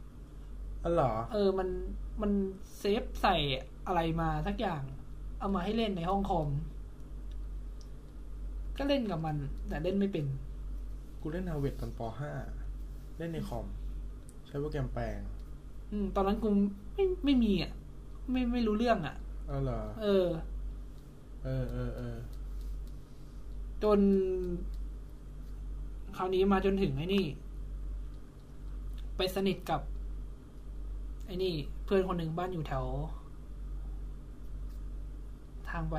[SPEAKER 2] อันเหรอ
[SPEAKER 3] เออมันมันเซฟใส่อะไรมาสักอย่าง เอามาให้เล่นในห้องคอมก็เล่นกับมัน แต่เล่นไม่เป็น
[SPEAKER 2] กูเล่นฮาเวดตอนป .5 เล่นในคอม ใช้โปรแกรมแปลง
[SPEAKER 3] อืมตอนนั้นกูไม่ไม่มีอ่ะ ไม่ไม่รู้เรื่องอ่ะ
[SPEAKER 2] อันเหรอ
[SPEAKER 3] เออ
[SPEAKER 2] เออเออเออ
[SPEAKER 3] จน คราวนี้มาจนถึงไอ้นี่ ไปสนิทกับ ไอ้นี่ เพื่อนคนหนึ่งบ้านอยู่แถว ทางไป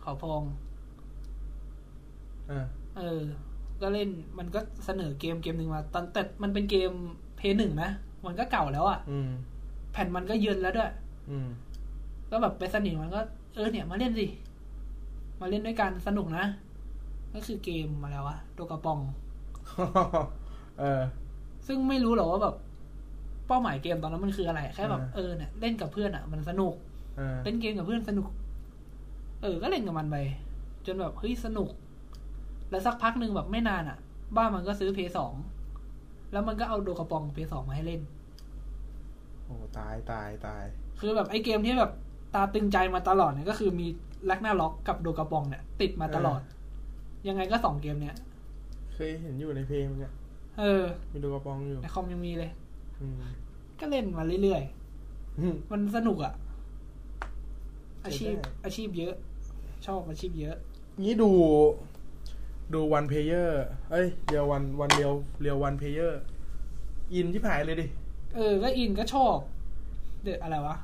[SPEAKER 3] เขาพอง
[SPEAKER 2] อ่ะ
[SPEAKER 3] เออ ก็เล่นมันก็เสนอเกมเกมหนึ่งมาตอนแต่มันเป็นเกมเพย์หนึ่งนะมันก็เก่าแล้วอะ่ะ
[SPEAKER 2] อืม
[SPEAKER 3] แผ่นมันก็เยินแล้วด้วย
[SPEAKER 2] อืม
[SPEAKER 3] ก็แบบไปสนิทมันก็เออเนี่ยมาเล่นสิ มาเล่นด้วยกันสนุกนะ ก็คือเกมอะไรวะโดกระปอง
[SPEAKER 2] (laughs) เออ
[SPEAKER 3] ซึ่งไม่รู้หรอกว่าแบบ เป้าหมายเกมตอนนั้นมันคืออะไร แค่แบบ
[SPEAKER 2] อ่า
[SPEAKER 3] เออเนี่ยเล่นกับเพื่อนอ่ะ มันสนุก
[SPEAKER 2] เออ
[SPEAKER 3] เล่นเกมกับเพื่อนสนุก เออ ก็เล่นกับมันไปจนแบบเฮ้ยสนุก แล้วสักพักหนึ่งแบบไม่นานอ่ะ บ้านมันก็ซื้อเพย์สองแล้วมันก็เอาโดกระปองเพย์สองมาให้เล่น
[SPEAKER 2] โอ้ตายตายตาย
[SPEAKER 3] คือแบบไอ้เกมที่แบบตาตึงใจมาตลอดเนี่ยก็คือมีแลกหน้าล็อกกับโดกระปองเนี่ย ติดมาตลอด ยังไงก็สองเกมเนี่ย
[SPEAKER 2] เคยเห็นอยู่ในเพลงมึงอะ
[SPEAKER 3] เออ
[SPEAKER 2] มีดูกระปองอยู่
[SPEAKER 3] ในคอมยังมีเลย
[SPEAKER 2] อืม
[SPEAKER 3] ก็เล่นมาเรื่อย
[SPEAKER 2] อืม (laughs)
[SPEAKER 3] ๆ มันสนุกอะอาชีพ
[SPEAKER 2] ได้
[SPEAKER 3] อาชีพเยอะ ชอบอาชีพเยอะ
[SPEAKER 2] งี้ดู ดูวันเพลเยอร์ เอ้ย เดียววันวันเดียวเรียววันเพลเยอร์ อินที่ผายเลยดิ
[SPEAKER 3] เออ ก็อินก็ชอบ เดอะอะไรวะ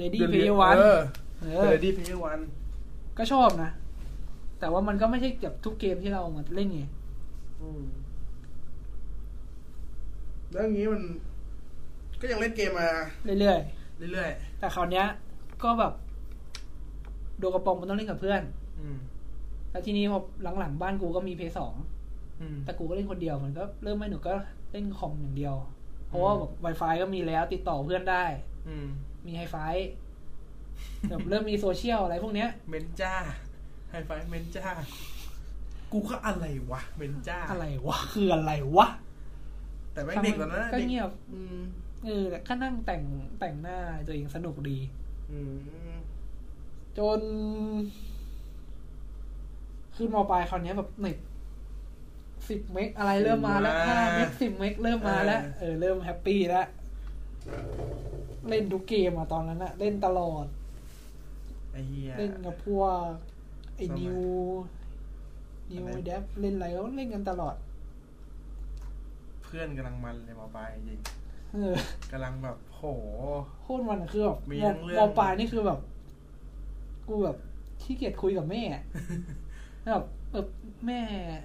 [SPEAKER 3] Lady
[SPEAKER 2] ดี๋ว
[SPEAKER 3] p l a
[SPEAKER 2] รี
[SPEAKER 3] y
[SPEAKER 2] ย
[SPEAKER 3] e r One
[SPEAKER 2] เออ
[SPEAKER 3] เอ
[SPEAKER 2] เด
[SPEAKER 3] อ
[SPEAKER 2] ดี้เพย์วัน
[SPEAKER 3] ก็ชอบนะ แต่ว่ามันก็ไม่ใช่แบบทุกเกมที่เรามาเล่นไง
[SPEAKER 2] แล้วอย่างนี้มัน ก็ยังเล่นเกมมา
[SPEAKER 3] เรื่อย
[SPEAKER 2] เรื่อย
[SPEAKER 3] ๆ แต่คราวเนี้ย ก็แบบ โดกระปองมันต้องเล่นกับเพื่อน
[SPEAKER 2] ๆ อืม
[SPEAKER 3] แล้วทีนี้พอหลังๆบ้านกูก็มีเพย์สอง
[SPEAKER 2] อืม
[SPEAKER 3] แต่กูก็เล่นคนเดียวมันก็เริ่มไม่หนูก็เล่นคอมอย่างเดียว เพราะว่าแบบ Wi-Fi ก็มีแล้วติดต่อเพื่อนได้
[SPEAKER 2] อืม
[SPEAKER 3] มีไฮไฟแบบเริ่มมีโซเชียลอะไรพวกเนี้ย
[SPEAKER 2] เมนจ้า ไฮไฟว์เมนจ้า กูก็อะไรวะ เมนจ้า
[SPEAKER 3] อะไรวะ คืออะไรวะ
[SPEAKER 2] แต่แม่งเด็กกว่านั้นนะ
[SPEAKER 3] ก็
[SPEAKER 2] เด็ก
[SPEAKER 3] เงียบ
[SPEAKER 2] อืม
[SPEAKER 3] เออแต่ก็นั่งแต่งแต่งหน้าตัวเองสนุกดี
[SPEAKER 2] อืม
[SPEAKER 3] จน ขึ้นมปลายคราวเนี้ยแบบเน็ตสิบเมกอะไรเริ่มมาแล้ว
[SPEAKER 2] มา
[SPEAKER 3] ห้าเมกสิบเมกเริ่มมาแล้ว
[SPEAKER 2] เออ
[SPEAKER 3] เออ เริ่มแฮปปี้แล้ว เล่นทุกเกมอะตอนนั้นอะเล่นตลอด
[SPEAKER 2] ไอ้เหี้ย
[SPEAKER 3] เล่นกับพวกไอ้
[SPEAKER 2] สมัย
[SPEAKER 3] นิว นิว
[SPEAKER 2] อะไร
[SPEAKER 3] ไอ้แดฟเล่นอะไรก็เล่นกันตลอด
[SPEAKER 2] เพื่อนกำลังมันเลยมาบายจริง
[SPEAKER 3] เออก
[SPEAKER 2] ำลังแบบโห
[SPEAKER 3] โคตรมันคือแบบ
[SPEAKER 2] มี
[SPEAKER 3] ม
[SPEAKER 2] ทั้
[SPEAKER 3] อง
[SPEAKER 2] เรื่อง
[SPEAKER 3] มองปลายนี่คือแบบ กูแบบขี้เกียจคุยกับแม่อะแล้วแบบเออแม่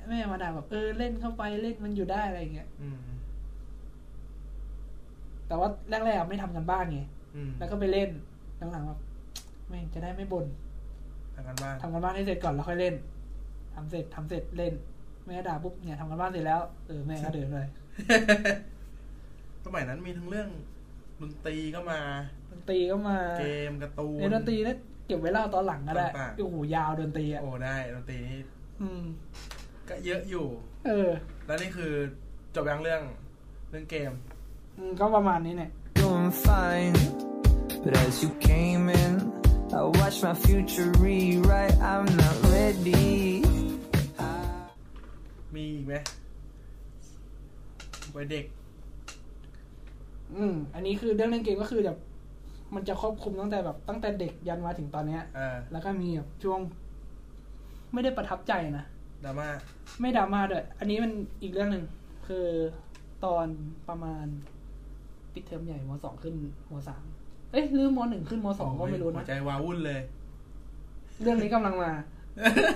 [SPEAKER 3] แม่มาด่าแบบ เออเล่นเข้าไปเล่นมันอยู่ได้อะไรอย่างเงี้ย
[SPEAKER 2] อืม
[SPEAKER 3] แต่ว่าแรกๆอะไม่ทำกันบ้านไง
[SPEAKER 2] อืม
[SPEAKER 3] แล้วก็ไปเล่น หลังๆแบบแม่งจะได้ไม่บ่น
[SPEAKER 2] ทำกันบ้าน
[SPEAKER 3] ทำกันบ้านให้เสร็จก่อนแล้วค่อยเล่นทำเสร็จทำเสร็จเล่น แม่ด่าปุ๊บเนี่ยทำกันบ้านเสร็จแล้ว เออแม่ก็เดินเลย
[SPEAKER 2] (laughs) สมัยนั้นมีทั้งเรื่องดนตรีก็มา
[SPEAKER 3] ดน ตรีก็มา
[SPEAKER 2] เกมการ์ตูน
[SPEAKER 3] ในดนตรีนะเก็บไว้เล่าตอนหลังก็ได้
[SPEAKER 2] ต่างๆ
[SPEAKER 3] โอ้โหยาวดนตรีอ่ะ
[SPEAKER 2] โอ้ได้ดนตรีนี่
[SPEAKER 3] อืม
[SPEAKER 2] ก็เยอะอยู่
[SPEAKER 3] เออ
[SPEAKER 2] แล้วนี่คือจบยังเรื่องเรื่องเกม
[SPEAKER 3] อืมก็ประมาณนี้เนี่ย
[SPEAKER 4] doing fine. But as you came in, I watched my future rewrite. I'm not ready.
[SPEAKER 2] มีอีกไหมวัยเด็ก
[SPEAKER 3] อืม อันนี้คือเรื่องเล่นเกมก็คือแบบมันจะครอบคลุมตั้งแต่แบบตั้งแต่เด็กยันมาถึงตอนเนี้ย
[SPEAKER 2] อ่า
[SPEAKER 3] แล้วก็มีแบบช่วง ไม่ได้ประทับใจนะ
[SPEAKER 2] ดราม่า
[SPEAKER 3] ไม่ดราม่าด้วย อันนี้มันอีกเรื่องหนึ่งคือตอนประมาณปิดเทอมใหญ่มสองขึ้นมสามเอ้ยหรือมหนึ่งขึ้นมสองก็ไม่รู้
[SPEAKER 2] หั
[SPEAKER 3] นะ
[SPEAKER 2] วใจวาวุ่นเลย
[SPEAKER 3] เรื่องนี้กำลังมา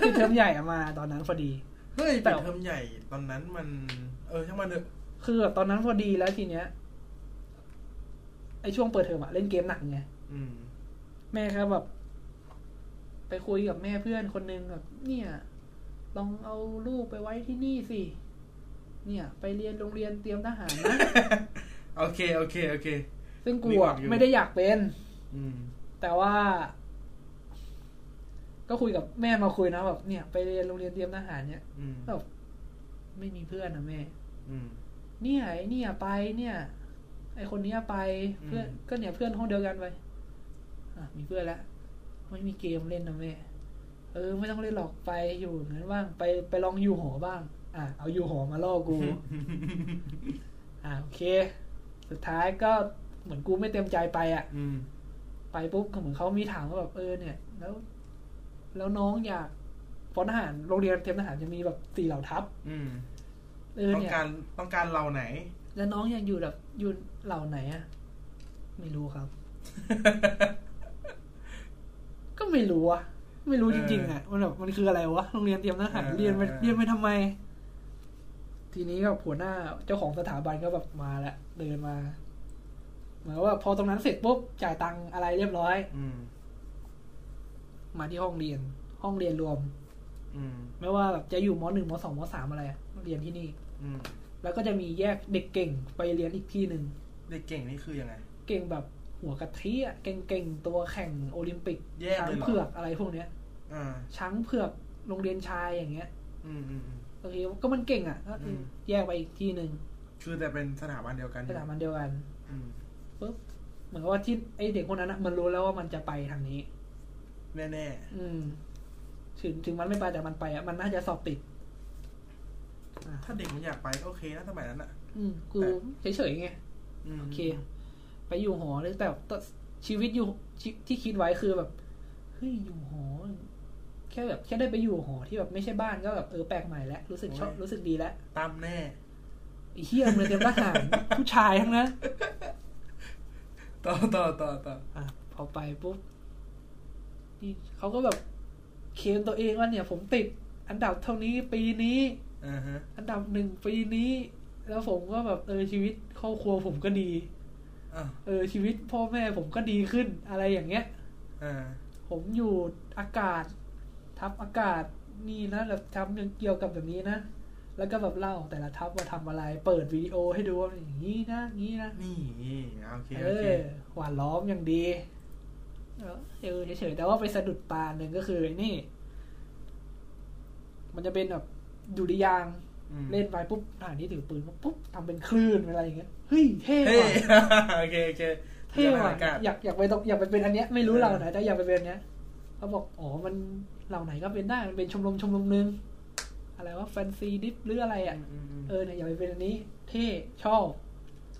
[SPEAKER 3] ปิดเทอมใหญ่อะมาตอนนั้นพอดี
[SPEAKER 2] เฮ้ย
[SPEAKER 3] แต่
[SPEAKER 2] แต่เทอมใหญ่ตอนนั้นมัน เออช่างมันเถอะ
[SPEAKER 3] คือแบบตอนนั้นพอดีแล้วทีเนี้ยไอช่วงเปิดเทอมอะเล่นเกมหนักไง
[SPEAKER 2] อืม
[SPEAKER 3] แม่ครับแบบ ไปคุยกับแม่เพื่อนคนนึงแบบ เนี่ย ลองเอาลูกไปไว้ที่นี่สิ เนี่ย ไปเรียนโรงเรียนเตรียมทหารนะ
[SPEAKER 2] โอเค โอเค โอเค
[SPEAKER 3] ซึ่งกู
[SPEAKER 2] นึกออ
[SPEAKER 3] อะ
[SPEAKER 2] กอยู่
[SPEAKER 3] ไม่ได้อยากเป็น
[SPEAKER 2] อืม
[SPEAKER 3] แต่ว่า ก็คุยกับแม่มาคุยนะแบบเนี่ย ไปเรียนโรงเรียนเตรียมทหารเนี่ย
[SPEAKER 2] อืม
[SPEAKER 3] แบบไม่มีเพื่อนนะแม่
[SPEAKER 2] อืม
[SPEAKER 3] เนี่ยไอเนี่ยไปเนี่ย ไอคนเนี้ยไปเพื่อน
[SPEAKER 2] อืม
[SPEAKER 3] ก็เนี่ยเพื่อนห้องเดียวกันไปอ่ะมีเพื่อนแล้วไม่มีเกมเล่นนะแม่เออ ไม่ต้องเล่นหรอกไปอยู่อย่างนั้นบ้างไปไปลองอยู่หอบ้าง อ่ะเอาอยู่หอมาล่อ
[SPEAKER 2] (laughs)
[SPEAKER 3] กู อ่ะโอเค สุดท้ายก็เหมือนกูไม่เต็มใจไปอ่ะ
[SPEAKER 2] อืม
[SPEAKER 3] ไปปุ๊บก็เหมือนเขามีถามว่าแบบเออเนี่ย แล้ว แล้วน้องอยากพลทหารโรงเรียนเตรียมทหารจะมีแบบสี่เหล่าทัพ
[SPEAKER 2] อืม
[SPEAKER 3] เออ
[SPEAKER 2] ต้อง
[SPEAKER 3] เนี่ย
[SPEAKER 2] การต้องการเราไหน (laughs)
[SPEAKER 3] แล้วน้องยังอยู่แบบอยู่เหล่าไหนอะไม่รู้ครับ ก็ไม่รู้อะไม่รู้จริงๆอะมันแบบมันคืออะไรวะโรงเรียนเตรียมทหาร
[SPEAKER 2] เออ
[SPEAKER 3] เรียนไป
[SPEAKER 2] เออ
[SPEAKER 3] เรียนไปทำไม ทีนี้ก็หัวหน้าเจ้าของสถาบันก็แบบมาละเดินมาเหมือนว่าพอตรงนั้นเสร็จปุ๊บจ่ายตังค์อะไรเรียบร้อย
[SPEAKER 2] อืม
[SPEAKER 3] มาที่ห้องเรียน ห้องเรียนรวม
[SPEAKER 2] อืม
[SPEAKER 3] ไม่ว่าแบบจะอยู่มหนึ่งมสองมสามอะไรอะเรียนที่นี่
[SPEAKER 2] อืม
[SPEAKER 3] แล้วก็จะมีแยกเด็กเก่งไปเรียนอีกที่หนึ่ง
[SPEAKER 2] เด็กเก่งนี่คือยังไง
[SPEAKER 3] เก่งแบบหัวกะทิอะเก่งๆ ตัวแข่งโอลิมปิก
[SPEAKER 2] แยก
[SPEAKER 3] ช้าง
[SPEAKER 2] เลยเหรอ
[SPEAKER 3] เผือกอะไรพวกเนี้ย
[SPEAKER 2] อ่า
[SPEAKER 3] ช้างเผือกโรงเรียนชายอย่างเงี้ย
[SPEAKER 2] อืมอืมอืม
[SPEAKER 3] โอเคก็มันเก่งอ่ะก็คืออ
[SPEAKER 2] ม
[SPEAKER 3] แยกไปอีกที่หนึ่ง
[SPEAKER 2] คือแต่เป็นสถาบันเดียวกัน
[SPEAKER 3] สถาบันเดียวกัน
[SPEAKER 2] อืม
[SPEAKER 3] ปุ๊บเหมือนกับว่าที่ไอเด็กคนนั้นอะมันรู้แล้วว่ามันจะไปทางนี้
[SPEAKER 2] แน่แน่
[SPEAKER 3] อืม ถึงถึงมันไม่ไปแต่มันไปอ่ะมันน่าจะสอบติดอ่ะ
[SPEAKER 2] ๆถ้าเด็กมันอยากไปก็โอเคนะสมัยนั้นอ่ะ
[SPEAKER 3] อืมกูเฉยๆไง
[SPEAKER 2] ม
[SPEAKER 3] โอเค ไปอยู่หอเลยแต่ตชีวิตอยู่ชีที่คิดไว้คือแบบเฮ้ยอยู่หอ แค่แบบแค่ได้ไปอยู่หอที่แบบไม่ใช่บ้านก็แบบเออแปลกใหม่แล้วรู้สึกชอบรู้สึกดีแล้ว
[SPEAKER 2] ตามแน่
[SPEAKER 3] ไอ้เฮียมันเต็มทหาร ผู้ชายทั้งนั้น
[SPEAKER 2] ต่อต่อต่อต่อ
[SPEAKER 3] อ่ะพอไปปุ๊บนี่เขาก็แบบเคลมตัวเองว่าเนี่ย ผมติด อันดับเท่านี้ปีนี้
[SPEAKER 2] อ่าฮะ
[SPEAKER 3] อันดับหนึ่งปีนี้ แล้วผมก็แบบเออชีวิตครอบครัวผมก็ดี
[SPEAKER 2] อ่า
[SPEAKER 3] เออชีวิตพ่อแม่ผมก็ดีขึ้นอะไรอย่างเงี้ย
[SPEAKER 2] อ่า
[SPEAKER 3] ผมอยู่อากาศ ทับอากาศนี่นะแบบทับเกี่ยวกับแบบนี้นะ แล้วก็แบบเล่าแต่ละทับว่าทำอะไร เปิดวิดีโอให้ดูว่าอย่างนี้นะอย่างนี้นะ
[SPEAKER 2] นี่โอเค
[SPEAKER 3] เอ
[SPEAKER 2] โอเค
[SPEAKER 3] อหวานล้อมอย่างดีเออเฉยๆแต่ว่าไปสะดุดตาหนึ่งก็คือไอ้นี่ มันจะเป็นแบบดุริยางค์
[SPEAKER 2] อืม
[SPEAKER 3] เล่นไปปุ๊บอ่านี่ถือปืนปุ๊บทำเป็นคลื่นเป็นอะไรอย่างเงี้ยเฮ้ยเท่
[SPEAKER 2] เฮ้ย
[SPEAKER 3] ว่ะ
[SPEAKER 2] (laughs) โอเคโอเค
[SPEAKER 3] เท่ว่ะ
[SPEAKER 2] อากาศ
[SPEAKER 3] อยากอยากไปตรงอยากไปเป็นอันเนี้ยไม่รู้
[SPEAKER 2] เออ
[SPEAKER 3] เราไหนแต่อยากไปเป็นอันเนี้ยเขาบอกอ๋อมันเหล่าไหนก็เป็นได้มันเป็นชมรมชมรมหนึง อะไรว่าแฟนซีดิฟหรืออะไรอ่ะ
[SPEAKER 2] อืมอืมอืม
[SPEAKER 3] เออเนี่ยอยากไปเป็นอันนี้ เท่ชอบ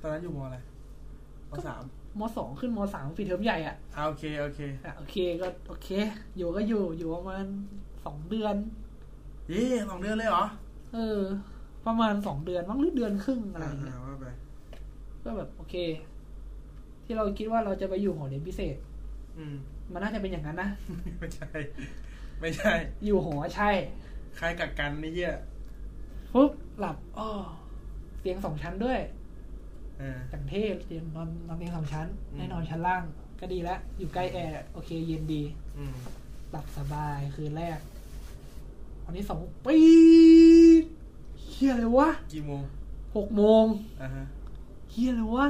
[SPEAKER 2] ตอนนั้นอยู่มอะไรมสาม
[SPEAKER 3] มสองขึ้นมสามปีเทอมใหญ่อ่ะ
[SPEAKER 2] อ่าโอเคโอเค
[SPEAKER 3] อ่ะโอเคก็โอเค อยู่ก็อยู่อยู่ประมาณสองเดือน
[SPEAKER 2] เย้สองเดือนเลยเหรอ
[SPEAKER 3] เออ ประมาณสองเดือนมั้งหรือเดือนครึ่งอะไร
[SPEAKER 2] อ่า
[SPEAKER 3] อย่างเงี้ย
[SPEAKER 2] อ่าว่าไป
[SPEAKER 3] ก็แบบโอเค ที่เราคิดว่าเราจะไปอยู่หอเรียนพิเศษ
[SPEAKER 2] อืม (laughs)
[SPEAKER 3] มันน่าจะเป็นอย่างนั้นนะ
[SPEAKER 2] ไม่ใช่ ไม่ใช่
[SPEAKER 3] อยู่หอใช่
[SPEAKER 2] ใครกักกันนี่เหี้ย
[SPEAKER 3] ปุ๊บหลับอ้อเตียงสองชั้นด้วย
[SPEAKER 2] เออ
[SPEAKER 3] จังเท่เตียงนอนนอนเตียงสองชั้น
[SPEAKER 2] อืม
[SPEAKER 3] ได้นอนชั้นล่าง ก็ดีแล้ว อยู่ใกล้แอร์ โอเค เย็นดี
[SPEAKER 2] อืม
[SPEAKER 3] หลับสบายคืนแรก วันที่สองปีดเฮียเลยวะ
[SPEAKER 2] กี่โมง
[SPEAKER 3] หกโมง
[SPEAKER 2] อ่าฮะ
[SPEAKER 3] เฮียเลยวะ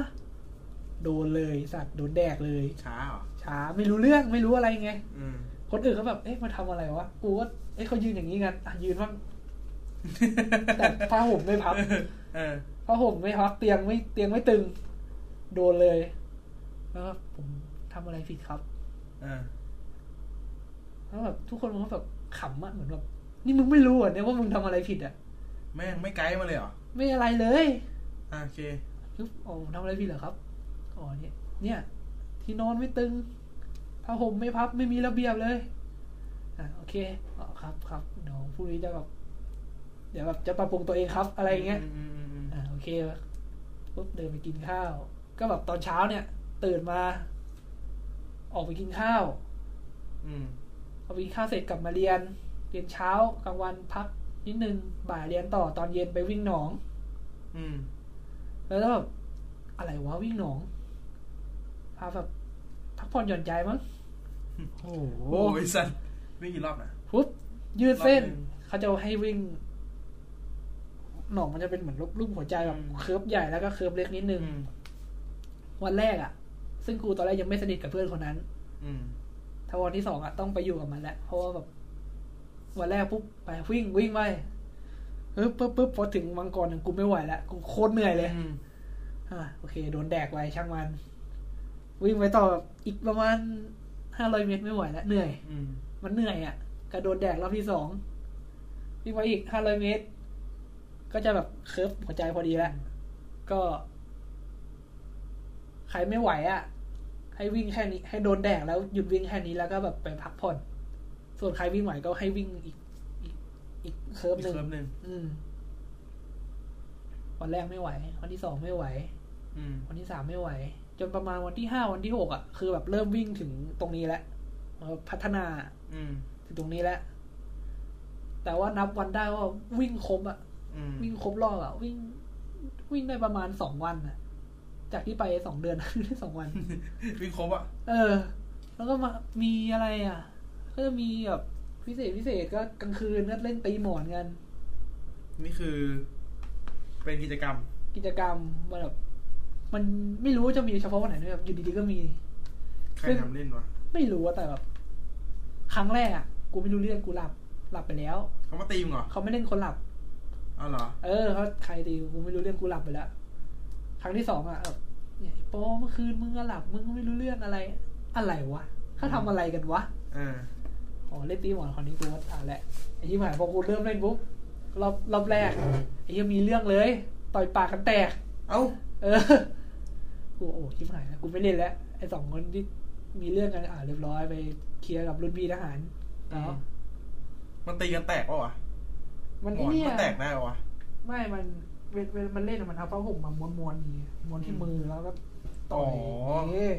[SPEAKER 3] โดนเลยสัตว์โดนแดกเลย
[SPEAKER 2] ช้าเหรอ
[SPEAKER 3] ช้าไม่รู้เรื่องไม่รู้อะไรไง
[SPEAKER 2] อืม
[SPEAKER 3] คนอื่นเขาแบบ เอ๊ะมาทำอะไรวะ กูว่าเอ๊ะเขายืนอย่างนี้กันอ่ะยืนบ้าง แต่ผ้าห่มไม่พับ
[SPEAKER 2] (laughs) เออ
[SPEAKER 3] ผ้าห่มไม่พับเตียงไม่เตียงไม่ตึง โดนเลย แล้วก็ผมทำอะไรผิดครับ
[SPEAKER 2] เออ
[SPEAKER 3] แล้วแบบทุกคนมันก็แบบขำอะเหมือนแบบนี่มึงไม่รู้เหรอเนี่ยว่ามึงทำอะไรผิดอะ
[SPEAKER 2] แม่งไม่ไกด์มาเลยเหรอ
[SPEAKER 3] ไม่อะไรเลย
[SPEAKER 2] อ่ะโอเค
[SPEAKER 3] ฮึบอ๋อผมทำอะไรผิดเหรอครับอ๋อเนี่ย เนี่ย ที่นอนไม่ตึงผ้าห่มไม่พับไม่มีระเบียบเลยอ่ะโอเคอ๋อครับครับเดี๋ยวพรุ่งนี้จะแบบเดี๋ยวแบบจะปรับปรุงตัวเองครับ อะไรอย่างเงี้ย
[SPEAKER 2] มอืมอืมอืม
[SPEAKER 3] อ่าโอเคปุ๊บเดินไปกินข้าว ก็แบบตอนเช้าเนี่ย ตื่นมา ออกไปกินข้าว
[SPEAKER 2] อืม
[SPEAKER 3] พอไปกินข้าวเสร็จกลับมาเรียน เรียนเช้ากลางวันพักนิดนึงบ่ายเรียนต่อตอนเย็นไปวิ่งหนอง
[SPEAKER 2] อืม
[SPEAKER 3] แล้วก็แบบอะไรวะวิ่งหนองพาแบบพักผ่อนหย่อนใจมั้งโอ้โห
[SPEAKER 2] โอ้ยสัตว์วิ่งกี่รอบนะ
[SPEAKER 3] ปุ๊บยืดเส้น
[SPEAKER 2] รอบหนึ่ง
[SPEAKER 3] เขาจะให้วิ่ง หนองมันจะเป็นเหมือนรูปหัวใจแบบ
[SPEAKER 2] อืม
[SPEAKER 3] เคิร์ฟใหญ่แล้วก็เคิร์ฟเล็กนิดนึง
[SPEAKER 2] อืม
[SPEAKER 3] วันแรกอะ่ะ ซึ่งกูตอนแรกยังไม่สนิทกับเพื่อนคนนั้น
[SPEAKER 2] อืม
[SPEAKER 3] ถ้าวันที่สองอะ่ะต้องไปอยู่กับมันแหละเพราะว่าแบบวันแรกปุ๊บไปวิ่งวิ่งไปปึ๊บปึ๊บปึ๊บพอถึงมังกรหนึ่งกูไม่ไหวแล้วกูโคตรเหนื่อยเลย
[SPEAKER 2] อืม
[SPEAKER 3] อ่ะโอเค โดนแดกไว้ช่างมัน วิ่งไปต่ออีกประมาณห้าร้อยเมตรไม่ไหวแล้วเหนื่อย
[SPEAKER 2] อืม
[SPEAKER 3] มันเหนื่อยอะ่ะก็โดนแดกรอบที่สองวิ่งไปอีกห้าร้อยเมตร ก็จะแบบเคิร์ฟหัวใจพอดีแล้ว ก็ ใครไม่ไหวอะ่ะ ให้วิ่งแค่นี้ ให้โดนแดกแล้วหยุดวิ่งแค่นี้แล้วก็แบบไปพักผ่อน ส่วนใครวิ่งไหวก็ให้วิ่งอีก อีกอีกเคิร์ฟ
[SPEAKER 2] อีก
[SPEAKER 3] หนึ่ง
[SPEAKER 2] เคิร์ฟหนึ่ง
[SPEAKER 3] อืมวันแรกไม่ไหว วันที่สองไม่ไหว
[SPEAKER 2] อืม
[SPEAKER 3] วันที่สามไม่ไหว จนประมาณวันที่ห้าวันที่หกอ่ะ คือแบบเริ่มวิ่งถึงตรงนี้แล้วเออพัฒนา
[SPEAKER 2] อืม
[SPEAKER 3] ถึงตรงนี้แล้ว แต่ว่านับวันได้ว่าวิ่งครบอะ
[SPEAKER 2] อืม
[SPEAKER 3] วิ่งครบรอบอะวิ่ง วิ่งได้ประมาณสองวันอะจากที่ไปสองเดือน (laughs) ได้สองวัน
[SPEAKER 2] วิ่งครบอ่ะ
[SPEAKER 3] เออ แล้วก็มามีอะไรอะก็จะมีแบบพิเศษพิเศษก็กลางคืนก็เล่นตีหมอนกัน
[SPEAKER 2] นี่คือ เป็นกิจกรรม
[SPEAKER 3] กิจกรรมมันแบบมันไม่รู้ว่าจะมีเฉพาะวันไหนด้วยแบบอยู่ดีๆก็มี
[SPEAKER 2] ใครทำเล่นวะ
[SPEAKER 3] ไม่รู้ว่าแต่แบบ ครั้งแรกอะกูไม่รู้เรื่องกูหลับ หลับไปแล้ว
[SPEAKER 2] เขามาตีมงเหรอ
[SPEAKER 3] เขาไม่เล่นคนหลับ
[SPEAKER 2] เอาเหรอ
[SPEAKER 3] เออเขาใครตีกูไม่รู้เรื่องกูหลับไปแล้วครั้งที่สองอ่ะแบบเนี่ยไอ้โป้เมื่อคืนมึงก็หลับมึงก็ไม่รู้เรื่องอะไร อะไรวะเขาทำอะไรกันวะ
[SPEAKER 2] เออ
[SPEAKER 3] อ๋อเล่นตีหมอนคราวนี้กูว่าตายแหละไอ้ที่หมายพอกูเริ่มเล่นปุ๊บรอบรอบแรกไอ้ยังมีเรื่องเลย ต่อยปากกันแตก
[SPEAKER 2] เอ้า
[SPEAKER 3] เออกูโอ้ชิบหายแล้วกูไม่เล่นแล้วไอ้สองคนที่มีเรื่องกันอ่าเรียบร้อยไปเคลียร์กับรุ่นพี่ทหารแล้ว
[SPEAKER 2] มันตีกันแตกปะวะ
[SPEAKER 3] มัน
[SPEAKER 2] หมอน
[SPEAKER 3] เนี่ย
[SPEAKER 2] มันแตกได้ปะวะ
[SPEAKER 3] ไม่มันเวลเวลมันเล่นอะมันเอาผ้าห่มมาม้วนๆอย่างเงี้ยม้วนที่
[SPEAKER 2] อืม
[SPEAKER 3] มือแล้วก็ต่อย
[SPEAKER 2] อ๋ออ
[SPEAKER 3] ย่างเงี้ย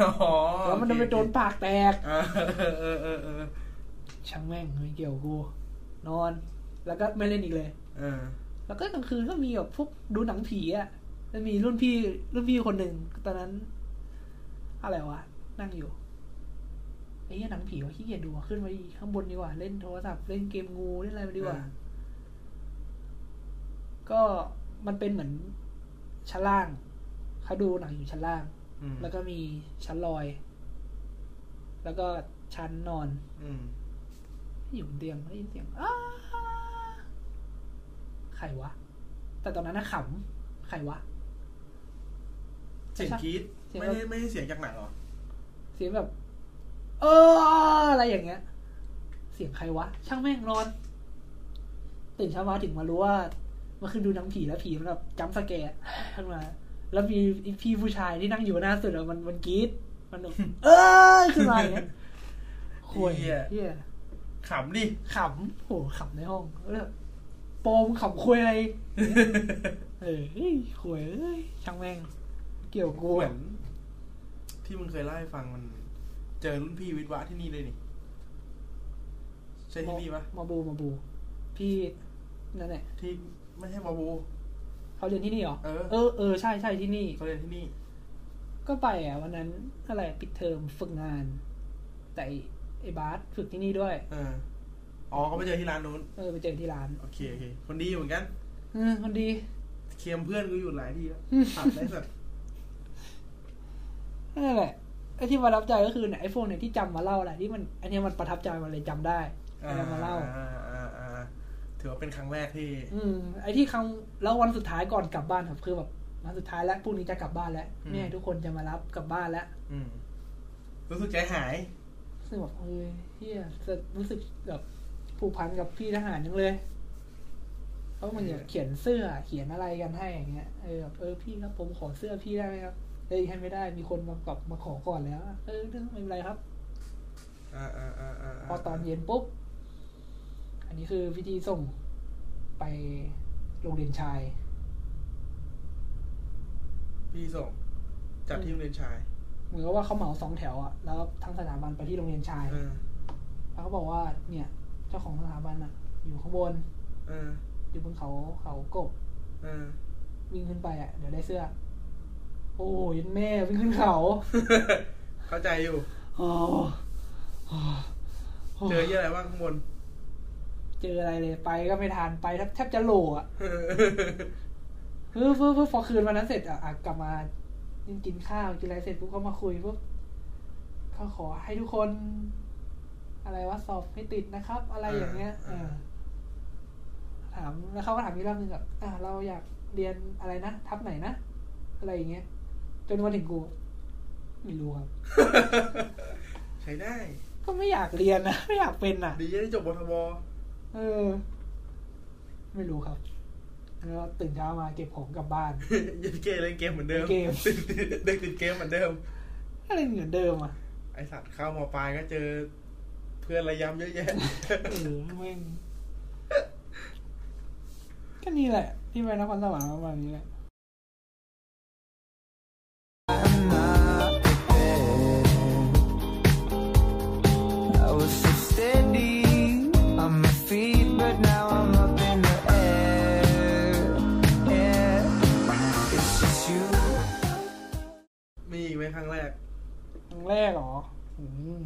[SPEAKER 2] อ๋อ
[SPEAKER 3] แล้วมันจะไปโดนปากแตก
[SPEAKER 2] เออเออเออเออ
[SPEAKER 3] ช่างแม่งไม่เกี่ยวกู นอน แล้วก็ไม่เล่นอีกเลย
[SPEAKER 2] เออ
[SPEAKER 3] แล้วก็กลางคืนก็มีแบบพวกดูหนังผีอ่ะแล้วมีรุ่นพี่รุ่นพี่คนหนึ่งตอนนั้น อะไรวะนั่งอยู่ไอ้เหี้ยหนังผีวะขี้เกียจดูอะขึ้นไปข้างบนดีกว่าเล่นโทรศัพท์เล่นเกมงูเล่นอะไรไปดีกว่า ก็มันเป็นเหมือนชั้นล่างเขาดูหนังอยู่ชั้นล่าง
[SPEAKER 2] อืม
[SPEAKER 3] แล้วก็มีชั้นลอย แล้วก็ชั้นนอน
[SPEAKER 2] อืม
[SPEAKER 3] อยู่บนเตียงได้ยินเสียงอ้าใครวะ แต่ตอนนั้นน่ะขำใครวะ
[SPEAKER 2] เสียงกรีด
[SPEAKER 3] เสียง
[SPEAKER 2] ไม่ได้ไม่ได้เสียงจากหนังเหรอ
[SPEAKER 3] เสียงแบบ เอออะไรอย่างเงี้ย เสียงใครวะ ช่างแม่งนอน ตื่นเช้ามาถึงมารู้ว่าเมันคือดูหนังผีแล้วผีมันแบบจัมป์สแกร์ขึ้นมา แล้วมีอีกพี่ผู้ชายที่นั่งอยู่หน้าสุดอะมันมันกรี๊ดมัน
[SPEAKER 2] (laughs)
[SPEAKER 3] แบบเออขึ้นมาอย่างเงี้ยข่วยเฮีย
[SPEAKER 2] ขำดิ (laughs)
[SPEAKER 3] ขำโหขำในห้องแล้วแบบโปมขำคุยอะไร เออเฮ้ยคุยเอ้ยช่างแม่ง เกี่ยวกู
[SPEAKER 2] เหมือนที่มึงเคยเล่าให้ฟังมัน เจอรุ่นพี่วิทวะที่นี่เลยนี่ ใช่ที่นี่ปะ
[SPEAKER 3] มาบูมาบู พี่นั่นแหละ
[SPEAKER 2] ที่ไม่ใช่บาบู
[SPEAKER 3] เขาเรียนที่นี่เหรอ
[SPEAKER 2] เออ
[SPEAKER 3] เออเออใช่ใช่ที่นี่
[SPEAKER 2] เขาเรียนที่นี่
[SPEAKER 3] ก็ไปอ่ะวันนั้นอะไรปิดเทอมฝึกงาน แต่ไอ้ไอ้บาสฝึกที่นี่ด้วย
[SPEAKER 2] เอออ๋อก็ไปเจอที่ร้านนู้น
[SPEAKER 3] เออไปเจอที่ร้าน
[SPEAKER 2] โอเคโอเค คนดีเหมือนกัน
[SPEAKER 3] เออคนดี
[SPEAKER 2] เคลียมเพื่อนกูอยู่หลายที่แล้ว
[SPEAKER 3] อืม
[SPEAKER 2] ผัดได้สัตว์
[SPEAKER 3] นั่นแหละไอ้ที่ประทับใจก็คือเนี่ยไอ้พวกเนี่ยที่จำมาเล่าแหละที่มันอันเนี้ยมันประทับใจมันเลยจำได้มันเลยมาเล่า
[SPEAKER 2] อ่อ่าอ่าถือว่าเป็นครั้งแรกที่
[SPEAKER 3] อืมไอ้ที่ครั้งแล้ววันสุดท้ายก่อนกลับบ้านครับ คือแบบวันสุดท้ายแล้วพรุ่งนี้จะกลับบ้านแล้ว
[SPEAKER 2] อืม
[SPEAKER 3] เนี่ยทุกคนจะมารับกลับบ้านแล้ว
[SPEAKER 2] อืมรู้สึกใจหาย
[SPEAKER 3] รู้สึกแบบเฮ้ยเฮียจะรู้สึกแบบผูกพันกับพี่ทหารยังเลยเพราะมันอย่างเขียนเสื้อเขียนอะไรกันให้อย่างเงี้ยเออแบบเออพี่ครับผมขอเสื้อพี่ได้ไหมครับเอ้ยให้ไม่ได้มีคนมากลับมาขอก่อนแล้ว เออเรื่องไม่เป็นไรครับ
[SPEAKER 2] อ่าอ่าอ่าอ่า
[SPEAKER 3] พอตอนเย็นปุ๊บ อันนี้คือพิธีส่งไปโรงเรียนชาย
[SPEAKER 2] พี่ส่งจับที่โรงเรียนชาย
[SPEAKER 3] เหมือนกับว่าเขาเหมาสองแถวอะแล้วทั้งสถาบันไปที่โรงเรียนชาย
[SPEAKER 2] เออ
[SPEAKER 3] แล้วเขาบอกว่าเนี่ย เจ้าของสถาบันอะอยู่ข้างบน
[SPEAKER 2] เออ
[SPEAKER 3] อยู่บนเขาเขากบ
[SPEAKER 2] เออ
[SPEAKER 3] วิ่งขึ้นไปอะเดี๋ยวได้เสื้อ โอ้ยแม่วิ่งขึ้น
[SPEAKER 2] (laughs)
[SPEAKER 3] เขา
[SPEAKER 2] (laughs) เข้าใจอยู่
[SPEAKER 3] โอ้โอ้โอ้
[SPEAKER 2] เจอเยอะอะไรบ้างข้างบน (laughs)
[SPEAKER 3] เจออะไรเลยไปก็ไม่ทันไปแทบแทบจะโหลอะเฮ้ยเฮ้ยเฮ้ยพอคืนวันนั้นเสร็จอะอะกลับมากินกินข้าวกินอะไรเสร็จปุ๊บก็มาคุยปุ๊บเขาขอให้ทุกคน อะไรว่าสอบไม่ติดนะครับ อะไรอย่างเงี้ยเออ ถามแล้วเขาก็ถามอีกรอบหนึงแบบอ่าเราอยากเรียนอะไรนะ ทับไหนนะ อะไรอย่างเงี้ย จนวันถึงกู ไม่รู้ครับ
[SPEAKER 2] ใช้ได้
[SPEAKER 3] ก็ไม่อยากเรียนนะ (laughs) ไม่อยากเป็นอ่ะ
[SPEAKER 2] ดีจะได้จบบทบ (laughs)
[SPEAKER 3] เออ ไม่รู้ครับ แล้วก็ตื่นเช้ามาเก็บของกลับบ้าน
[SPEAKER 2] ยันเกมเล่นเกมเหมือนเดิม
[SPEAKER 3] เล่นเกม
[SPEAKER 2] เด็กติ (laughs) ดเกมเหมือนเดิม
[SPEAKER 3] อะไรเหมือนเดิมอ่ะ
[SPEAKER 2] ไอสัตว์เข้ามอปลายก็เจอ เพื่อนระยำเยอะแยะ (laughs)
[SPEAKER 3] เออแม่งก็นี่แหละ ที่ไปนครสวรรค์ประมาณนี้แหละ
[SPEAKER 4] I'm not prepared. I was so steady on my feet, but now I'm up in the air. Yeah. It's just you.
[SPEAKER 2] มีอีกไหมครั้งแรก
[SPEAKER 3] ครั้งแรกเหรออืม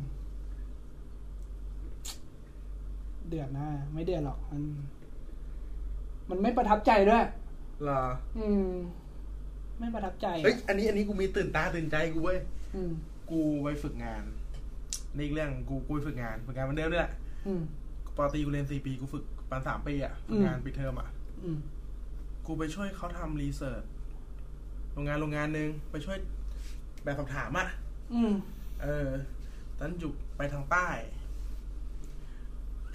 [SPEAKER 3] เดือดนะ ไม่เดือดหรอก มัน มันไม่ประทับใจด้วย
[SPEAKER 2] เหรอ
[SPEAKER 3] อืม ไม่ประทับใจอะ
[SPEAKER 2] เฮ้ย อันนี้อันนี้กูมีตื่นตาตื่นใจกูเว้ย
[SPEAKER 3] อืม
[SPEAKER 2] กูไปฝึกงานนี่อีกเรื่องกูกูไปฝึกงานฝึกงานเหมันเดิมนี่แหละ
[SPEAKER 3] อืม
[SPEAKER 2] ปกติกูเรียนสี่ปีกูฝึกประมาณสามปีอะฝึกงานปีเทอมอะ
[SPEAKER 3] อืม
[SPEAKER 2] กูไปช่วยเขาทำรีเสิร์ชโรงงานโรงงานหนึ่งไปช่วยแบบสอบถามอะ
[SPEAKER 3] อืม
[SPEAKER 2] เออตอนนั้นอยู่ไปทางใต้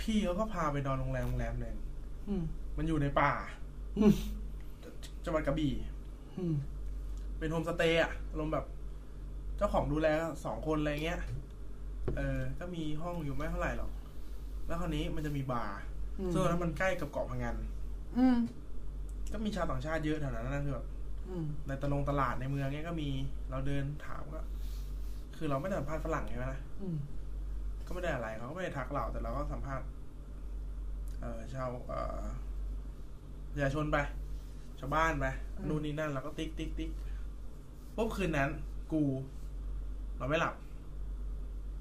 [SPEAKER 2] พี่เขาก็พาไปนอนโรงแรมโรงแรมหนึ่ง
[SPEAKER 3] อืม
[SPEAKER 2] มันอยู่ในป่า
[SPEAKER 3] อืม
[SPEAKER 2] จังหวัดกระบี่
[SPEAKER 3] อืม
[SPEAKER 2] เป็นโฮมสเตย์อะอารมณ์แบบ เจ้าของดูแลสองคนอะไรเงี้ย เออ ก็มีห้องอยู่ไม่เท่าไหร่หรอก แล้วคราวนี้มันจะมีบาร์
[SPEAKER 3] อืม
[SPEAKER 2] ซึ่งตอนนั้นมันใกล้กับเกาะพังงาน
[SPEAKER 3] อืม
[SPEAKER 2] ก็มีชาวต่างชาติเยอะแถวนั้นนะคือแบบ
[SPEAKER 3] อืม
[SPEAKER 2] ในตะลงตลาดในเมืองเนี้ยก็มีเราเดินถามก็ คือเราไม่ได้สัมภาษณ์ฝรั่งใช่ไหมล่ะ
[SPEAKER 3] อืม
[SPEAKER 2] ก็ไม่ได้อะไรเขาก็ไม่ได้ทักเราแต่เราก็สัมภาษณ์ เออชาวเออประชาชนไป ชาวบ้านไป
[SPEAKER 3] อืม
[SPEAKER 2] นู่นนี่นั่นเราก็ติ๊กติ๊กติ๊กปุ๊บคืนนั้น กู เราไม่หลับ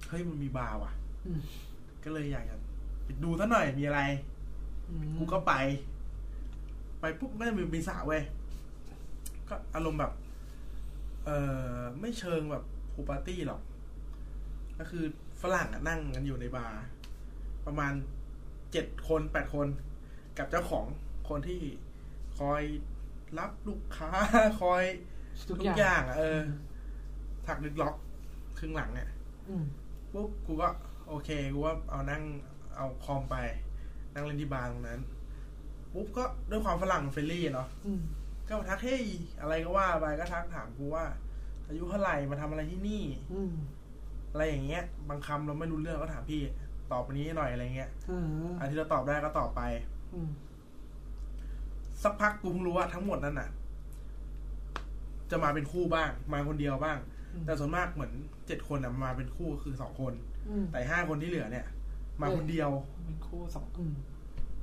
[SPEAKER 2] เฮ้ยมันมีบาร์ว่ะ
[SPEAKER 3] อืม
[SPEAKER 2] ก็เลยอยากจะไปดูซะหน่อยมีอะไร
[SPEAKER 3] อืม
[SPEAKER 2] กูก็ไป ไปปุ๊บไม่ได้มีมีสระเว้ยก็อารมณ์แบบ เออไม่เชิงแบบพูลปาร์ตี้หรอก ก็คือฝรั่งอะนั่งกันอยู่ในบาร์ประมาณเจ็ดคนแปดคน กับเจ้าของคนที่คอยรับลูกค้า (laughs) คอย
[SPEAKER 3] ทุก
[SPEAKER 2] ทุ
[SPEAKER 3] อก ย่าง
[SPEAKER 2] อย่างอะเออถักดึกล็อกครึ่งหลังเนี่ย
[SPEAKER 3] อืม
[SPEAKER 2] ปุ๊บกูก็โอเคกูว่าเอานั่งเอาคอมไป นั่งเล่นที่บาร์ตรงนั้นปุ๊บก็ด้วยความฝรั่งเฟรนลี่อะเนาะ
[SPEAKER 3] อืม
[SPEAKER 2] ก็มาทักเฮ้ยอะไรก็ว่าไปก็ทักถามกูว่า อายุเท่าไหร่มาทำอะไรที่นี่
[SPEAKER 3] อืม
[SPEAKER 2] อะไรอย่างเงี้ย บางคำเราไม่รู้เรื่องก็ถามพี่ตอบวันนี้หน่อยอะไรเงี้ย
[SPEAKER 3] เออ
[SPEAKER 2] อันที่เราตอบได้ก็ตอบไป
[SPEAKER 3] อืม
[SPEAKER 2] สักพักกูเพิ่งรู้ว่าทั้งหมดนั่นน่ะ จะมาเป็นคู่บ้าง มาคนเดียวบ้าง
[SPEAKER 3] อืม
[SPEAKER 2] แต่ส่วนมากเหมือนเจ็ดคนน่ะมาเป็นคู่ก็คือสองคน
[SPEAKER 3] อืม
[SPEAKER 2] แต่ห้าคนที่เหลือเนี่ย มา
[SPEAKER 3] เออ
[SPEAKER 2] คนเดียว
[SPEAKER 3] เป็นคู่สองอืม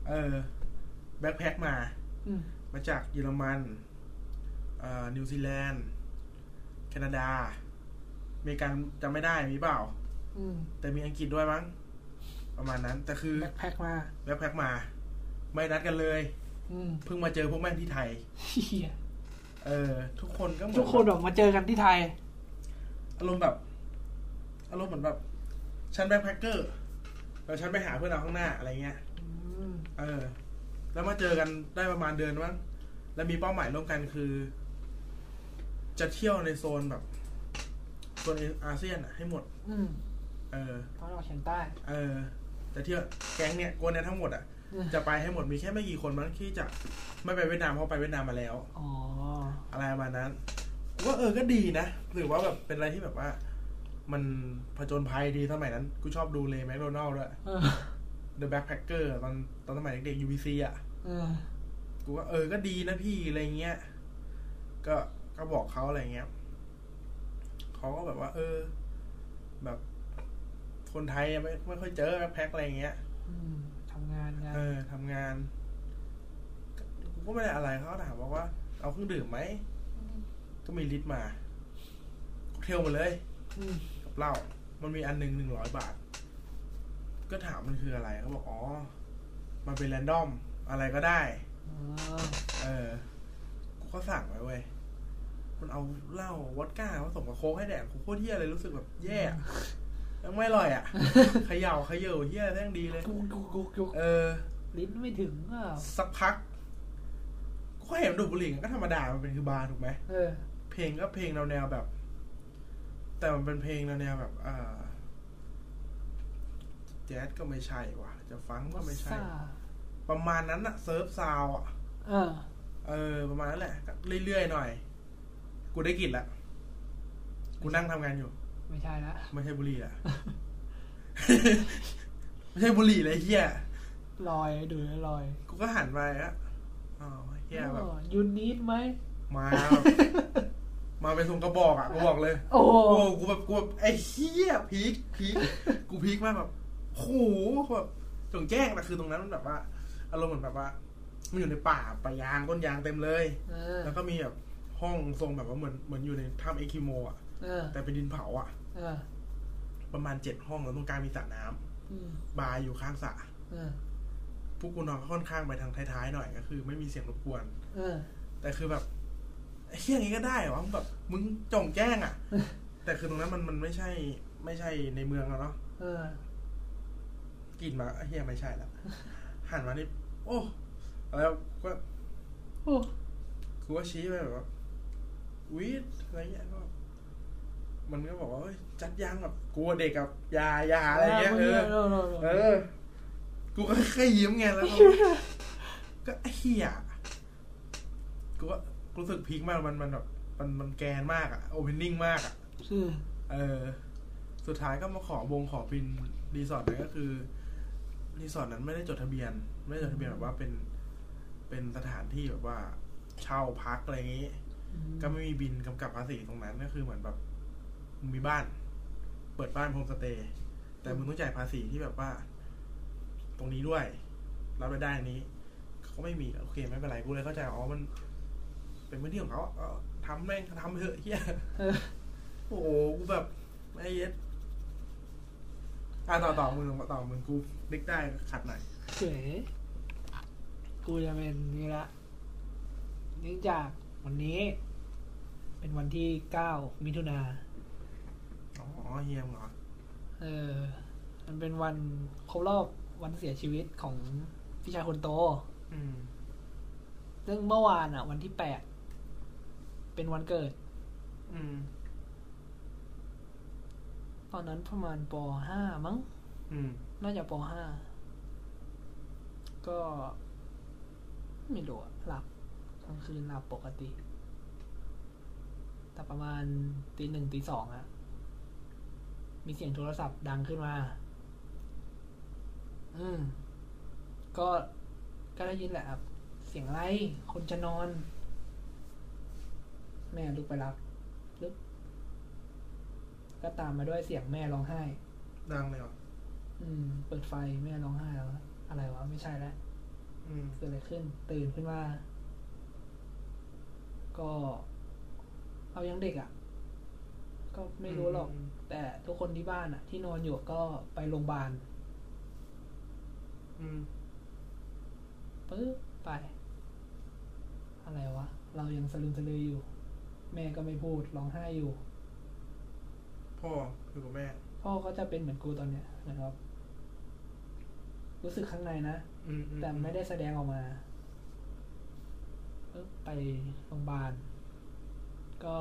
[SPEAKER 2] เออแบ็คแพ็คมา
[SPEAKER 3] อืม
[SPEAKER 2] มาจากเยอรมันเอ่อนิวซีแลนด์ แคนาดาอเมริกันจำไม่ได้มีเปล่า
[SPEAKER 3] อืม
[SPEAKER 2] แต่มีอังกฤษด้วยมั้ง ประมาณนั้น แต่คือ
[SPEAKER 3] แบ็คแพ็คมา
[SPEAKER 2] แบ็คแพ็คมา ไม่นัดกันเลย
[SPEAKER 3] อืม
[SPEAKER 2] เพิ่งมาเจอพวกแม่งที่ไทย
[SPEAKER 3] เหี้ย
[SPEAKER 2] เออ ทุกคนก็เหมือ
[SPEAKER 3] ทุกคนออกมาเจอกันที่ไทย
[SPEAKER 2] อารมณ์แบบ อารมณ์เหมือนแบบ ฉันแบ็คแพคเกอร์แล้วฉันไปหาเพื่อนเราข้างหน้าอะไรเงี้ย เออ แล้วมาเจอกันได้ประมาณเดือนมั้ง แล้วมีเป้าหมายร่วมกันคือ จะเที่ยวในโซนแบบ โซนอาเซียนอะให้หมด
[SPEAKER 3] อืม
[SPEAKER 2] เออ
[SPEAKER 3] ตอนออกเฉียงใต้
[SPEAKER 2] เออ จะเที่ยวแก๊งเนี่ยกวนเนี่ยทั้งหมดอะจะไปให้หมด มีแค่ไม่กี่คนมั้งที่จะไม่ไปเวียดนามเพราะไปเวียดนามมาแล้ว
[SPEAKER 3] อ๋อ
[SPEAKER 2] อะไรประมาณนั้นว่าเออก็ดีนะหรือว่าแบบเป็นอะไรที่แบบว่า มันผจญภัยดีสมัยนั้น กูชอบดูเลยแมคโดนัลด์ด้วย
[SPEAKER 3] เออ
[SPEAKER 2] The Backpacker ตอนตอนสมัยเด็กๆ UBC อ่ะ
[SPEAKER 3] เออ
[SPEAKER 2] กูว่าเออ ก็ดีนะพี่อะไรเงี้ย ก็ ก็บอกเขาอะไรเงี้ย เขาก็แบบว่า เออ แบบ คนไทยอะไม่ไม่ค่อยเจอแบ็คแพ็คอะไรเงี้ย
[SPEAKER 3] อืมทำงานงาน
[SPEAKER 2] เออทำงาน กูก็ไม่ได้อะไรเขาก็ถามบอกว่า เอาเครื่องดื่มไหม ก็มีลิตรมาค็อกเทลหมดเลย
[SPEAKER 3] อืม
[SPEAKER 2] กับเหล้า มันมีอันหนึ่งหนึ่งร้อยบาท ก็ถามมันคืออะไรเขาบอก อ๋อ มันเป็นแรนดอม อะไรก็ได้
[SPEAKER 3] อ๋อ
[SPEAKER 2] เออ กูก็สั่งไว้เว้ย มันเอาเหล้าวอดก้าผสมกับโค้กให้แดกกูโคตรเฮี้ยเลยรู้สึกแบบแย่อะยังไม่อร่อย
[SPEAKER 3] (laughs)
[SPEAKER 2] อ่ะ เขย่าเขย่อเฮี้ยแท่งดีเลย
[SPEAKER 3] กุกกุกกุกกุก
[SPEAKER 2] เออ
[SPEAKER 3] ลิ้นไม่ถึงอ่ะ
[SPEAKER 2] สักพัก กูก็เห็นดูดบุหรี่ก็ธรรมดา มันเป็นคือบาร์ถูกไหม
[SPEAKER 3] เออ
[SPEAKER 2] เพลงก็เพลงแนวแนวๆแบบ แต่มันเป็นเพลงแนวแนวๆแบบอ่าแจ๊สก็ไม่ใช่ว่ะ จะฟังก์ก็ไม่ใช่
[SPEAKER 3] ซ่า
[SPEAKER 2] ประมาณนั้นอะเซิร์ฟซาวอะ
[SPEAKER 3] เออ
[SPEAKER 2] เออ ประมาณนั้นแหละก็เรื่อยๆหน่อย กูได้กลิ่นละ กูนั่งทำงานอยู่
[SPEAKER 3] ไม่ใช่ละ
[SPEAKER 2] ไม่ใช่บุหรี่ละ (laughs) ไม่ใช่บุหรี่เลยเฮีย
[SPEAKER 3] ลอยดูแล้วลอย
[SPEAKER 2] กูก็หันไปอะอ๋อเฮียแบบ
[SPEAKER 3] ยูนิดไหม
[SPEAKER 2] มาแบบมาเป็นทรงกระบอกอ่ะกูบอกเลย
[SPEAKER 3] โอ้โห
[SPEAKER 2] กูแบบกูแบบไอ้เหี้ยพีคพีคกูพีคมากแบบโหแบบจงแจ้งแต่คือตรงนั้นมันแบบว่าอารมณ์เหมือนแบบว่ามันอยู่ในป่าป่ายางต้นยางเต็มเลย
[SPEAKER 3] เออ
[SPEAKER 2] แล้วก็มีแบบห้องทรงแบบว่าเหมือนเหมือนอยู่ในถ้ำเอคิโมอ่ะ
[SPEAKER 3] เออ
[SPEAKER 2] แต่เป็นดินเผาอ่ะ
[SPEAKER 3] เออ
[SPEAKER 2] ประมาณเจ็ดห้องแล้วตรงกลางมีสระน้ำ
[SPEAKER 3] อืม
[SPEAKER 2] บาร์อยู่ข้างสระ
[SPEAKER 3] เออ
[SPEAKER 2] พวกกูนอนก็ค่อนข้างไปทางท้ายๆหน่อยก็คือ ไม่มีเสียงรบกวน
[SPEAKER 3] เออ
[SPEAKER 2] แต่คือแบบไอ้เฮี้ยอย่างนี้ก็ได้เหรอแบบ มึงจ่องแจ้งอ่ะ แต่คือตรงนั้นมันมันไม่ใช่ ไม่ใช่ในเมืองแล้วเนาะ
[SPEAKER 3] เออ
[SPEAKER 2] กลินมาไอ้เฮี้ยไม่ใช่แล้วหันมานี่ โอ้แล้วก็
[SPEAKER 3] โอ้
[SPEAKER 2] กูก็ชี้ไปแบบว่าวีดอะไรเงี้ยก็มันก็บอกว่าเฮ้ยจัดยางแบบกลัวเด็กกับยายาอะไรเงี้ยเออ
[SPEAKER 3] เออเออ
[SPEAKER 2] เอ
[SPEAKER 3] เออ
[SPEAKER 2] อ กูก็แค่ยิ้มไงแล้ว (laughs) ก็ก็ไอ้เฮียกูก็รู้สึกพีคมากมันมันแบบมันมันแกนมากอะโอเพนนิ่งมากอะ
[SPEAKER 3] คือ
[SPEAKER 2] เออ สุดท้ายก็มาขอวงขอปินรีสอร์ทนั้นก็คือรีสอร์ทนั้นไม่ได้จดทะเบียน ไม่ได้จดทะเบียนแบบว่าเป็น เป็นสถานที่แบบว่า เช่าพักอะไรอย่างงี้ ก็ไม่มีบินกำกับภาษีตรงนั้นก็คือเหมือนแบบมึงมีบ้าน เปิดบ้านโฮมสเตย์แต่มึงต้องจ่ายภาษีที่แบบว่า ตรงนี้ด้วยรับรายได้อันนี้เขาไม่มีโอเคไม่เป็นไรกูเลยเข้าใจอ๋อมัน เป็นพื้นที่ของเขาเออทำแม่งทำเถอะเฮีย (laughs)
[SPEAKER 3] เออ
[SPEAKER 2] โอ้โหกูแบบไอ้เย็ดอ่ะต่อต่อมึงต่อมึงกูนึกได้ขัดหน่อย
[SPEAKER 3] เก๋กูจะเป็นนี่ละเนื่องจากวันนี้ เป็นวันที่เก้ามิถุนา
[SPEAKER 2] อ๋อเฮียมงเหรอ
[SPEAKER 3] เออ มันเป็นวันครบรอบวันเสียชีวิตของพี่ชายคนโต
[SPEAKER 2] อืม
[SPEAKER 3] ซึ่งเมื่อวานอ่ะ วันที่แปด เป็นวันเกิด
[SPEAKER 2] อืม
[SPEAKER 3] ตอนนั้นประมาณปห้ามั้ง
[SPEAKER 2] อืม
[SPEAKER 3] น่าจะปห้า ก็ ไม่รู้อะหลับกลางคืนหลับปกติ แต่ประมาณตีหนึ่งตีสองอะมีเสียงโทรศัพท์ดังขึ้นมา อืม ก็ ก็ได้ยินแหละครับ เสียงอะไร คนจะนอน แม่ลุกไปรับลุกก็ตามมาด้วยเสียงแม่ร้องไห้
[SPEAKER 2] ดังเลยเหรอ
[SPEAKER 3] อืม เปิดไฟแม่ร้องไห้แล้วนะอะไรวะ ไม่ใช่แล้ว
[SPEAKER 2] อืม
[SPEAKER 3] เกิดอะไรขึ้น ตื่นขึ้นมา ก็ เอายังเด็กอะ่ะ ก็ไม่รู้หรอก แต่ทุกคนที่บ้านอะ่ะ ที่นอนอยู่ก็ไปโรงพยาบาล
[SPEAKER 2] อืม
[SPEAKER 3] ปึ๊บไป อะไรวะ เรายังสลึมสลืออยู่ แม่ก็ไม่พูดร้องไห้อยู่
[SPEAKER 2] พ่ออยู่กับแม่
[SPEAKER 3] พ่อก็จะเป็นเหมือนกูตอนเนี้ยนะครับ รู้สึกข้างในนะ
[SPEAKER 2] อืมอื
[SPEAKER 3] แต่ไม่ได้แสดงออกมาปึ๊บไปโรงพยาบาล ก็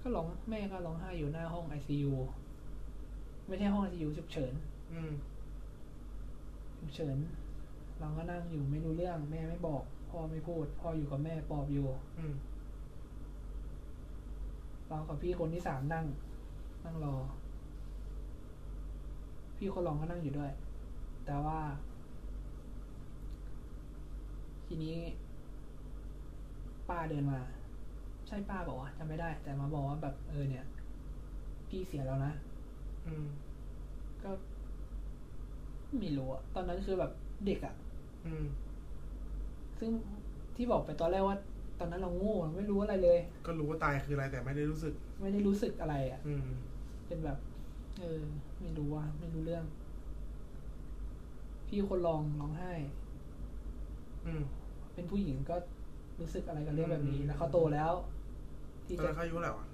[SPEAKER 3] ก็ร้องแม่ก็ร้องไห้อยู่หน้าห้องไอซียูไม่ใช่ห้องไอซียูฉุกเฉิน
[SPEAKER 2] อืม
[SPEAKER 3] ฉุกเฉิน เราก็นั่งอยู่ไม่รู้เรื่อง แม่ไม่บอก พ่อไม่พูด พ่ออยู่กับแม่ปอบอยู่
[SPEAKER 2] อืม
[SPEAKER 3] เรากับพี่คนที่สามนั่ง นั่งรอ พี่คนรองก็นั่งอยู่ด้วย แต่ว่า ทีนี้ ป้าเดินมา ใช่ป้าบอกว่าวะจำไม่ได้ แต่มาบอกว่าแบบเออเนี่ย พี่เสียแล้วนะ
[SPEAKER 2] อืม
[SPEAKER 3] ก็ไม่รู้อะตอนนั้นคือแบบเด็กอะ
[SPEAKER 2] อืม
[SPEAKER 3] ซึ่งที่บอกไปตอนแรกว่า ตอนนั้นเราโง่เราไม่รู้อะไรเลย
[SPEAKER 2] ก็รู้ว่าตายคืออะไรแต่ไม่ได้รู้สึก
[SPEAKER 3] ไม่ได้รู้สึกอะไรอะ
[SPEAKER 2] อืม
[SPEAKER 3] เป็นแบบ เออ ไม่รู้ว่า ไม่รู้เรื่อง พี่คนลองร้องไห้
[SPEAKER 2] อืม
[SPEAKER 3] เป็นผู้หญิงก็รู้สึกอะไรกับเรื่องแบบนี้
[SPEAKER 2] อืม
[SPEAKER 3] แล้วเขาโตแล้ว ที่
[SPEAKER 2] ตอน
[SPEAKER 3] จะ
[SPEAKER 2] นั้นเขาอายุเท่าไหร่วะ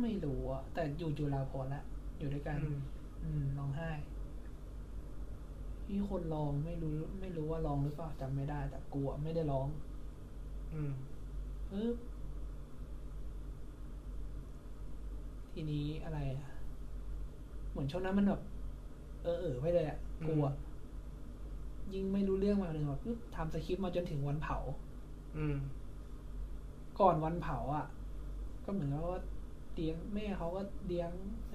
[SPEAKER 3] ไม่รู้อะแต่อยู่จุฬาพรละอยู่ด้วยกัน
[SPEAKER 2] อืม
[SPEAKER 3] อืมร้องไห้ พี่คนลองไม่รู้ ไม่รู้ว่าร้องหรือเปล่าจำไม่ได้ แต่กลัวไม่ได้ร้อง
[SPEAKER 2] อืม
[SPEAKER 3] ปึ๊บทีนี้อะไรอ่ะ เหมือนช่วงนั้นมันแบบเออเออไปเลยอ่ะกลัว ยิ่งไม่รู้เรื่องมาเลยแบบปึ๊บทำสคริปต์มาจนถึงวันเผา
[SPEAKER 2] อืม
[SPEAKER 3] ก่อนวันเผาอ่ะ ก็เหมือนกับว่าเลี้ยงแม่เขาก็เลี้ยง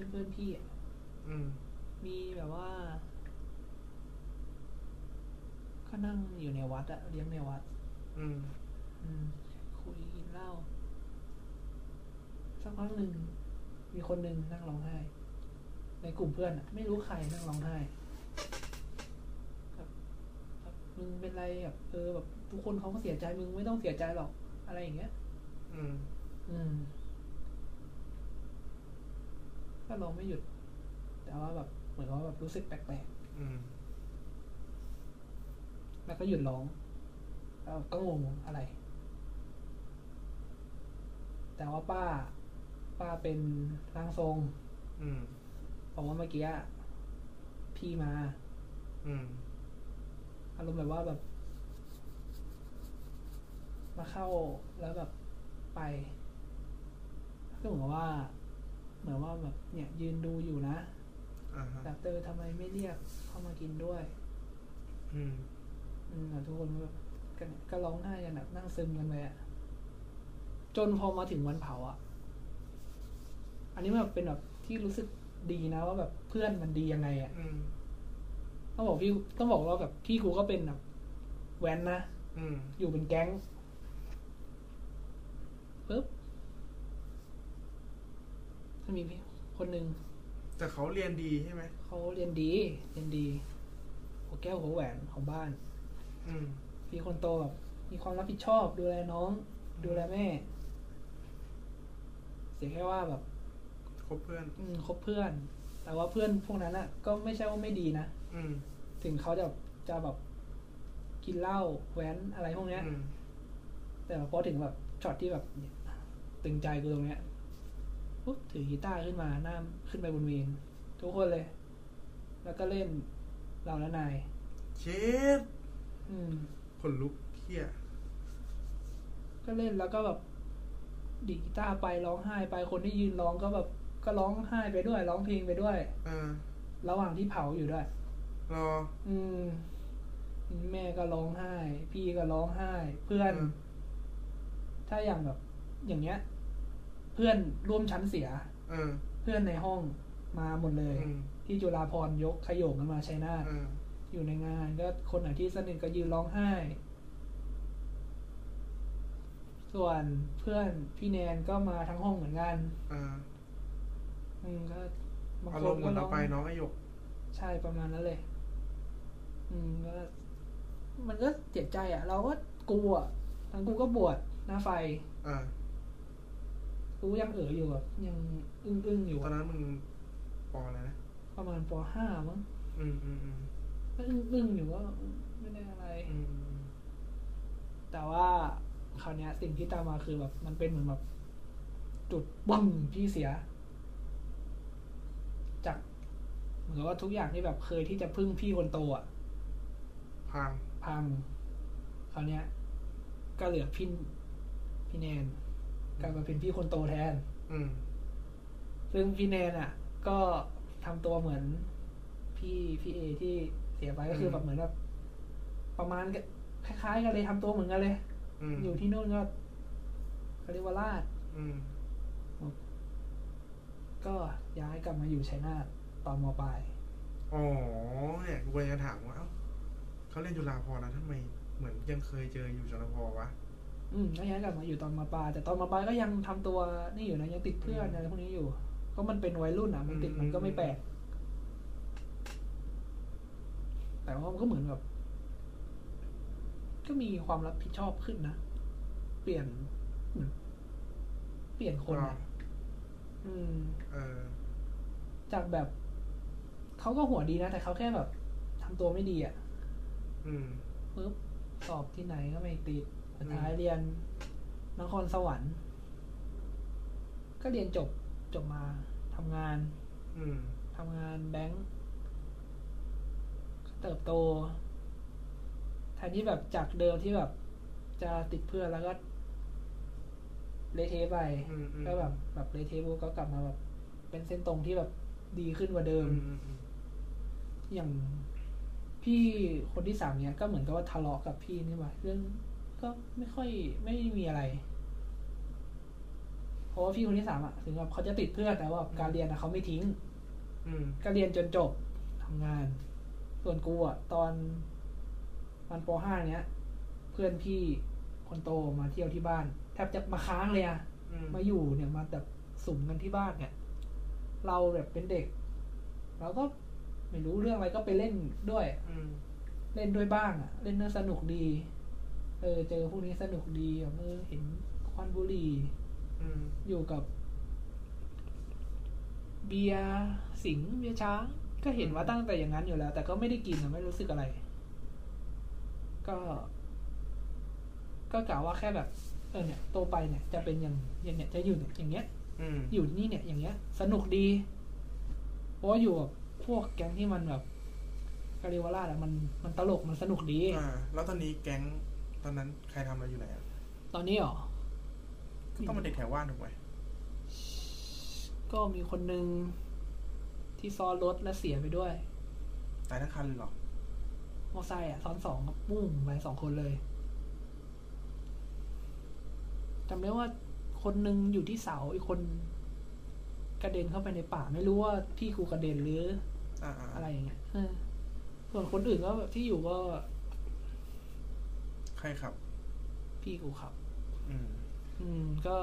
[SPEAKER 3] เพื่อนๆพี่อะ
[SPEAKER 2] อืม
[SPEAKER 3] มีแบบว่าก็นั่งอยู่ในวัดอะเลี้ยงในวัด
[SPEAKER 2] อืม
[SPEAKER 3] อืมคุยกินเหล้าสักพักหนึ่งมีคนหนึ่งนั่งร้องไห้ ในกลุ่มเพื่อนอะไม่รู้ใครนั่งร้องไห้แบบแบบมึงเป็นไรแบบเออแบบทุกคนเขาก็เสียใจมึงไม่ต้องเสียใจหรอก อะไรอย่างเงี้ย
[SPEAKER 2] อืม
[SPEAKER 3] อืมก็ร้องไม่หยุด แต่ว่าแบบเหมือนกับว่าแบบรู้สึกแปลก
[SPEAKER 2] อืม
[SPEAKER 3] ๆแล้วก็หยุดร้องแล้วก็งงอะไร แต่ว่าป้า ป้าเป็นร่างทรง
[SPEAKER 2] อืม
[SPEAKER 3] บอกว่าเมื่อกี้อะพี่มา
[SPEAKER 2] อืม
[SPEAKER 3] อารมณ์แบบว่าแบบ มาเข้าแล้วแบบไปก็เหมือนกับว่า เหมือนว่าแบบเนี่ย ยืนดูอยู่นะ
[SPEAKER 2] อ่าฮะ
[SPEAKER 3] แบบเตอทำไมไม่เรียกเข้ามากินด้วย
[SPEAKER 2] อืม
[SPEAKER 3] อืมแล้วทุกคนก็แบบก็เนี่ยก็ร้องไห้กันแบบนั่งซึมกันเลยอะจนพอมาถึงวันเผาอะอันนี้มันแบบเป็นแบบที่รู้สึกดีนะว่าแบบเพื่อนมันดียังไงอะ
[SPEAKER 2] อืม
[SPEAKER 3] ต้องบอกพี่ต้องบอกว่าแบบพี่กูก็เป็นแบบแว้นนะ
[SPEAKER 2] อืม
[SPEAKER 3] อยู่เป็นแก๊งปุ๊บถ้ามีพี่คนหนึ่ง
[SPEAKER 2] แต่เขาเรียนดีใช่ไหม
[SPEAKER 3] เขาเรียนดีเรียนดีหัวแก้วหัวแหวนของบ้าน
[SPEAKER 2] อืม
[SPEAKER 3] พี่คนโตแบบมีความรับผิดชอบ ดูแลน้อง
[SPEAKER 2] อืม
[SPEAKER 3] ดูแลแม่ เสียแค่ว่าแบบ
[SPEAKER 2] คบเพื่อน
[SPEAKER 3] อืมคบเพื่อน แต่ว่าเพื่อนพวกนั้นอ่ะ ก็ไม่ใช่ว่าไม่ดีนะ
[SPEAKER 2] อืม
[SPEAKER 3] ถึงเขาจะจะแบบกินเหล้าแว้นอะไรพวกเนี้ย
[SPEAKER 2] อืม
[SPEAKER 3] แต่พอถึงแบบช็อตที่แบบเนี่ยตึงใจกูตรงเนี้ยปุ๊บถือกีตาร์ขึ้นมาหน้าขึ้นไปบนเวงทุกคนเลย แล้วก็เล่นเราและนาย
[SPEAKER 2] เช็ด
[SPEAKER 3] อืม
[SPEAKER 2] ขนลุกเขี้ย
[SPEAKER 3] ก็เล่นแล้วก็แบบดีดกีตาร์ไปร้องไห้ไปคนที่ยืนร้องก็แบบก็ร้องไห้ไปด้วย ร้องเพลงไปด้วย
[SPEAKER 2] อ่า
[SPEAKER 3] ระหว่างที่เผาอยู่ด้วย
[SPEAKER 2] รอ
[SPEAKER 3] อืม แม่ก็ร้องไห้ พี่ก็ร้องไห้ เพื่อน
[SPEAKER 2] อืม
[SPEAKER 3] ถ้าอย่างแบบ อย่างเงี้ย เพื่อนร่วมชั้นเสีย
[SPEAKER 2] เออ
[SPEAKER 3] เพื่อนในห้องมาหมดเลย
[SPEAKER 2] อืม
[SPEAKER 3] ที่จุฬาพรณ์ยกขยโยงกันมาชัยนาท
[SPEAKER 2] อ่า
[SPEAKER 3] อยู่ในงานก็คนไหนที่สนิทก็ยืนร้องไห้ ส่วนเพื่อนพี่แนนก็มาทั้งห้องเหมือนกัน
[SPEAKER 2] อ่า
[SPEAKER 3] อืมก็บาง
[SPEAKER 2] อา
[SPEAKER 3] ค
[SPEAKER 2] ร
[SPEAKER 3] น
[SPEAKER 2] มณ์เหมื
[SPEAKER 3] ก็
[SPEAKER 2] อน
[SPEAKER 3] ร้
[SPEAKER 2] เรา
[SPEAKER 3] อง
[SPEAKER 2] ไปน้องไอหยก
[SPEAKER 3] ใช่ประมาณนั้นเลย อืมก็มันก็เจ็บใจอ่ะ เราก็กลัวทั้งกูก็บวชหน้าไฟ
[SPEAKER 2] อ่า
[SPEAKER 3] กูยังเอ๋ออยู่แบบยังอึ้งๆอยู่
[SPEAKER 2] ตอน
[SPEAKER 3] อะ
[SPEAKER 2] นั้นมึงปออะไรนะ
[SPEAKER 3] ประมาณปห้ามั้ง
[SPEAKER 2] อืมอืมอืม
[SPEAKER 3] ก็อึ้งๆอยู่ว่าไม่ได้อะไร
[SPEAKER 2] อืม
[SPEAKER 3] แต่ว่าคราวเนี้ยสิ่งที่ตามมาคือแบบมันเป็นเหมือนแบบ จุดบ้องที่เสีย จากเหมือนกับว่าทุกอย่างที่แบบเคยที่จะพึ่งพี่คนโตอ่ะ
[SPEAKER 2] พัง
[SPEAKER 3] พังคราวเนี้ย ก็เหลือพี่พี่แนนกลายมาเป็นพี่คนโตแทน
[SPEAKER 2] อืม
[SPEAKER 3] ซึ่งพี่แนนอ่ะ ก็ทำตัวเหมือน พี่พี่เอที่เสียไปก็คือ
[SPEAKER 2] ม
[SPEAKER 3] แบบเหมือนแบบประมาณกับคล้ายๆกันเลยทำตัวเหมือนกันเลย
[SPEAKER 2] อืม
[SPEAKER 3] อยู่ที่นู่นก็เขาเรียกว่าลาด
[SPEAKER 2] อืม
[SPEAKER 3] ก็ย้ายกลับมาอยู่ชัยนาทตอนมปลาย
[SPEAKER 2] อ๋อเนี่ยกูเลยจะถามว่าเอ้าเขาเล่นจุฬาพรนะทำไมเหมือนยังเคยเจออยู่จุฬาพรวะ
[SPEAKER 3] อืมก็ย้ายกลับมาอยู่ตอนมปลายแต่ตอนมปลายก็ยังทำตัวนี่อยู่นะยังติดเพื่อนอะไรพวกนี้อยู่ ก็มันเป็นวัยรุ่นอ่ะ มันติด
[SPEAKER 2] อืม
[SPEAKER 3] มันก็ไม่แปลก แต่ว่ามันก็เหมือนแบบ ก็มีความรับผิดชอบขึ้นนะ เปลี่ยนเหมือนเปลี่ยนคนอ่ะ อืม
[SPEAKER 2] เออ
[SPEAKER 3] จากแบบ เขาก็หัวดีนะ แต่เขาแค่แบบทำตัวไม่ดีอ่ะ
[SPEAKER 2] อืม
[SPEAKER 3] ปุ๊บสอบที่ไหนก็ไม่ติดสุดท้าย
[SPEAKER 2] อืม
[SPEAKER 3] เรียนนครสวรรค์ ก็เรียนจบจบมาทำงาน
[SPEAKER 2] อืม
[SPEAKER 3] ทำงานแบงก์ก็เติบโตแทนที่แบบจากเดิมที่แบบ จะติดเพื่อนแล้วก็เละเทะไป
[SPEAKER 2] อืมอืม
[SPEAKER 3] ก็แบบแบบเละเทะปุ๊บก็กลับมาแบบ เป็นเส้นตรงที่แบบดีขึ้นกว่าเดิ
[SPEAKER 2] อืม
[SPEAKER 3] ม
[SPEAKER 2] อืมอืม
[SPEAKER 3] อย่างพี่คนที่สามเนี่ยก็เหมือนกับว่าทะเลาะกับพี่นี่หว่าเรื่องก็ไม่ค่อยไม่มีอะไร เพราะว่าพี่คนที่สามอะถึงแบบเขาจะติดเพื่อนแต่ว่าการเรียนอะเขาไม่ทิ้ง
[SPEAKER 2] อืม
[SPEAKER 3] ก็เรียนจนจบทำงาน ส่วนกูอะตอนมันปห้าเนี้ย เพื่อนพี่คนโตมาเที่ยวที่บ้าน แทบจะมาค้างเลยอะ
[SPEAKER 2] อืม
[SPEAKER 3] มาอยู่เนี่ยมาแบบสุ่มกันที่บ้านเนี่ย เราแบบเป็นเด็ก เราก็ไม่รู้เรื่องอะไรก็ไปเล่นด้วย
[SPEAKER 2] อืม
[SPEAKER 3] เล่นด้วยบ้างอะเล่นน่าสนุกดี เออ เจอพวกนี้สนุกดีแบบเออเห็นควันบุหรี่
[SPEAKER 2] อืม
[SPEAKER 3] อยู่กับ เบียร์สิงห์เบียร์ช้าง ก็เห็นว่าตั้งแต่อย่างนั้นอยู่แล้ว แต่ก็ไม่ได้กินอะไม่รู้สึกอะไร ก็ ก็กล่าวว่าแค่แบบ เออเนี่ยโตไปเนี่ย จะเป็นอย่างอย่างเนี่ยจะอยู่เนี่ยอย่างเงี้ย
[SPEAKER 2] อืม
[SPEAKER 3] อยู่นี่เนี่ยอย่างเงี้ย สนุกดีเพราะว่าอยู่กับพวกแก๊งที่มันแบบกาเริวาล่าอะมันมันตลกมันสนุกดี
[SPEAKER 2] อ่า แล้วตอนนี้แก๊งตอนนั้นใครทำอะไรอยู่ไหนอะ
[SPEAKER 3] ตอนนี้หรอ
[SPEAKER 2] ก็ต้องเป็นเด็กแถวบ้านถูกไหม
[SPEAKER 3] ก็มีคนหนึ่งที่ซ้อนรถและเสียไปด้วย
[SPEAKER 2] ตายทั้งคันเลยเหรอ
[SPEAKER 3] มอไซค์อ่ะซ้อนสองครับปุ้งไปสองคนเลยจำได้ว่าคนหนึ่งอยู่ที่เสาอีกคนกระเด็นเข้าไปในป่า ไม่รู้ว่าพี่กูกระเด็นหรือ
[SPEAKER 2] อ่าอ่า
[SPEAKER 3] อะไรอย่างเงี้ยเออส่วนคนอื่นก็แบบที่อยู่ก็
[SPEAKER 2] ใครขับ
[SPEAKER 3] พี่กูขับ
[SPEAKER 2] อืม
[SPEAKER 3] อืม ก็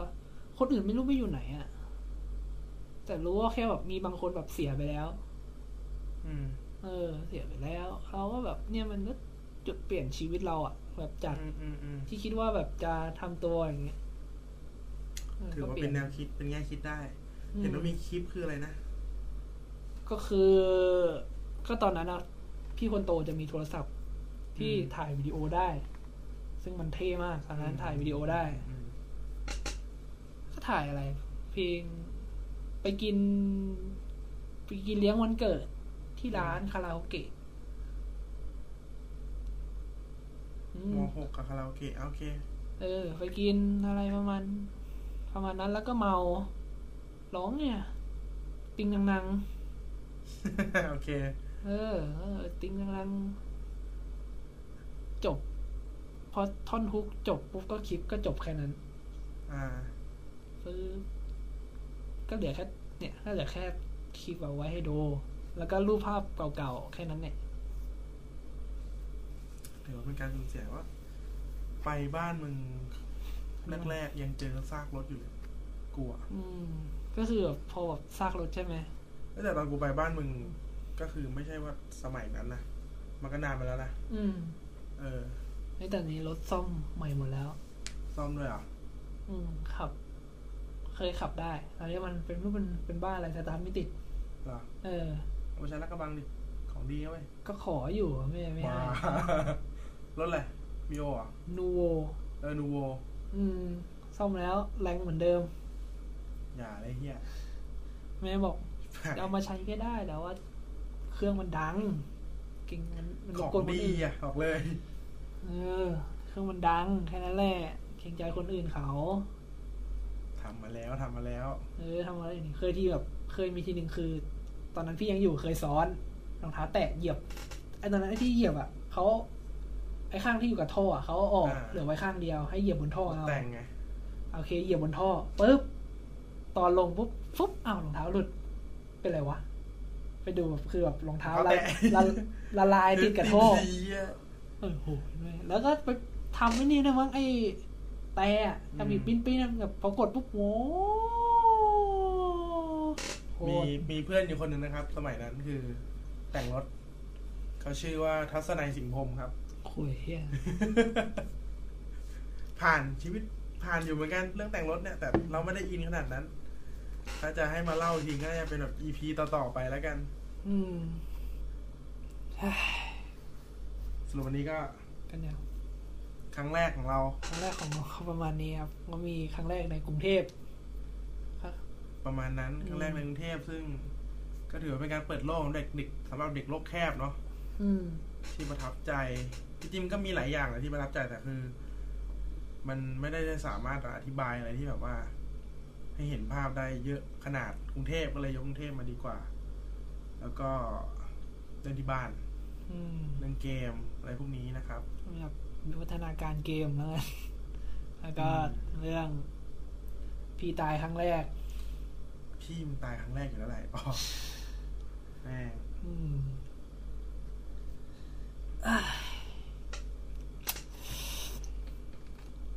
[SPEAKER 3] คนอื่นไม่รู้ไปอยู่ไหนอะแต่รู้ว่าแค่แบบมีบางคนแบบเสียไปแล้ว
[SPEAKER 2] อืม
[SPEAKER 3] เออ เสียไปแล้วเราก็แบบเนี่ยมันก็จุดเปลี่ยนชีวิตเราอะแบบจาก
[SPEAKER 2] อืมอืมอืม
[SPEAKER 3] ที่คิดว่าแบบจะทำตัวอย่างเงี้ย
[SPEAKER 2] ถือว่าเป็นแนวคิด เป็นแง่คิดได้ เห็นว่ามีคลิปคืออะไรนะ
[SPEAKER 3] ก็คือ ก็ตอนนั้นนะพี่คนโตจะมีโทรศัพท์ที่
[SPEAKER 2] อืม
[SPEAKER 3] ถ่ายวิดีโอได้ ซึ่งมันเท่มากตอนนั้นถ่ายวิดีโอได้
[SPEAKER 2] อืม
[SPEAKER 3] ก็ถ่ายอะไร เพลงไปกิน ไปกินเลี้ยงวันเกิด ที่ร้านคาราโอเกะอื
[SPEAKER 2] ม
[SPEAKER 3] ม
[SPEAKER 2] หกกับคาราโอเกะอ่ะโอเค (laughs)
[SPEAKER 3] เออ ไปกินอะไรประมาณประมาณนั้นแล้วก็เมาร้องเนี่ย ติงนังนัง
[SPEAKER 2] โอเค
[SPEAKER 3] เออเออ ติงนังนังจบ พอท่อนฮุกจบปุ๊บก็คลิปก็จบแค่นั้น
[SPEAKER 2] อ่า
[SPEAKER 3] ปึ๊บก็เหลือแค่เนี่ยก็เหลือแค่คลิปเอาไว้ให้ดู แล้วก็รูปภาพเก่าๆ แค่นั้นเนี่ย
[SPEAKER 2] ถือว่าเป็นการสูญเสียว่า ไปบ้านมึงแรกๆยังเจอซากรถอยู่เลยกลัว
[SPEAKER 3] อืม ก็คือแบบพอแบบซากรถใช่ไหม
[SPEAKER 2] แต่ตอนกูไปบ้านมึงก็คือไม่ใช่ว่าสมัยนั้นนะ มันก็นานไปแล้วนะ
[SPEAKER 3] อืม
[SPEAKER 2] เออ
[SPEAKER 3] เฮ้ยแต่นี้รถซ่อมใหม่หมดแล้ว
[SPEAKER 2] ซ่อมด้วยเหรอ่ะ
[SPEAKER 3] อืมขับ เคยขับได้ตอนนี้มันเป็นมันเป็นบ้านอะไรสตาร์ทไม่ติด
[SPEAKER 2] หรอ
[SPEAKER 3] เออ
[SPEAKER 2] เอาไปใช้รักกระบังดิ ของดีนะเว้ย
[SPEAKER 3] ก็ขออยู่ไม่ไม่
[SPEAKER 2] ว้า
[SPEAKER 3] ให้
[SPEAKER 2] (laughs) รถอะไรมิโออ่ะ
[SPEAKER 3] นูโว
[SPEAKER 2] เออนูโว
[SPEAKER 3] อืม ซ่อมแล้วแรงเหมือนเดิม
[SPEAKER 2] อย่าเลยเฮีย
[SPEAKER 3] แม่บอก เอามาใช้ก็ได้แต่ว่า เครื่องมันดังเก่งมันมัน
[SPEAKER 2] ข
[SPEAKER 3] ร
[SPEAKER 2] อบ ง
[SPEAKER 3] กวนคน
[SPEAKER 2] ดี
[SPEAKER 3] อื่น
[SPEAKER 2] อ่ะบอกเลย
[SPEAKER 3] เออ เครื่องมันดังแค่นั้นแหละเกรงใจคนอื่นเขา
[SPEAKER 2] ทำมาแล้วทำมาแล้ว
[SPEAKER 3] เออทำอะไรอย่างนี้เคยที่แบบเคยมีทีหนึ่งคือ ตอนนั้นพี่ยังอยู่เคยซ้อนรองเท้าแตะเหยียบไอ้ตอนนั้นไอ้ที่เหยียบอ่ะเขาไอ้ข้างที่อยู่กับท่ออ่ะเขาเอาออก
[SPEAKER 2] อ่า
[SPEAKER 3] เหลือไว้ข้างเดียวให้เหยียบบนท่อเอา
[SPEAKER 2] แต่งไง
[SPEAKER 3] โอเคเหยียบบนท่อปุ๊บตอนลงปุ๊บปุ๊บอ้าวรองเท้าหลุด เป็นไรวะไปดูแบบคือแบบรองเท้าละละละลายติดกับท่อ
[SPEAKER 2] ดีอ่ะ
[SPEAKER 3] เออโหแม่แล้วก็ไปทำไอ้นี่นะมั้งไอ้แต่ทำอี
[SPEAKER 2] อืม
[SPEAKER 3] ปิ้นปิ้นๆแบบพอกดปุ๊บโว้โห
[SPEAKER 2] มี
[SPEAKER 3] ด
[SPEAKER 2] มีเพื่อนอยู่คนหนึ่งนะครับ สมัยนั้นคือแต่งรถเขาชื่อว่าทัศนัยสิงห์พรหมครับ (laughs)
[SPEAKER 3] โหยเฮีย
[SPEAKER 2] ผ่านชีวิตผ่านอยู่เหมือนกันเรื่องแต่งรถเนี่ย แต่เราไม่ได้อินขนาดนั้น ถ้าจะให้มาเล่าทีก็จะเป็นแบบอีพีต่อๆไปแล้วกัน
[SPEAKER 3] อืม
[SPEAKER 2] สรุปวันนี้ก็
[SPEAKER 3] กันเนี่ย
[SPEAKER 2] ครั้งแรกของเรา
[SPEAKER 3] ครั้งแรกของเขาประมาณนี้ครับก็มีครั้งแรกในกรุงเทพครับ
[SPEAKER 2] ประมาณนั้นครั้งแรกในกรุงเทพซึ่ง ก็ถือว่าเป็นการเปิดโลกของเด็กเด็กสำหรับเด็กโลกแคบเนาะ
[SPEAKER 3] อืม
[SPEAKER 2] ที่ประทับใจจริงๆก็มีหลายอย่างแหละที่ประทับใจแต่คือ มันไม่ได้สามารถอธิบายอะไรที่แบบว่า ให้เห็นภาพได้เยอะขนาดกรุงเทพก็เลยยกกรุงเทพมาดีกว่า แล้วก็เรื่องที่บ้าน
[SPEAKER 3] อืม
[SPEAKER 2] เรื่องเกมอะไรพวกนี้นะครับ
[SPEAKER 3] แบบวิวัฒนาการเกมแล้วกันแล้วก็เรื่อง พี่ตายครั้งแรก
[SPEAKER 2] พี่มันตายครั้งแรกอยู่แล้วแหละอ๋อแม่ง
[SPEAKER 3] อืมอ่ะ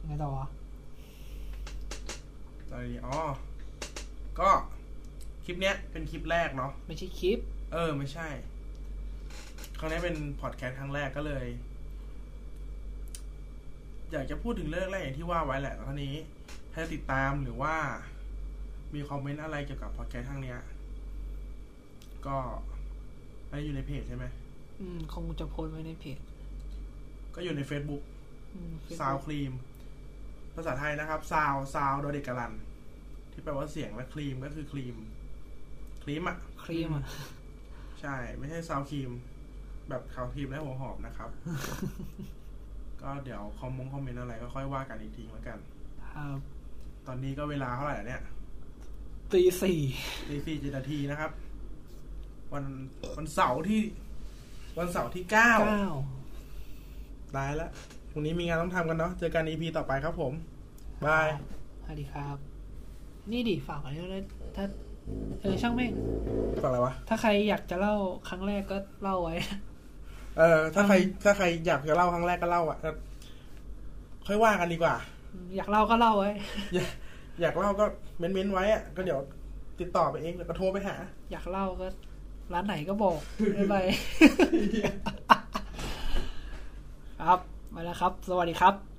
[SPEAKER 3] ไงต่อวะ
[SPEAKER 2] ตอนนี้อ๋อก็คลิปเนี้ยเป็นคลิปแรกเนาะ
[SPEAKER 3] ไม่ใช่คลิป
[SPEAKER 2] เออ ไม่ใช่ ครั้งนี้เป็นพอดแคสต์ครั้งแรกก็เลย อยากจะพูดถึงเรื่องแรกอย่างที่ว่าไว้แหละแล้วคราวนี้ ถ้าติดตามหรือว่า มีคอมเมนต์อะไรเกี่ยวกับพอดแคสต์ครั้งเนี้ย ก็อันนี้อยู่ในเพจใช่ไหม
[SPEAKER 3] อืม คงจะโพสต์ไว้ในเพจ
[SPEAKER 2] ก็อยู่ใน Facebook
[SPEAKER 3] อืม Facebook
[SPEAKER 2] ซาวครีม ภาษาไทยนะครับซาวซาวโดยเด็กกะลัน ที่แปลว่าเสียงและครีมก็คือครีม ครีมอ่ะ
[SPEAKER 3] ครีมอ่ะ
[SPEAKER 2] ใช่ ไม่ใช่ซาวครีม แบบขาวครีมและหัวหอมนะครับ (laughs) ก็เดี๋ยวคอมมงคอมเมนต์อะไรก็ค่อยว่ากันอีกทีแล้วกัน
[SPEAKER 3] อ่า
[SPEAKER 2] ตอนนี้ก็เวลาเท่าไหร่แล้วเนี่ย
[SPEAKER 3] ตีสี่
[SPEAKER 2] ตีสี่เจ็ดนาทีนะครับ วันวันเสาร์ที่ วันเสาร์ที่เก้า
[SPEAKER 3] เก้า
[SPEAKER 2] ตายแล้วพรุ่งนี้มีงานต้องทำกันเนาะเจอกันอีพีต่อไปครับผมบาย
[SPEAKER 3] สวัสดีครับ นี่ดิฝากอะไรด้วยนะถ้า เออช่างแม่ง
[SPEAKER 2] ฝากอะไรวะ
[SPEAKER 3] ถ้าใครอยากจะเล่าครั้งแรกก็เล่าไว้
[SPEAKER 2] เออ ถ้าใครถ้าใครอยากจะเล่าครั้งแรกก็เล่าอ่ะแต่ค่อยว่ากันดีกว่า (laughs)
[SPEAKER 3] อยากเล่าก็เล่าไว้
[SPEAKER 2] อยากอยากเล่าก็เม้นเม้นๆไว้อ่ะก็เดี๋ยวติดต่อไปเองแล้วก็โทรไปหา
[SPEAKER 3] อยากเล่าก็ร้านไหนก็บอก ไม่ (laughs) ไปนไร ครับ มาแล้วครับ สวัสดีครับ